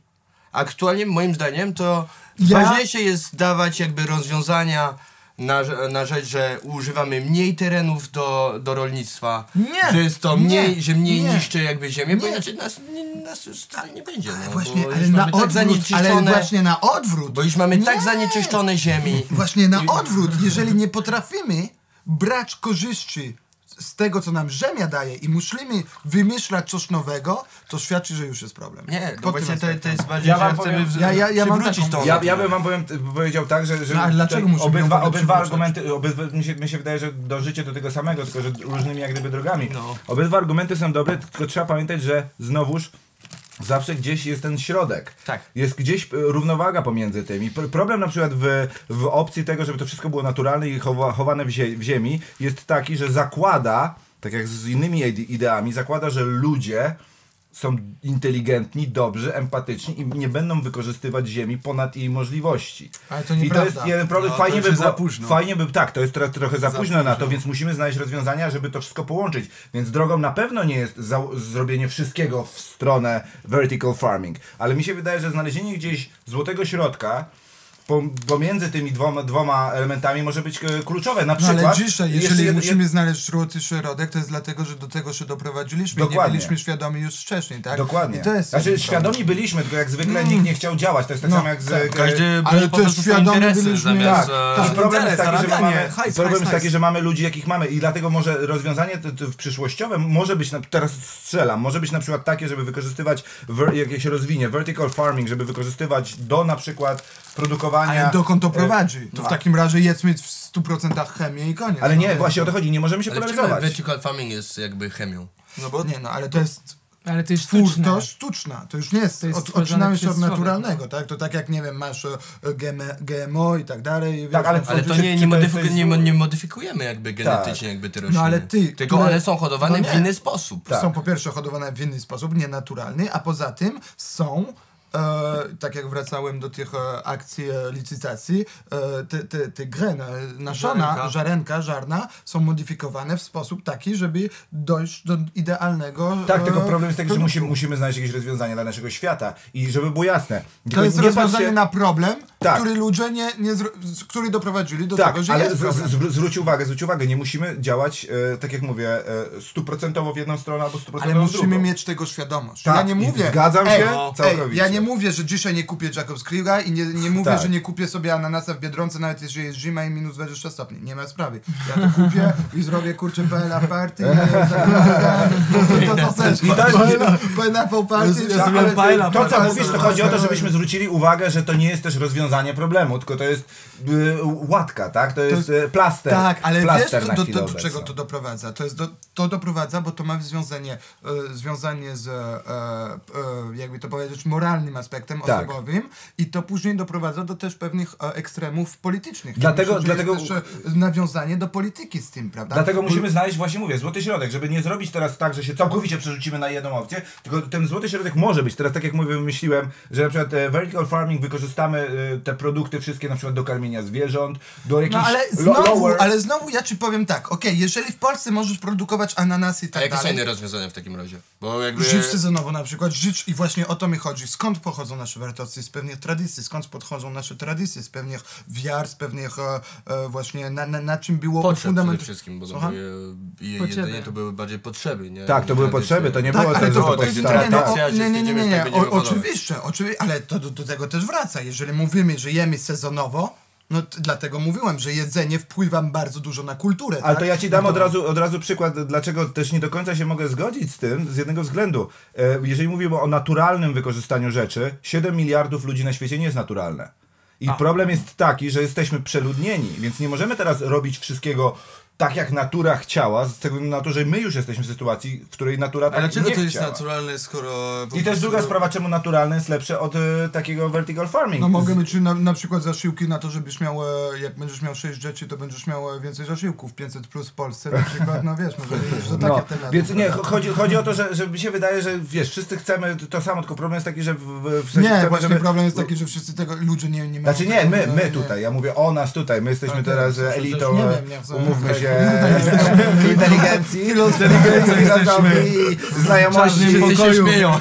Speaker 4: Aktualnie moim zdaniem to
Speaker 3: Ja-
Speaker 4: ważniejsze jest dawać jakby rozwiązania na, rze- na rzecz, że używamy mniej terenów do, do rolnictwa.
Speaker 3: Nie,
Speaker 4: Że jest to
Speaker 3: nie,
Speaker 4: mniej, że mniej
Speaker 3: nie,
Speaker 4: niszczy jakby ziemię, bo
Speaker 3: nie.
Speaker 4: inaczej nas, nie, nas już wcale nie będzie. No,
Speaker 3: Właśnie,
Speaker 4: bo
Speaker 3: ale
Speaker 4: już
Speaker 3: na
Speaker 4: mamy tak
Speaker 3: odwrót, ale
Speaker 4: zanieczyszczone-
Speaker 3: właśnie na odwrót.
Speaker 4: Bo już mamy tak
Speaker 3: Nie.
Speaker 4: zanieczyszczone ziemi.
Speaker 3: Właśnie na odwrót, jeżeli nie potrafimy brać korzyści z tego, co nam ziemia daje i musimy wymyślać coś nowego, to świadczy, że już jest problem.
Speaker 4: Nie, no
Speaker 3: Pod
Speaker 4: właśnie to,
Speaker 3: tym
Speaker 4: to
Speaker 3: aspektem.
Speaker 4: jest bardziej,
Speaker 13: Ja
Speaker 4: że
Speaker 13: wam
Speaker 4: chcemy
Speaker 13: powiem-
Speaker 4: wz-
Speaker 3: Ja- ja- ja mam
Speaker 4: przywrócić
Speaker 3: taką-
Speaker 4: tą...
Speaker 13: Ja, ja bym wam powiem, powiedział tak, że, że
Speaker 3: No, ale dlaczego
Speaker 13: tutaj
Speaker 3: musimy
Speaker 13: obydwa,
Speaker 3: ją
Speaker 13: obydwa
Speaker 3: przywracać?
Speaker 13: argumenty, obydwa, mi, się, mi się wydaje, że dążycie do tego samego, tylko że różnymi jak gdyby drogami.
Speaker 3: No.
Speaker 13: Obydwa argumenty są dobre, tylko trzeba pamiętać, że znowuż zawsze gdzieś jest ten środek.
Speaker 4: Tak.
Speaker 13: Jest gdzieś e, równowaga pomiędzy tymi. Pr- Problem na przykład w, w opcji tego, żeby to wszystko było naturalne i chowa, chowane w, zie, w ziemi jest taki, że zakłada, tak jak z innymi ide- ideami, zakłada, że ludzie
Speaker 5: są inteligentni, dobrzy, empatyczni i nie będą wykorzystywać ziemi ponad jej możliwości.
Speaker 3: Ale to nieprawda.
Speaker 5: I to jest jeden problem.
Speaker 1: No, to
Speaker 5: fajnie
Speaker 1: już
Speaker 5: by
Speaker 1: jest
Speaker 5: było,
Speaker 1: za późno.
Speaker 5: fajnie by, tak, to jest teraz trochę za, późno na to, więc musimy znaleźć rozwiązania, żeby to wszystko połączyć. Więc drogą na pewno nie jest za, zrobienie wszystkiego w stronę vertical farming, ale mi się wydaje, że znalezienie gdzieś złotego środka po- pomiędzy tymi dwoma, dwoma elementami może być e, kluczowe. Na
Speaker 3: No
Speaker 5: przykład...
Speaker 3: ale dzisiaj,
Speaker 5: jeszcze
Speaker 3: jeżeli
Speaker 5: jed-
Speaker 3: musimy znaleźć żółty środek, to jest dlatego, że do tego się doprowadziliśmy i
Speaker 5: Dokładnie.
Speaker 3: nie byliśmy świadomi już wcześniej, tak?
Speaker 5: Dokładnie.
Speaker 3: I to jest
Speaker 5: znaczy,
Speaker 3: jeden
Speaker 5: świadomi byliśmy, tylko jak zwykle nikt nie chciał działać. To jest tak
Speaker 3: No,
Speaker 5: samo jak z...
Speaker 3: tak.
Speaker 5: e,
Speaker 4: Yy,
Speaker 14: Każdy
Speaker 3: Ale
Speaker 14: bierze
Speaker 3: też
Speaker 14: po prostu swoje
Speaker 3: świadomi
Speaker 14: interesy
Speaker 3: byliśmy,
Speaker 14: zamiast...
Speaker 5: Tak,
Speaker 14: e,
Speaker 5: tak. Problem, jest taki, że my
Speaker 14: zarabianie,
Speaker 5: mamy,
Speaker 14: hajs,
Speaker 5: problem
Speaker 14: hajs,
Speaker 5: jest
Speaker 14: hajs.
Speaker 5: taki, że mamy ludzi, jakich mamy i dlatego może rozwiązanie t- t- przyszłościowe może być, na, teraz strzelam, może być na przykład takie, żeby wykorzystywać, ver, jak się rozwinie, vertical farming, żeby wykorzystywać do na przykład produkowania...
Speaker 3: Ale dokąd to
Speaker 5: e,
Speaker 3: prowadzi?
Speaker 4: No.
Speaker 3: To w takim razie jedzmy w 100% chemię i koniec.
Speaker 5: Ale
Speaker 3: No,
Speaker 5: nie, właśnie o to chodzi, nie możemy się
Speaker 4: Ale w czym
Speaker 5: polaryzować.
Speaker 4: vertical farming jest jakby chemią?
Speaker 3: No bo nie, no ale to jest
Speaker 2: Ale to jest
Speaker 3: twór,
Speaker 2: sztuczne.
Speaker 3: to sztuczna. To już nie jest,
Speaker 2: To jest
Speaker 3: od,
Speaker 2: stworzone
Speaker 3: odcinamy się
Speaker 2: przez
Speaker 3: od
Speaker 2: człowieka.
Speaker 3: naturalnego, tak? To tak jak, nie wiem, masz e, GM, GMO i tak dalej. wiesz,
Speaker 5: ale-
Speaker 3: no,
Speaker 4: Ale to
Speaker 5: Czy-
Speaker 4: nie,
Speaker 5: czy
Speaker 4: nie,
Speaker 5: to jest
Speaker 4: modyfik-
Speaker 5: coś
Speaker 4: nie, mo-
Speaker 5: złego?
Speaker 4: nie modyfikujemy jakby genetycznie jakby te rośliny.
Speaker 3: Tak. No, ale ty-
Speaker 4: Tylko
Speaker 3: ale-
Speaker 4: one są hodowane
Speaker 3: no nie.
Speaker 4: w inny sposób.
Speaker 5: tak.
Speaker 3: są po pierwsze hodowane w inny sposób, nienaturalny, a poza tym są, e, tak jak wracałem do tych e, akcji e, licytacji, e, te, te, te gren, e, nasiona,
Speaker 4: Ziarenka.
Speaker 3: ziarenka, ziarna są modyfikowane w sposób taki, żeby dojść do idealnego
Speaker 5: Tak,
Speaker 3: e,
Speaker 5: tylko problem jest taki, że
Speaker 3: produktu.
Speaker 5: musimy, musimy znaleźć jakieś rozwiązanie dla naszego świata i żeby było jasne.
Speaker 3: To
Speaker 5: tylko
Speaker 3: jest
Speaker 5: nie patrz
Speaker 3: rozwiązanie
Speaker 5: się-
Speaker 3: na problem,
Speaker 5: Tak.
Speaker 3: który ludzie nie, nie zro- z- który doprowadzili do
Speaker 5: Tak,
Speaker 3: tego, że
Speaker 5: ale
Speaker 3: jest
Speaker 5: z,
Speaker 3: problem.
Speaker 5: z, zwró- zwróć uwagę, zwróć uwagę, nie musimy działać, e, tak jak mówię, e, stuprocentowo w jedną stronę albo
Speaker 3: Ale
Speaker 5: stuprocentowo w drugą.
Speaker 3: musimy mieć tego świadomość.
Speaker 5: Tak,
Speaker 3: ja nie
Speaker 5: i
Speaker 3: mówię.
Speaker 5: zgadzam się
Speaker 3: Ej,
Speaker 5: całkowicie.
Speaker 3: ja nie mówię, że dzisiaj nie kupię Jacob's Creega i nie, nie mówię,
Speaker 5: Tak.
Speaker 3: że nie kupię sobie ananasa w Biedronce, nawet jeżeli jest zima i minus 20 stopni. Nie ma sprawy. Ja to kupię i zrobię kurczę PLA party. i tak zarazem To co chcesz. Pineapple party.
Speaker 5: Tak,
Speaker 3: tak,
Speaker 5: ale
Speaker 3: ale-
Speaker 5: to, to, co
Speaker 3: ale-
Speaker 5: mówisz, to chodzi o to, żebyśmy zwrócili uwagę, że to nie jest też rozwiązanie problemu, tylko to jest y, łatka, tak? To jest y, plaster.
Speaker 3: Tak, ale wiesz,
Speaker 5: plaster
Speaker 3: co
Speaker 5: na
Speaker 3: do,
Speaker 5: chwilę
Speaker 3: do, do
Speaker 5: obecną.
Speaker 3: czego to doprowadza? To, jest do, to doprowadza, bo to ma związanie, e, związanie z, e, e, jakby to powiedzieć, moralnym aspektem
Speaker 5: Tak.
Speaker 3: osobowym i to później doprowadza do też pewnych e, ekstremów politycznych.
Speaker 5: Dlatego-
Speaker 3: Myślę, że
Speaker 5: dlatego-
Speaker 3: Jest też, e, nawiązanie do polityki z tym, prawda?
Speaker 5: Dlatego musimy znaleźć, właśnie mówię, złoty środek, żeby nie zrobić teraz tak, że się całkowicie przerzucimy na jedną opcję, tylko ten złoty środek może być. Teraz tak jak mówię, wymyśliłem, że na przykład e, vertical farming wykorzystamy e, te produkty wszystkie na przykład do karmienia zwierząt, do jakichś
Speaker 3: No ale
Speaker 5: lo-
Speaker 3: znowu,
Speaker 5: lower...
Speaker 3: ale znowu ja ci powiem tak, okej, jeżeli w Polsce możesz produkować ananasy i
Speaker 4: A
Speaker 3: tak
Speaker 4: jakie są
Speaker 3: dalej,
Speaker 4: inne rozwiązania w takim razie? Bo jakby...
Speaker 3: Żyć sezonowo na przykład, żyć i właśnie o to mi chodzi. Skąd pochodzą nasze wartości? Z pewnych tradycji. Skąd podchodzą nasze tradycje? Z pewnych wiar, z pewnych e, e, właśnie na, na, na czym było
Speaker 4: Potrzeb przede
Speaker 3: fundament-
Speaker 4: wszystkim, bo to
Speaker 3: Słucham?
Speaker 4: były, e, je,
Speaker 2: Potrzeby.
Speaker 4: jedzenie to były bardziej potrzeby, nie?
Speaker 5: Tak, to były
Speaker 4: Tradycje.
Speaker 5: potrzeby, to nie
Speaker 3: Tak,
Speaker 5: było
Speaker 3: ale
Speaker 5: tak, że
Speaker 3: to,
Speaker 5: to
Speaker 3: to,
Speaker 4: będzie
Speaker 3: nie,
Speaker 4: tak,
Speaker 5: powstało.
Speaker 3: no,
Speaker 5: Tak.
Speaker 4: tak.
Speaker 3: o- nie, nie, nie, nie, nie.
Speaker 4: Tak będziemy
Speaker 3: O,
Speaker 4: hodować.
Speaker 3: oczywiście, oczywiście, ale to do, do tego też wraca. Jeżeli mówimy, że jemy sezonowo, no t- dlatego mówiłem, że jedzenie wpływa bardzo dużo na kulturę.
Speaker 5: Ale
Speaker 3: tak?
Speaker 5: to ja ci dam
Speaker 1: No
Speaker 5: od razu, od razu przykład, dlaczego też nie do końca się mogę zgodzić z tym, z jednego względu. E, Jeżeli mówimy o naturalnym wykorzystaniu rzeczy, 7 miliardów ludzi na świecie nie jest naturalne. I problem jest taki, że jesteśmy przeludnieni, więc nie możemy teraz robić wszystkiego tak, jak natura chciała, z tego na to, że my już jesteśmy w sytuacji, w której natura tak
Speaker 1: Ale czego
Speaker 5: nie
Speaker 1: to jest
Speaker 5: chciała.
Speaker 1: naturalne, skoro... po
Speaker 5: I też
Speaker 1: prostu-
Speaker 5: druga sprawa, czemu naturalne jest lepsze od e, takiego vertical farming.
Speaker 3: No mogę mieć na, na przykład zasiłki na to, żebyś miał, e, jak będziesz miał 6 dzieci, to będziesz miał e, więcej zasiłków, 500 plus w Polsce na przykład, no wiesz, może iść do takie
Speaker 5: No,
Speaker 3: tematy.
Speaker 5: więc nie, cho- chodzi, chodzi o to, że, że mi się wydaje, że wiesz, wszyscy chcemy to samo, tylko problem jest taki, że w, w, w sensie
Speaker 3: Nie,
Speaker 5: chcemy,
Speaker 3: właśnie
Speaker 5: żeby-
Speaker 3: problem jest taki, że wszyscy tego, ludzie nie, nie mają...
Speaker 5: Znaczy nie, my,
Speaker 3: tego, no,
Speaker 5: my
Speaker 3: nie.
Speaker 5: tutaj, ja mówię o nas tutaj, my jesteśmy
Speaker 3: Tak,
Speaker 5: teraz
Speaker 3: tak,
Speaker 5: e, elitą,
Speaker 3: nie
Speaker 5: e,
Speaker 3: wiem, nie chcę-
Speaker 5: umówmy
Speaker 3: tak.
Speaker 5: się, inteligencji, filozofii, znajomości,
Speaker 4: Wszyscy się
Speaker 5: pokoju,
Speaker 4: śmieją.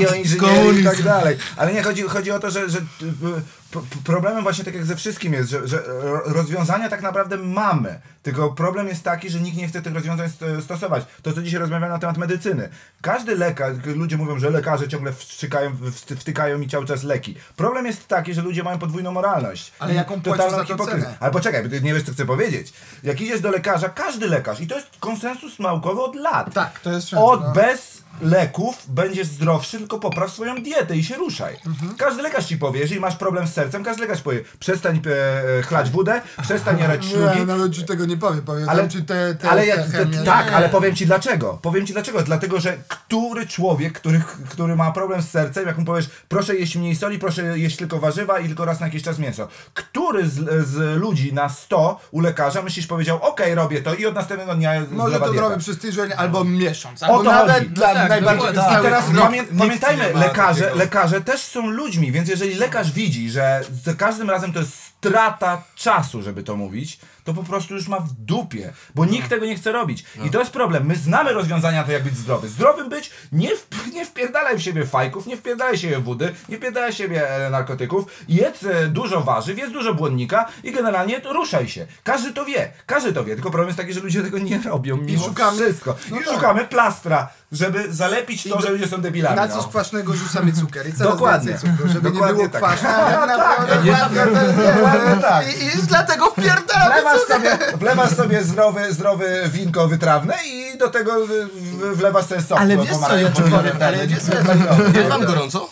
Speaker 5: bioinżynierii i tak dalej. Ale nie, chodzi, chodzi o to, że, że y, y, p- p- problemem właśnie tak jak ze wszystkim jest, że, że ro- rozwiązania tak naprawdę mamy, tylko problem jest taki, że nikt nie chce tych rozwiązań st- stosować. To, co dzisiaj rozmawiamy na temat medycyny. Każdy lekarz, ludzie mówią, że lekarze ciągle wstrzykają, wst- wtykają mi cały czas leki. Problem jest taki, że ludzie mają podwójną moralność.
Speaker 3: Ale
Speaker 5: I
Speaker 3: jaką płacisz
Speaker 5: totalną
Speaker 3: za to
Speaker 5: hipokryzję.
Speaker 3: cenę?
Speaker 5: Ale poczekaj, bo ty nie wiesz, co chcę powiedzieć. Jak idziesz do lekarza, każdy lekarz, i to jest konsensus naukowy od lat.
Speaker 3: Tak, to jest wszędzie,
Speaker 5: Od
Speaker 3: no.
Speaker 5: bez leków będziesz zdrowszy, tylko popraw swoją dietę i się ruszaj. Każdy lekarz ci powie, jeżeli masz problem z sercem, każ legać poje. Przestań e, e, chlać wódę, przestań jarać
Speaker 3: Nie,
Speaker 5: ślugi.
Speaker 3: nawet ci tego nie powiem, powiem
Speaker 5: Ale-
Speaker 3: ci te, te,
Speaker 5: Ale
Speaker 3: te
Speaker 5: ja, t-
Speaker 3: chemie.
Speaker 5: tak,
Speaker 3: Nie.
Speaker 5: ale powiem ci dlaczego. Powiem ci dlaczego. Dlatego, że który człowiek, który, który ma problem z sercem, jak mu powiesz, proszę jeść mniej soli, proszę jeść tylko warzywa i tylko raz na jakiś czas mięso. Który z, z ludzi na 100 u lekarza myślisz powiedział, okej, robię to i od następnego dnia
Speaker 3: Może
Speaker 5: zdrowa
Speaker 3: to
Speaker 5: dieta.
Speaker 3: zrobię przez tydzień albo miesiąc,
Speaker 5: No. O
Speaker 3: albo
Speaker 5: to
Speaker 3: nawet
Speaker 5: chodzi.
Speaker 3: dla
Speaker 2: tak,
Speaker 3: najbardziej
Speaker 2: dokładnie. No tak.
Speaker 5: I
Speaker 3: cały
Speaker 5: teraz
Speaker 3: rok.
Speaker 5: pamię, pamiętajmy,
Speaker 1: nie ma
Speaker 5: lekarze,
Speaker 1: takiego.
Speaker 5: lekarze też są ludźmi, więc jeżeli lekarz widzi, że za każdym razem to jest strata czasu, żeby to mówić, to po prostu już ma w dupie, bo
Speaker 1: No.
Speaker 5: nikt tego nie chce robić. I to jest problem. My znamy rozwiązania to, jak być zdrowy. Zdrowym być, nie, w, nie wpierdalaj w siebie fajków, nie wpierdalaj siebie wody, nie wpierdalaj w siebie e, narkotyków, jedz e, dużo warzyw, jedz dużo błonnika i generalnie to ruszaj się. Każdy to wie, każdy to wie, tylko problem jest taki, że ludzie tego nie robią mimo
Speaker 3: szukamy-
Speaker 5: wszystko. I
Speaker 1: no tak.
Speaker 5: szukamy plastra, żeby zalepić to, że ludzie są debilami.
Speaker 3: Na
Speaker 5: no.
Speaker 3: coś kwaśnego rzucamy cukier i coraz
Speaker 5: Dokładnie.
Speaker 3: więcej cukru, żeby nie
Speaker 5: Dokładnie
Speaker 3: było
Speaker 5: tak.
Speaker 3: kwaśne. Tak, naprawdę, dokładnie,
Speaker 5: Dokładnie tak.
Speaker 3: I, I dlatego wpierdamy
Speaker 5: Wlewasz sobie, wlewasz sobie zdrowe, zdrowe winko wytrawne i do tego w- w- wlewasz sobie sok.
Speaker 3: Ale
Speaker 5: bo
Speaker 3: wiesz co, ja
Speaker 5: pomarańczowy
Speaker 3: ci powiem,
Speaker 5: wytrawny.
Speaker 3: ale wiesz co, ja
Speaker 4: Jest wam gorąco?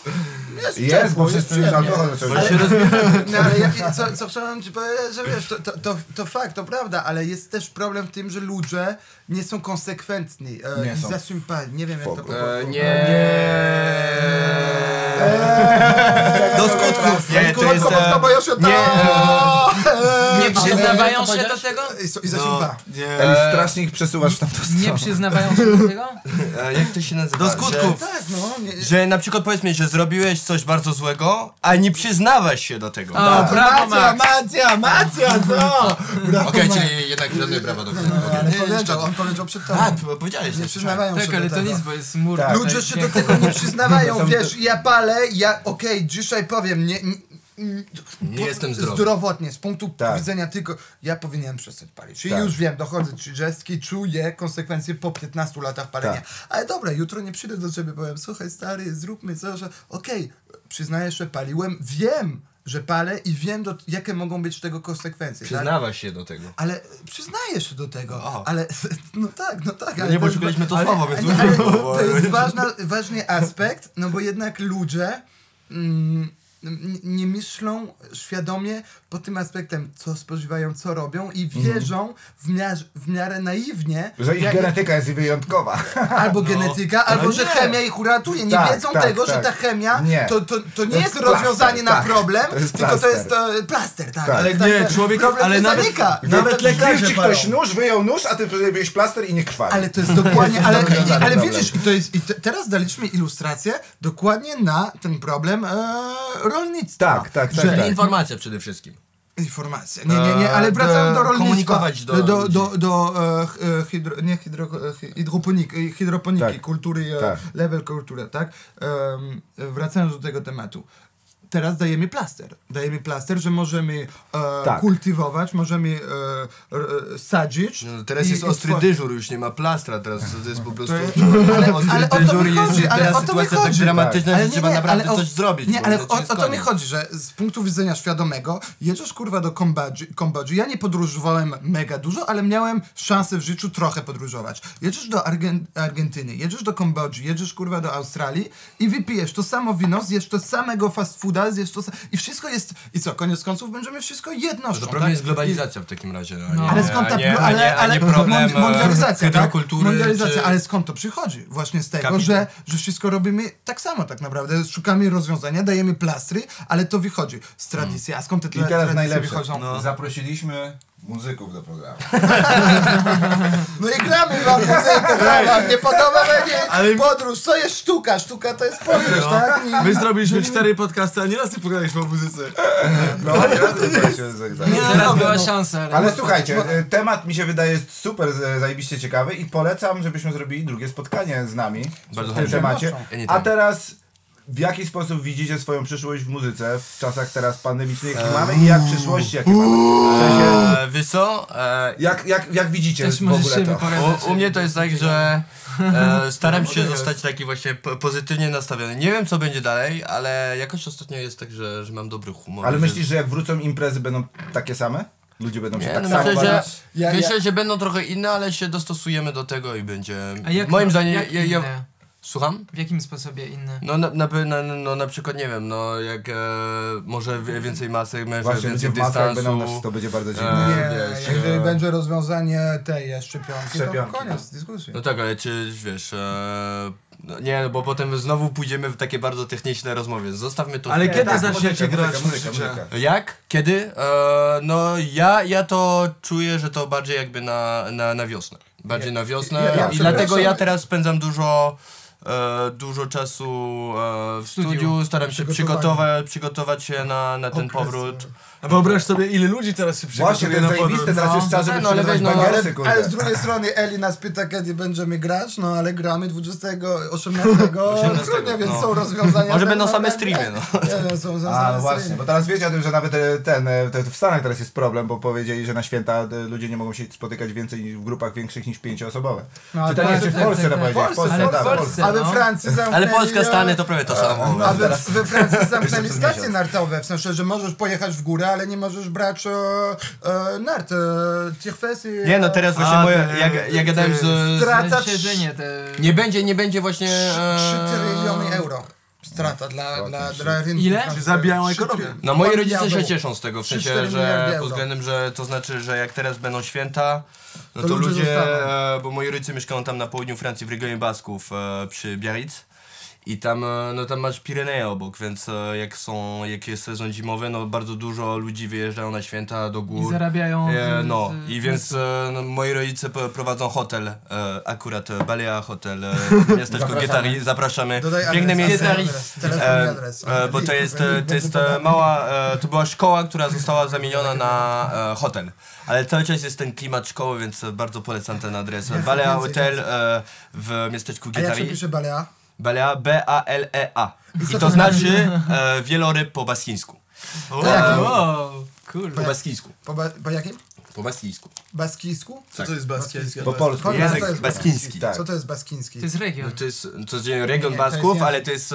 Speaker 5: Jest, bo wszyscy już alkohol zaczęli.
Speaker 4: Się roz...
Speaker 3: No, ale ja, co, co chciałem ci powiedzieć, że wiesz, to, to, to, to fakt, to prawda, ale jest też problem w tym, że ludzie nie są konsekwentni e,
Speaker 5: Nie
Speaker 3: i
Speaker 5: są.
Speaker 3: zasympali. Nie wiem jak to powiedzieć.
Speaker 4: E, nie. Do skutków.
Speaker 3: Nie, to jest...
Speaker 4: e,
Speaker 3: Bo ja się
Speaker 4: nie,
Speaker 3: tam...
Speaker 4: Nie
Speaker 2: Przyznawają się do tego?
Speaker 3: I, so- i zasypa.
Speaker 5: Eli, strasznie ich przesuwasz w tamtą stronę.
Speaker 2: Nie przyznawają się do tego?
Speaker 4: e, Jak to się nazywa?
Speaker 3: Do
Speaker 4: Że-
Speaker 3: skutków. Tak, no. Nie,
Speaker 4: Że na przykład powiedzmy, że zrobiłeś coś bardzo złego, a nie przyznawałeś się do tego. Tak.
Speaker 2: O, brawo
Speaker 3: Macia,
Speaker 2: Max!
Speaker 3: Macia, Macia, co? Brawo,
Speaker 4: Okej,
Speaker 3: Macia.
Speaker 4: czyli jednak żadne prawa do
Speaker 3: No,
Speaker 4: Nie,
Speaker 3: ale
Speaker 4: nie,
Speaker 3: powiedział, Tak, on powiedział przed tobą.
Speaker 4: A, p- powiedziałeś
Speaker 3: Nie
Speaker 4: nie
Speaker 3: przyznawają
Speaker 2: Tak,
Speaker 3: się
Speaker 2: ale
Speaker 3: do
Speaker 2: to
Speaker 3: tego.
Speaker 2: nic, bo jest mur.
Speaker 5: Tak.
Speaker 3: Ludzie się do tego No nie przyznawają, wiesz, ja palę, ja okej, dzisiaj powiem, nie, nie, nie,
Speaker 4: Nie jestem zdrowy.
Speaker 3: Zdrowotnie, z punktu
Speaker 5: Tak.
Speaker 3: widzenia tylko, ja powinienem przestać palić. I
Speaker 5: Tak.
Speaker 3: już wiem, dochodzę 30, czuję konsekwencje po 15 latach palenia. Ale dobra, jutro nie przyjdę do ciebie, powiem, słuchaj stary, zróbmy coś, że- okej, przyznaję, że paliłem, wiem, że palę i wiem, do, jakie mogą być tego konsekwencje. tak?
Speaker 4: Przyznawaś się do tego.
Speaker 3: Ale przyznaję się do tego,
Speaker 4: Aha.
Speaker 3: ale no tak, no tak. ale
Speaker 4: nie
Speaker 3: to jest-
Speaker 4: poszukaliśmy to
Speaker 3: ale-
Speaker 4: słowa, więc
Speaker 3: ale- ale
Speaker 4: było.
Speaker 3: To jest ważna, ważny aspekt, no bo jednak ludzie mm, n- nie myślą świadomie pod tym aspektem, co spożywają, co robią i wierzą w, miar, w miarę naiwnie,
Speaker 5: Mhm. Że ich
Speaker 3: jak-
Speaker 5: genetyka jest wyjątkowa.
Speaker 3: albo genetyka, albo że
Speaker 4: nie.
Speaker 3: chemia ich uratuje. Nie
Speaker 5: Tak,
Speaker 3: wiedzą
Speaker 5: tak,
Speaker 3: tego, że
Speaker 5: tak.
Speaker 3: ta chemia
Speaker 5: Nie.
Speaker 3: to, to, to nie
Speaker 5: jest
Speaker 3: jest rozwiązanie
Speaker 5: plaster,
Speaker 3: na
Speaker 5: tak.
Speaker 3: problem,
Speaker 5: To jest
Speaker 3: tylko to
Speaker 5: plaster.
Speaker 3: jest e, plaster, tak.
Speaker 5: Tak.
Speaker 3: Ale
Speaker 15: nie, człowiek-
Speaker 3: problem
Speaker 15: ale
Speaker 3: nie
Speaker 15: nawet-
Speaker 3: zanika.
Speaker 15: Nawet
Speaker 5: Wbił
Speaker 15: lekarze
Speaker 5: ci
Speaker 15: palą.
Speaker 5: ktoś nóż, wyjął nóż, a ty wziąłeś plaster i nie krwawi.
Speaker 3: Ale to jest dokładnie, ale,
Speaker 5: Dobra,
Speaker 3: ale,
Speaker 5: dobra,
Speaker 3: ale
Speaker 5: dobra.
Speaker 3: widzisz, i to jest, i te, teraz daliśmy ilustrację dokładnie na ten problem e, rolnictwa.
Speaker 5: Tak, tak, tak,
Speaker 3: Że-
Speaker 5: tak.
Speaker 4: Informacja przede wszystkim.
Speaker 3: Informacja. Nie, nie, nie, ale
Speaker 4: E,
Speaker 3: wracam
Speaker 4: do-
Speaker 3: do rolnictwa.
Speaker 4: komunikować do
Speaker 3: do,
Speaker 4: ludzi.
Speaker 3: do, do e, ch- e, hydro, nie hydro, e, hy- hydroponiki, hydroponiki
Speaker 5: Tak.
Speaker 3: kultury, e,
Speaker 5: Tak.
Speaker 3: level kultury, tak? Em, wracając do tego tematu. Teraz dajemy plaster. Dajemy plaster, że możemy e,
Speaker 5: Tak.
Speaker 3: kultywować, możemy e, r, e, sadzić.
Speaker 4: No, teraz
Speaker 3: i-
Speaker 4: jest
Speaker 3: i
Speaker 4: ostry
Speaker 3: twor-
Speaker 4: dyżur, już nie ma plastra, teraz to jest po prostu...
Speaker 3: No, ale
Speaker 4: ostry
Speaker 3: o to mi
Speaker 4: dyżur jest,
Speaker 3: chodzi,
Speaker 4: że
Speaker 3: ale
Speaker 4: teraz
Speaker 3: o to mi
Speaker 4: sytuacja tak
Speaker 3: chodzi.
Speaker 4: dramatyczna,
Speaker 3: Ale
Speaker 4: że
Speaker 3: nie,
Speaker 4: trzeba
Speaker 3: nie,
Speaker 4: naprawdę
Speaker 3: ale o-
Speaker 4: coś zrobić.
Speaker 3: Nie,
Speaker 4: bo
Speaker 3: ale
Speaker 4: inaczej
Speaker 3: o,
Speaker 4: jest
Speaker 3: o to mi
Speaker 4: koniec.
Speaker 3: chodzi, że z punktu widzenia świadomego jedziesz kurwa do Kambodży, Kambodży. Ja nie podróżowałem mega dużo, ale miałem szansę w życiu trochę podróżować. Jedziesz do Argen Argentyny, jedziesz do Kambodży, jedziesz kurwa do Australii i wypijesz to samo wino, zjesz to samego fast fooda, zjesz to sa- i wszystko jest... I co, koniec końców będziemy wszystko jednością,
Speaker 4: No To problem
Speaker 3: tak?
Speaker 4: jest globalizacja w takim razie. No, a nie,
Speaker 3: Ale skąd
Speaker 4: a
Speaker 3: ta
Speaker 4: nie, a nie,
Speaker 3: ale,
Speaker 4: a nie
Speaker 3: ale
Speaker 4: problem e,
Speaker 3: mon- mondializacja, tak?
Speaker 4: hydrokultury
Speaker 3: Mondializacja,
Speaker 4: czy-
Speaker 3: ale skąd to przychodzi? Właśnie z tego,
Speaker 4: Kapitał.
Speaker 3: że, że wszystko robimy tak samo tak naprawdę. Szukamy rozwiązania, dajemy plastry, ale to wychodzi z tradycji. A skąd te tra-
Speaker 5: I teraz
Speaker 3: tradycje
Speaker 5: najlepsze.
Speaker 3: wychodzą? No.
Speaker 5: Zaprosiliśmy muzyków do programu.
Speaker 3: No i gramy wam muzykę, co wam nie podoba będzie ale... podróż. Co jest sztuka? Sztuka to jest podróż, tak? I...
Speaker 1: My zrobiliśmy cztery podcasty, a nie raz nie pogadaliśmy o muzyce.
Speaker 5: No, teraz to się zgadza.
Speaker 2: Teraz była szansa.
Speaker 5: Ale słuchajcie, e, temat mi się wydaje jest super e, zajebiście ciekawy i polecam, żebyśmy zrobili drugie spotkanie z nami
Speaker 4: Bardzo
Speaker 5: w tym
Speaker 4: chętnie.
Speaker 5: temacie.
Speaker 4: Anytime.
Speaker 5: A teraz w jaki sposób widzicie swoją przyszłość w muzyce w czasach teraz pandemicznych,
Speaker 2: Ehm.
Speaker 5: jakie mamy i jak przyszłości, jakie mamy? W sensie,
Speaker 4: E, Wiesz co? E,
Speaker 5: jak, jak, jak widzicie
Speaker 2: Też
Speaker 5: w ogóle
Speaker 2: możesz się
Speaker 5: to?
Speaker 2: wypowiadać.
Speaker 4: U, u mnie to jest tak, że e, staram się zostać taki właśnie po- pozytywnie nastawiony. Nie wiem, co będzie dalej, ale jakoś ostatnio jest tak, że, że mam dobry humor.
Speaker 5: Ale
Speaker 4: że-
Speaker 5: myślisz, że jak wrócą imprezy będą takie same? Ludzie będą się
Speaker 4: Nie,
Speaker 5: tak
Speaker 4: no
Speaker 5: samo
Speaker 4: myślę, że,
Speaker 5: bawić?
Speaker 3: Ja-
Speaker 4: myślę, że będą trochę inne, ale się dostosujemy do tego i będzie.
Speaker 2: A jak
Speaker 4: moim
Speaker 2: to-
Speaker 4: zdaniem.
Speaker 2: jak
Speaker 4: ja, ja,
Speaker 2: inne?
Speaker 4: Słucham?
Speaker 2: W jakim sposobie inny?
Speaker 4: No na, na, pe- na, no, na przykład, nie wiem, no jak e, może wie- więcej masek, może
Speaker 5: Właśnie, będzie
Speaker 4: więcej
Speaker 5: w maskach,
Speaker 4: dystansu.
Speaker 5: będą nas, to będzie bardzo dziwne.
Speaker 4: e,
Speaker 3: Nie,
Speaker 4: wiesz,
Speaker 3: jeżeli
Speaker 4: e,
Speaker 3: będzie rozwiązanie tej e, szczepionki,
Speaker 5: Szczepionki,
Speaker 3: to koniec dyskusji.
Speaker 4: No tak, ale czy wiesz... E, no nie, no bo potem znowu pójdziemy w takie bardzo techniczne rozmowy. Zostawmy to.
Speaker 2: Ale
Speaker 4: w...
Speaker 2: kiedy
Speaker 1: tak,
Speaker 2: zaczniecie
Speaker 1: muzyka,
Speaker 2: grać?
Speaker 1: muzyka, muzyka.
Speaker 4: Jak? Kiedy? E, no ja, ja to czuję, że to bardziej jakby na, na, na wiosnę. Bardziej na wiosnę
Speaker 3: ja- ja
Speaker 4: i dlatego
Speaker 3: przepraszam.
Speaker 4: ja teraz spędzam dużo, e, dużo czasu e, w
Speaker 2: Studiu.
Speaker 4: studiu, staram się
Speaker 3: Przygotowanie.
Speaker 4: przygotować, przygotować się na, na ten powrót.
Speaker 1: A wyobraź sobie, ile ludzi teraz się
Speaker 5: Właśnie, to
Speaker 1: przygotowuje
Speaker 5: jest
Speaker 1: na podróż.
Speaker 5: zajebiste, teraz jest czas,
Speaker 4: No,
Speaker 5: żeby
Speaker 4: no, ale
Speaker 5: przygotować
Speaker 4: weź, no,
Speaker 5: bangersy,
Speaker 3: Ale,
Speaker 5: kurde.
Speaker 3: ale z drugiej strony Eli nas pyta, kiedy będziemy grać, no ale gramy 20, 18 grudnia, więc są rozwiązania.
Speaker 4: Może będą same
Speaker 3: pewne.
Speaker 4: streamy, no.
Speaker 3: Nie, są są
Speaker 5: no. A,
Speaker 3: same
Speaker 5: no właśnie,
Speaker 3: streamy.
Speaker 5: bo teraz wiecie o tym, że nawet e, ten, e, te- w Stanach teraz jest problem, bo powiedzieli, że na święta e, ludzie nie mogą się spotykać więcej niż- w grupach większych niż pięcioosobowe.
Speaker 3: No,
Speaker 5: Czy to nie
Speaker 3: tak,
Speaker 5: jeszcze w Polsce
Speaker 2: tak,
Speaker 5: na
Speaker 2: tak.
Speaker 5: powiedzieć? W Polsce,
Speaker 2: Ale w
Speaker 5: tak, w
Speaker 2: Polsce.
Speaker 5: Polsce.
Speaker 3: A we
Speaker 2: no.
Speaker 3: Francji zamknęli...
Speaker 4: Ale Polska,
Speaker 3: e,
Speaker 4: Stany to prawie to samo.
Speaker 3: A we, we Francji
Speaker 5: Jeszcze
Speaker 3: zamknęli
Speaker 5: przez
Speaker 3: stacje
Speaker 5: miesiąc.
Speaker 3: nartowe, w sensie, że możesz pojechać w górę, ale nie możesz brać e, e, nart, e, tirfes i...
Speaker 4: Nie, no teraz właśnie
Speaker 1: A,
Speaker 4: moje,
Speaker 1: te-
Speaker 4: jak, jak gadałem z, z...
Speaker 3: Strata
Speaker 2: Siedzenie te...
Speaker 4: Nie będzie, nie będzie właśnie...
Speaker 3: 3
Speaker 4: e,
Speaker 3: triliony euro. Strata dla, dla, dla rynku.
Speaker 2: Ile?
Speaker 3: francuskiego.
Speaker 1: Zabijają
Speaker 3: Trzy
Speaker 1: ekonomię.
Speaker 3: tryliony.
Speaker 4: No moi
Speaker 3: Dwa
Speaker 4: rodzice się
Speaker 3: miliardy.
Speaker 4: cieszą z tego, w
Speaker 3: Trzy,
Speaker 4: sensie,
Speaker 3: cztery miliardy
Speaker 4: że
Speaker 3: euro.
Speaker 4: pod względem, że to znaczy, że jak teraz będą święta, no
Speaker 3: To
Speaker 4: to,
Speaker 3: ludzie
Speaker 4: ludzie,
Speaker 3: zostaną.
Speaker 4: e, bo moi rodzice mieszkają tam na południu Francji, w regionie Basków, e, przy Biarritz. I tam, e, no tam masz Pireneje obok, więc e, jak są, jak jest sezon zimowy, no bardzo dużo ludzi wyjeżdżają na święta do
Speaker 2: I
Speaker 4: gór.
Speaker 2: zarabiają...
Speaker 4: E,
Speaker 2: z-
Speaker 4: no
Speaker 2: z-
Speaker 4: i więc e, no, moi rodzice p- prowadzą hotel, e, akurat e, Balea Hotel, e, miasteczko Gietari, zapraszamy.
Speaker 3: Dodaj
Speaker 4: Piękne
Speaker 3: adres,
Speaker 4: miejsce.
Speaker 3: adres, telefon i
Speaker 4: E,
Speaker 3: adres.
Speaker 4: e, bo to jest, e, to jest e, mała, e, to była szkoła, która została zamieniona na e, hotel. Ale cały czas jest ten klimat szkoły, więc e, bardzo polecam ten adres. Balea
Speaker 3: więcej,
Speaker 4: Hotel e, w miasteczku
Speaker 3: A jak się
Speaker 4: Gietari.
Speaker 3: pisze balea?
Speaker 4: Balea, B-A-L-E-A.
Speaker 3: co
Speaker 4: E I
Speaker 3: to
Speaker 4: to znaczy e, wieloryb po baskińsku.
Speaker 3: Tak.
Speaker 2: Wow, cool.
Speaker 4: Po baskińsku.
Speaker 3: Po, ba- po jakim?
Speaker 4: Po baskińsku.
Speaker 3: Baskijsku?
Speaker 1: Co to jest baskińskie?
Speaker 5: Po polsku.
Speaker 3: Chodź, co to
Speaker 4: Język
Speaker 3: jest
Speaker 4: baskiński.
Speaker 5: Tak.
Speaker 3: Co to jest baskiński?
Speaker 2: To jest
Speaker 5: No
Speaker 2: region.
Speaker 4: To jest, to jest region
Speaker 3: Nie, to jest
Speaker 4: Basków,
Speaker 3: język.
Speaker 4: ale to jest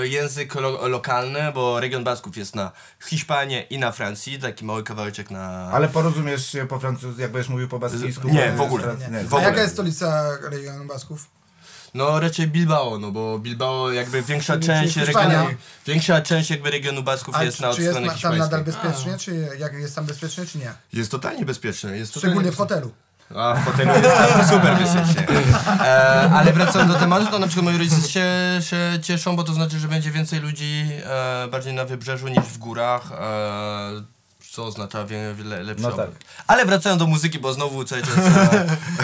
Speaker 4: e, język lo, lokalny, bo region Basków jest na Hiszpanii i na Francji, taki mały kawałeczek na...
Speaker 5: Ale porozumiesz się po francusku, jak będziesz mówił po baskijsku?
Speaker 4: Nie,
Speaker 5: bo-
Speaker 4: w ogóle. W
Speaker 5: Nie, A
Speaker 3: A
Speaker 4: ogóle.
Speaker 3: jaka jest stolica regionu Basków?
Speaker 4: No raczej Bilbao, no bo Bilbao jakby większa część
Speaker 3: Hiszpania.
Speaker 4: regionu, większa część jakby regionu Basków
Speaker 3: A
Speaker 4: jest
Speaker 3: czy-
Speaker 4: na
Speaker 3: czy jest
Speaker 4: odstronę
Speaker 3: na- tam nadal
Speaker 4: hiszpańskiej.
Speaker 3: bezpiecznie, czy jak jest tam bezpiecznie, czy nie?
Speaker 4: Jest totalnie bezpieczne. Jest totalnie
Speaker 3: Szczególnie w hotelu.
Speaker 4: A w hotelu jest tam super bezpiecznie. E, ale wracając do tematu, to na przykład moi rodzice się, się cieszą, bo to znaczy, że będzie więcej ludzi e, bardziej na wybrzeżu niż w górach. E, co oznacza wie, le, lepszy
Speaker 5: No
Speaker 4: obrót.
Speaker 5: tak.
Speaker 4: Ale wracając do muzyki, bo znowu cały czas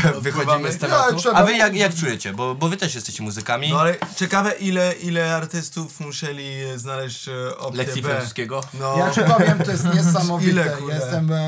Speaker 4: e, wychodzimy z tematu.
Speaker 3: Ja, trzeba-
Speaker 4: A wy jak, jak czujecie? Bo, bo wy też jesteście muzykami.
Speaker 1: No ale ciekawe ile, ile artystów musieli e, znaleźć e, opcję
Speaker 4: Lekcji
Speaker 1: B.
Speaker 4: francuskiego.
Speaker 1: No,
Speaker 3: Ja ci powiem, to jest niesamowite.
Speaker 1: Ile, kurde?
Speaker 3: Jestem, e,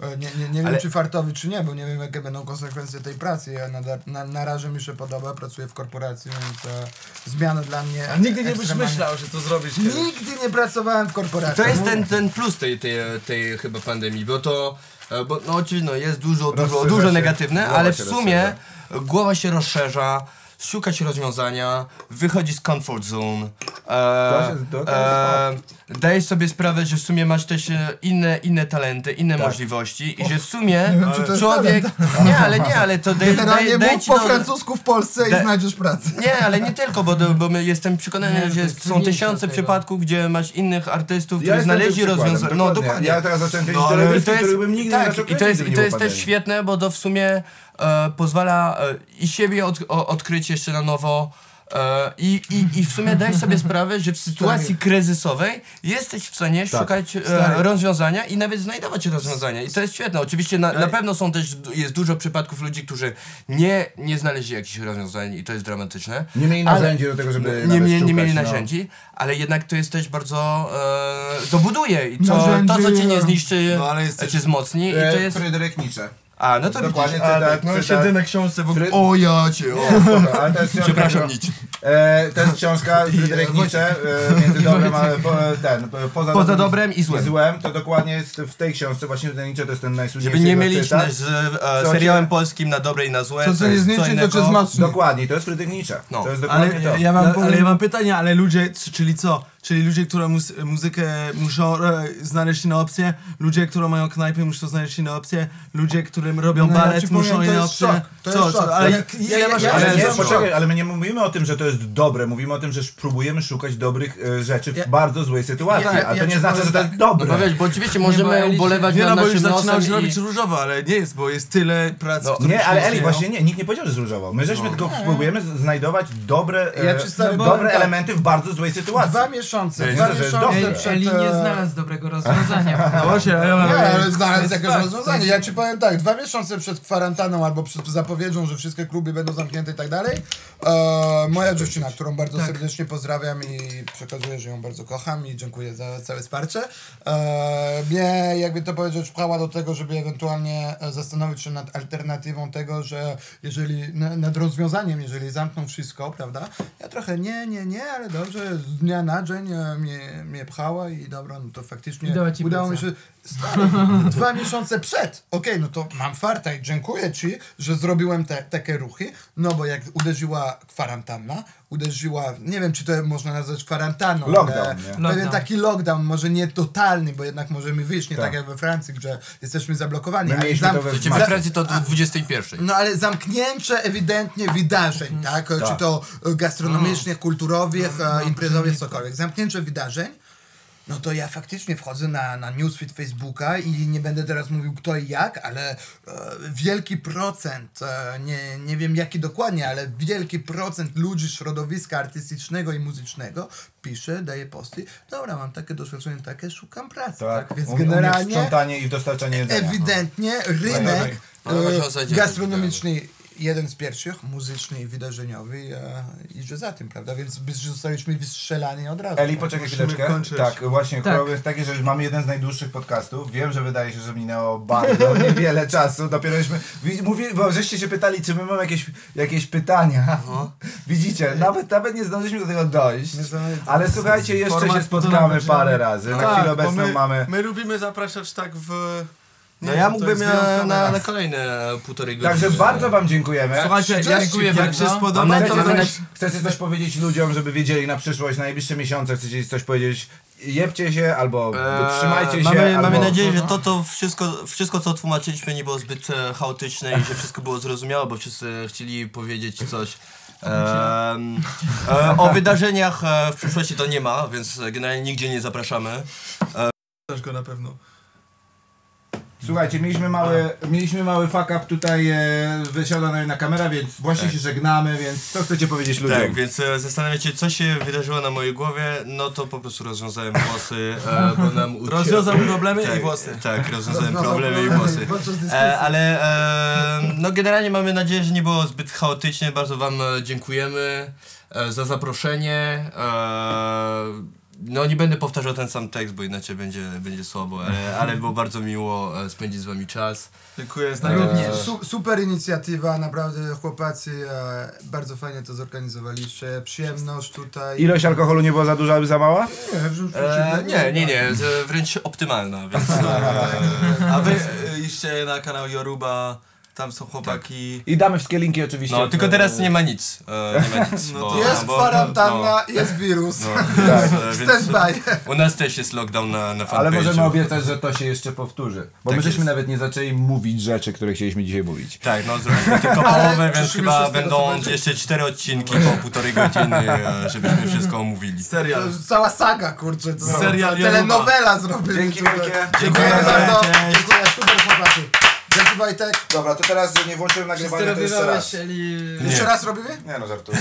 Speaker 3: e, nie, nie, nie wiem
Speaker 4: Ale-
Speaker 3: czy fartowy, czy nie, bo nie wiem jakie będą konsekwencje tej pracy. Ja na, na, na razie mi się podoba, pracuję w korporacji, więc e, zmiany dla mnie
Speaker 1: a nigdy nie byś
Speaker 3: ekstremalnie-
Speaker 1: myślał, że to zrobisz kiedyś.
Speaker 3: Nigdy nie pracowałem w korporacji.
Speaker 5: Tak.
Speaker 4: To jest ten, ten plus tej, tej, tej chyba pandemii, bo to, e, bo no oczywiście jest dużo, dużo,
Speaker 5: Rozszerza
Speaker 4: dużo
Speaker 5: się.
Speaker 4: negatywne,
Speaker 5: Głowa
Speaker 4: ale w
Speaker 5: się
Speaker 4: sumie głowa się rozszerza, szuka się rozwiązania, wychodzi z comfort zone.
Speaker 5: To
Speaker 4: E,
Speaker 5: się- to- to
Speaker 4: e, dajesz sobie sprawę, że w sumie masz też e, inne, inne talenty, inne
Speaker 5: Tak.
Speaker 4: możliwości i że w sumie
Speaker 3: czy to jest
Speaker 4: człowiek... Nie, ale nie, ale to daje
Speaker 3: Generalnie
Speaker 4: daje- daje
Speaker 3: mów
Speaker 4: ci
Speaker 3: po
Speaker 4: to-
Speaker 3: francusku w Polsce
Speaker 4: Da-
Speaker 3: i znajdziesz pracę.
Speaker 4: nie, ale nie tylko, bo, bo my jestem przekonany,
Speaker 2: Nie, no to
Speaker 4: że
Speaker 2: jest
Speaker 4: są
Speaker 2: trudniejsze
Speaker 4: tysiące
Speaker 2: tego.
Speaker 4: przypadków, gdzie masz innych artystów,
Speaker 5: Ja
Speaker 4: którzy
Speaker 5: jestem
Speaker 4: znaleźli
Speaker 5: tym przykładem,
Speaker 4: rozwiązanie. No dokładnie.
Speaker 5: Ja teraz zacząłem kiedyś no,
Speaker 4: ale
Speaker 5: telewizję,
Speaker 4: to jest-
Speaker 5: której bym nigdy nie zaczął
Speaker 4: tak, i to
Speaker 5: kręcić,
Speaker 4: jest,
Speaker 5: gdyby
Speaker 4: i
Speaker 5: nie
Speaker 4: to
Speaker 5: było
Speaker 4: jest też
Speaker 5: pandemii.
Speaker 4: świetne, bo to w sumie e, pozwala e, i siebie od, o, odkryć jeszcze na nowo. e, I, i, I w sumie daj sobie sprawę, że w sytuacji kryzysowej jesteś w stanie
Speaker 5: Tak.
Speaker 4: szukać e, rozwiązania i nawet znajdować rozwiązania. I to jest świetne. Oczywiście na, na pewno są też, jest dużo przypadków ludzi, którzy nie, nie znaleźli jakichś rozwiązań i to jest dramatyczne.
Speaker 5: Nie mieli
Speaker 4: Ale-
Speaker 5: narzędzi do tego, żeby
Speaker 4: nie,
Speaker 5: nawet
Speaker 4: mie- nie
Speaker 5: szukać,
Speaker 4: mieli
Speaker 5: no.
Speaker 4: narzędzi, ale jednak to jest też bardzo. E, to buduje i to,
Speaker 3: Narzędzi,
Speaker 4: to, co cię
Speaker 3: e,
Speaker 4: nie zniszczy,
Speaker 1: no, ale jest też-
Speaker 4: cię wzmocni i to
Speaker 5: E,
Speaker 4: jest.
Speaker 5: Fryderyk Nietzsche.
Speaker 4: A, no to
Speaker 5: Dokładnie tak.
Speaker 4: widzisz.
Speaker 5: cytat,
Speaker 1: No
Speaker 5: cytat.
Speaker 1: jest jedyna książce w ogóle.
Speaker 5: Fry-
Speaker 1: O ja cię, o.
Speaker 5: Nie, spoko, ale to jest książka,
Speaker 4: Przepraszam,
Speaker 5: która-
Speaker 4: nic.
Speaker 5: E, to jest książka Fryderyk Nietzsche, e, między dobrem a po, e, ten, po- poza,
Speaker 4: Poza dobrem i złem.
Speaker 5: to dokładnie jest w tej książce, właśnie ten Nietzsche to jest ten najsłynniejszy
Speaker 4: Żeby nie
Speaker 5: jego
Speaker 4: mylić
Speaker 5: cytat.
Speaker 4: na- z e,
Speaker 5: Co
Speaker 4: serialem
Speaker 5: cię-
Speaker 4: polskim na dobre i na złe.
Speaker 3: To, co nie
Speaker 4: jest
Speaker 3: zniszczy, to
Speaker 4: innego.
Speaker 3: cię wzmocni.
Speaker 5: Dokładnie, to jest Fryderyk Nietzsche.
Speaker 4: No.
Speaker 5: To jest dokładnie
Speaker 1: Ale
Speaker 5: to.
Speaker 1: ja,
Speaker 3: No,
Speaker 1: mam,
Speaker 3: ale-
Speaker 1: ale ja mam pytanie, ale ludzie, c- czyli co? Czyli ludzie, które mus, muzykę muszą e, znaleźć inne opcje, ludzie, które mają knajpy muszą znaleźć inne opcje, ludzie, którym robią
Speaker 3: No, ja
Speaker 1: balet
Speaker 3: ci powiem,
Speaker 1: muszą
Speaker 3: to
Speaker 1: inne
Speaker 3: jest
Speaker 1: opcje.
Speaker 3: szok, to
Speaker 1: co,
Speaker 3: jest szok.
Speaker 1: co, ale
Speaker 3: Ja-
Speaker 1: jak,
Speaker 3: ja-
Speaker 1: ile
Speaker 3: ja-
Speaker 1: masz
Speaker 3: ja-
Speaker 5: Ale
Speaker 1: opcji?
Speaker 5: nie, poczekaj, ale my nie mówimy o tym, że to jest dobre. Mówimy o tym, że sz- próbujemy szukać dobrych e, rzeczy w
Speaker 16: Ja-
Speaker 5: bardzo złej sytuacji,
Speaker 16: ja- ja
Speaker 5: a to
Speaker 16: ci
Speaker 5: nie znaczy,
Speaker 16: powiem
Speaker 5: że to
Speaker 16: tak.
Speaker 5: jest dobre.
Speaker 4: No wiesz, bo oczywiście możemy
Speaker 2: Eli-
Speaker 4: ubolewać
Speaker 1: Nie,
Speaker 4: nad
Speaker 1: no bo już
Speaker 4: naszym
Speaker 1: zaczynało się
Speaker 4: losem
Speaker 1: robić
Speaker 4: i...
Speaker 1: różowo, ale nie jest, bo jest tyle pracy,
Speaker 4: No,
Speaker 1: no,
Speaker 5: nie, ale Eli, właśnie nie, nikt nie powiedział, że jest różowo. My żeśmy tylko próbujemy z- znajdować dobre, e,
Speaker 3: Ja ci stary powiem
Speaker 5: dobre
Speaker 3: tak.
Speaker 5: elementy w bardzo złej sytuacji.
Speaker 3: Dwa miesiące,
Speaker 5: Nie,
Speaker 3: dwa
Speaker 5: nie, że jest
Speaker 3: miesiące
Speaker 5: dobrze.
Speaker 3: przed...
Speaker 2: Eli nie
Speaker 3: e,
Speaker 2: znalazł dobrego rozwiązania.
Speaker 1: No właśnie, ale ona...
Speaker 3: Nie, ale znalazł jakieś
Speaker 2: fakt,
Speaker 3: rozwiązanie. Ja ci powiem tak, dwa miesiące przed kwarantanną albo przed zapowiedzią, że wszystkie kluby będą zamknięte i tak dalej, e, moja dziewczyna, którą bardzo
Speaker 2: Tak.
Speaker 3: serdecznie pozdrawiam i przekazuję, że ją bardzo kocham i dziękuję za całe wsparcie, e, mnie, jakby to powiedzieć, pchała do tego, żeby ewentualnie e, zastanowić się nad alternatywą tego, że jeżeli, na- nad rozwiązaniem, jeżeli zamkną wszystko, prawda? Ja trochę nie, nie, nie, ale dobrze, z dnia na dzień e, mnie, mnie pchała i dobra, no to faktycznie
Speaker 2: Dała ci
Speaker 3: udało mi
Speaker 2: plecak.
Speaker 3: się Stary, dwa miesiące przed. Okej, no to mam farta i dziękuję ci, że zrobiłem te, takie ruchy. No bo jak uderzyła kwarantanna, uderzyła, nie wiem czy to można nazwać kwarantanną, ale
Speaker 5: Lockdown, nie?
Speaker 3: pewien
Speaker 2: Lockdown.
Speaker 3: taki lockdown, może nie totalny, bo jednak możemy wyjść, nie tak,
Speaker 5: Tak.
Speaker 3: jak we Francji, gdzie jesteśmy zablokowani.
Speaker 5: My
Speaker 3: ale
Speaker 5: mieliśmy to
Speaker 3: zamk-
Speaker 5: we
Speaker 4: Przecież we Francji to do 21.
Speaker 3: no ale zamknięcie ewidentnie wydarzeń, tak? Czy to e, gastronomicznych, kulturowych, e, imprezowych, cokolwiek. Zamknięcie wydarzeń. No to ja faktycznie wchodzę na, na newsfeed Facebooka i nie będę teraz mówił kto i jak, ale e, wielki procent, e, nie, nie wiem jaki dokładnie, ale wielki procent ludzi środowiska artystycznego i muzycznego pisze, daje posty. Dobra, mam takie doświadczenie, takie, szukam pracy. Tak,
Speaker 5: Tak,
Speaker 3: więc
Speaker 5: u- u mnie
Speaker 3: generalnie
Speaker 5: Sprzątanie i dostarczanie jedzenia.
Speaker 3: ewidentnie rynek
Speaker 4: No, no,
Speaker 3: e,
Speaker 4: właśnie o zasadzie
Speaker 3: gastronomiczny jeden z pierwszych, muzyczny i wydarzeniowy e, idzie za tym, prawda? Więc by- zostaliśmy wystrzelani od razu.
Speaker 5: Eli, poczekaj
Speaker 1: Musimy
Speaker 5: chwileczkę.
Speaker 1: kończyć.
Speaker 5: Tak, właśnie,
Speaker 2: Tak.
Speaker 5: tak. jest takie, że mamy jeden z najdłuższych podcastów. Wiem, że wydaje się, że minęło bardzo niewiele czasu. Dopierośmy. wi- Mówi, bo żeście się pytali, czy my mamy jakieś, jakieś pytania. Widzicie, nawet, nawet nie zdążyliśmy do tego dojść. Ale słuchajcie, jeszcze
Speaker 1: Format
Speaker 5: się
Speaker 1: to
Speaker 5: spotkamy
Speaker 1: nam
Speaker 5: parę razy. Na chwilę
Speaker 1: Tak, bo
Speaker 5: obecną
Speaker 1: my,
Speaker 5: mamy.
Speaker 1: My lubimy zapraszać tak w...
Speaker 4: No
Speaker 1: Nie,
Speaker 4: ja
Speaker 1: to
Speaker 4: mógłbym
Speaker 5: e,
Speaker 1: jest
Speaker 4: na,
Speaker 1: wyjątkowe.
Speaker 4: na, na kolejne e, półtorej godziny.
Speaker 5: Także bardzo Wam dziękujemy.
Speaker 2: Słuchajcie, ja dziękuję
Speaker 1: Jak się
Speaker 2: bardzo.
Speaker 1: spodoba,
Speaker 4: Mam
Speaker 1: to
Speaker 4: nadzieję, że
Speaker 1: zapraszamy.
Speaker 4: będziesz-
Speaker 5: Chcecie coś powiedzieć ludziom, żeby wiedzieli na przyszłość, na najbliższe miesiące, chcecie coś powiedzieć, jebcie się albo
Speaker 4: Eee,
Speaker 5: trzymajcie się.
Speaker 4: mamy,
Speaker 5: albo...
Speaker 4: mamy nadzieję, że to, to wszystko, wszystko, co tłumaczyliśmy, nie było zbyt e, chaotyczne i że wszystko było zrozumiałe, bo wszyscy chcieli powiedzieć coś. em, e, o wydarzeniach e, w przyszłości to nie ma, więc generalnie nigdzie nie zapraszamy.
Speaker 1: Znasz go na pewno.
Speaker 5: Słuchajcie, mieliśmy mały, mieliśmy mały fuck up tutaj, e, wysiada nam na kamera, więc właśnie się żegnamy, więc co chcecie powiedzieć ludziom?
Speaker 4: Tak, więc e, zastanawiam się, co się wydarzyło na mojej głowie, no to po prostu rozwiązałem włosy, e, bo nam ucie...
Speaker 1: Rozwiązał problemy
Speaker 4: tak,
Speaker 1: i włosy.
Speaker 4: Tak, rozwiązałem problemy i włosy. E, ale e, no generalnie mamy nadzieję, że nie było zbyt chaotycznie. Bardzo Wam e, dziękujemy e, za zaproszenie. E, no nie będę powtarzał ten sam tekst, bo inaczej będzie, będzie słabo, e, ale, ale było bardzo miło e, spędzić z Wami czas.
Speaker 1: Dziękuję, z
Speaker 4: E,
Speaker 3: Su- super inicjatywa, naprawdę chłopacy e, bardzo fajnie to zorganizowaliście. Przyjemność tutaj.
Speaker 5: Ilość alkoholu nie była za duża, aby za mała?
Speaker 3: Nie, w- w-
Speaker 4: E, nie, nie, nie, z- wręcz optymalna, więc...
Speaker 1: E, A wy e, iście na kanał Yoruba, tam są chłopaki.
Speaker 5: I damy wszystkie linki oczywiście.
Speaker 4: No, tylko teraz nie ma nic. E, nie ma nic
Speaker 1: No
Speaker 4: bo,
Speaker 1: to
Speaker 3: Jest
Speaker 4: bo-
Speaker 3: kwarantanna, Tak, jest wirus.
Speaker 4: No, no, więc, e, więc,
Speaker 3: Standby.
Speaker 4: u nas też jest lockdown na, na fanpage'u.
Speaker 5: Ale możemy obiecać, że to się jeszcze powtórzy. Bo
Speaker 4: Tak
Speaker 5: my żeśmy
Speaker 4: jest.
Speaker 5: nawet nie zaczęli mówić rzeczy, które chcieliśmy dzisiaj mówić.
Speaker 4: Tak, no zrobiliśmy tylko połowę, więc
Speaker 3: cieszymy się
Speaker 4: chyba
Speaker 3: z tego, co
Speaker 4: będą
Speaker 3: będzie.
Speaker 4: jeszcze cztery odcinki po półtorej godziny, e, żebyśmy wszystko omówili.
Speaker 3: To
Speaker 1: Serial.
Speaker 3: już Cała saga, kurczę. To
Speaker 1: Serial Yoruba.
Speaker 3: telenowela zrobili.
Speaker 5: Dzięki
Speaker 3: tutaj.
Speaker 5: wielkie.
Speaker 3: Dziękuję
Speaker 4: Dziękuję.
Speaker 3: bardzo.
Speaker 4: Cześć.
Speaker 3: Dziękuję, super chłopaki. Dzięki Wojtek.
Speaker 5: Dobra, to teraz nie włączyłem
Speaker 2: Wszyscy robiłeś, Eli...
Speaker 3: Jeszcze raz robimy?
Speaker 5: Nie no, żartuję.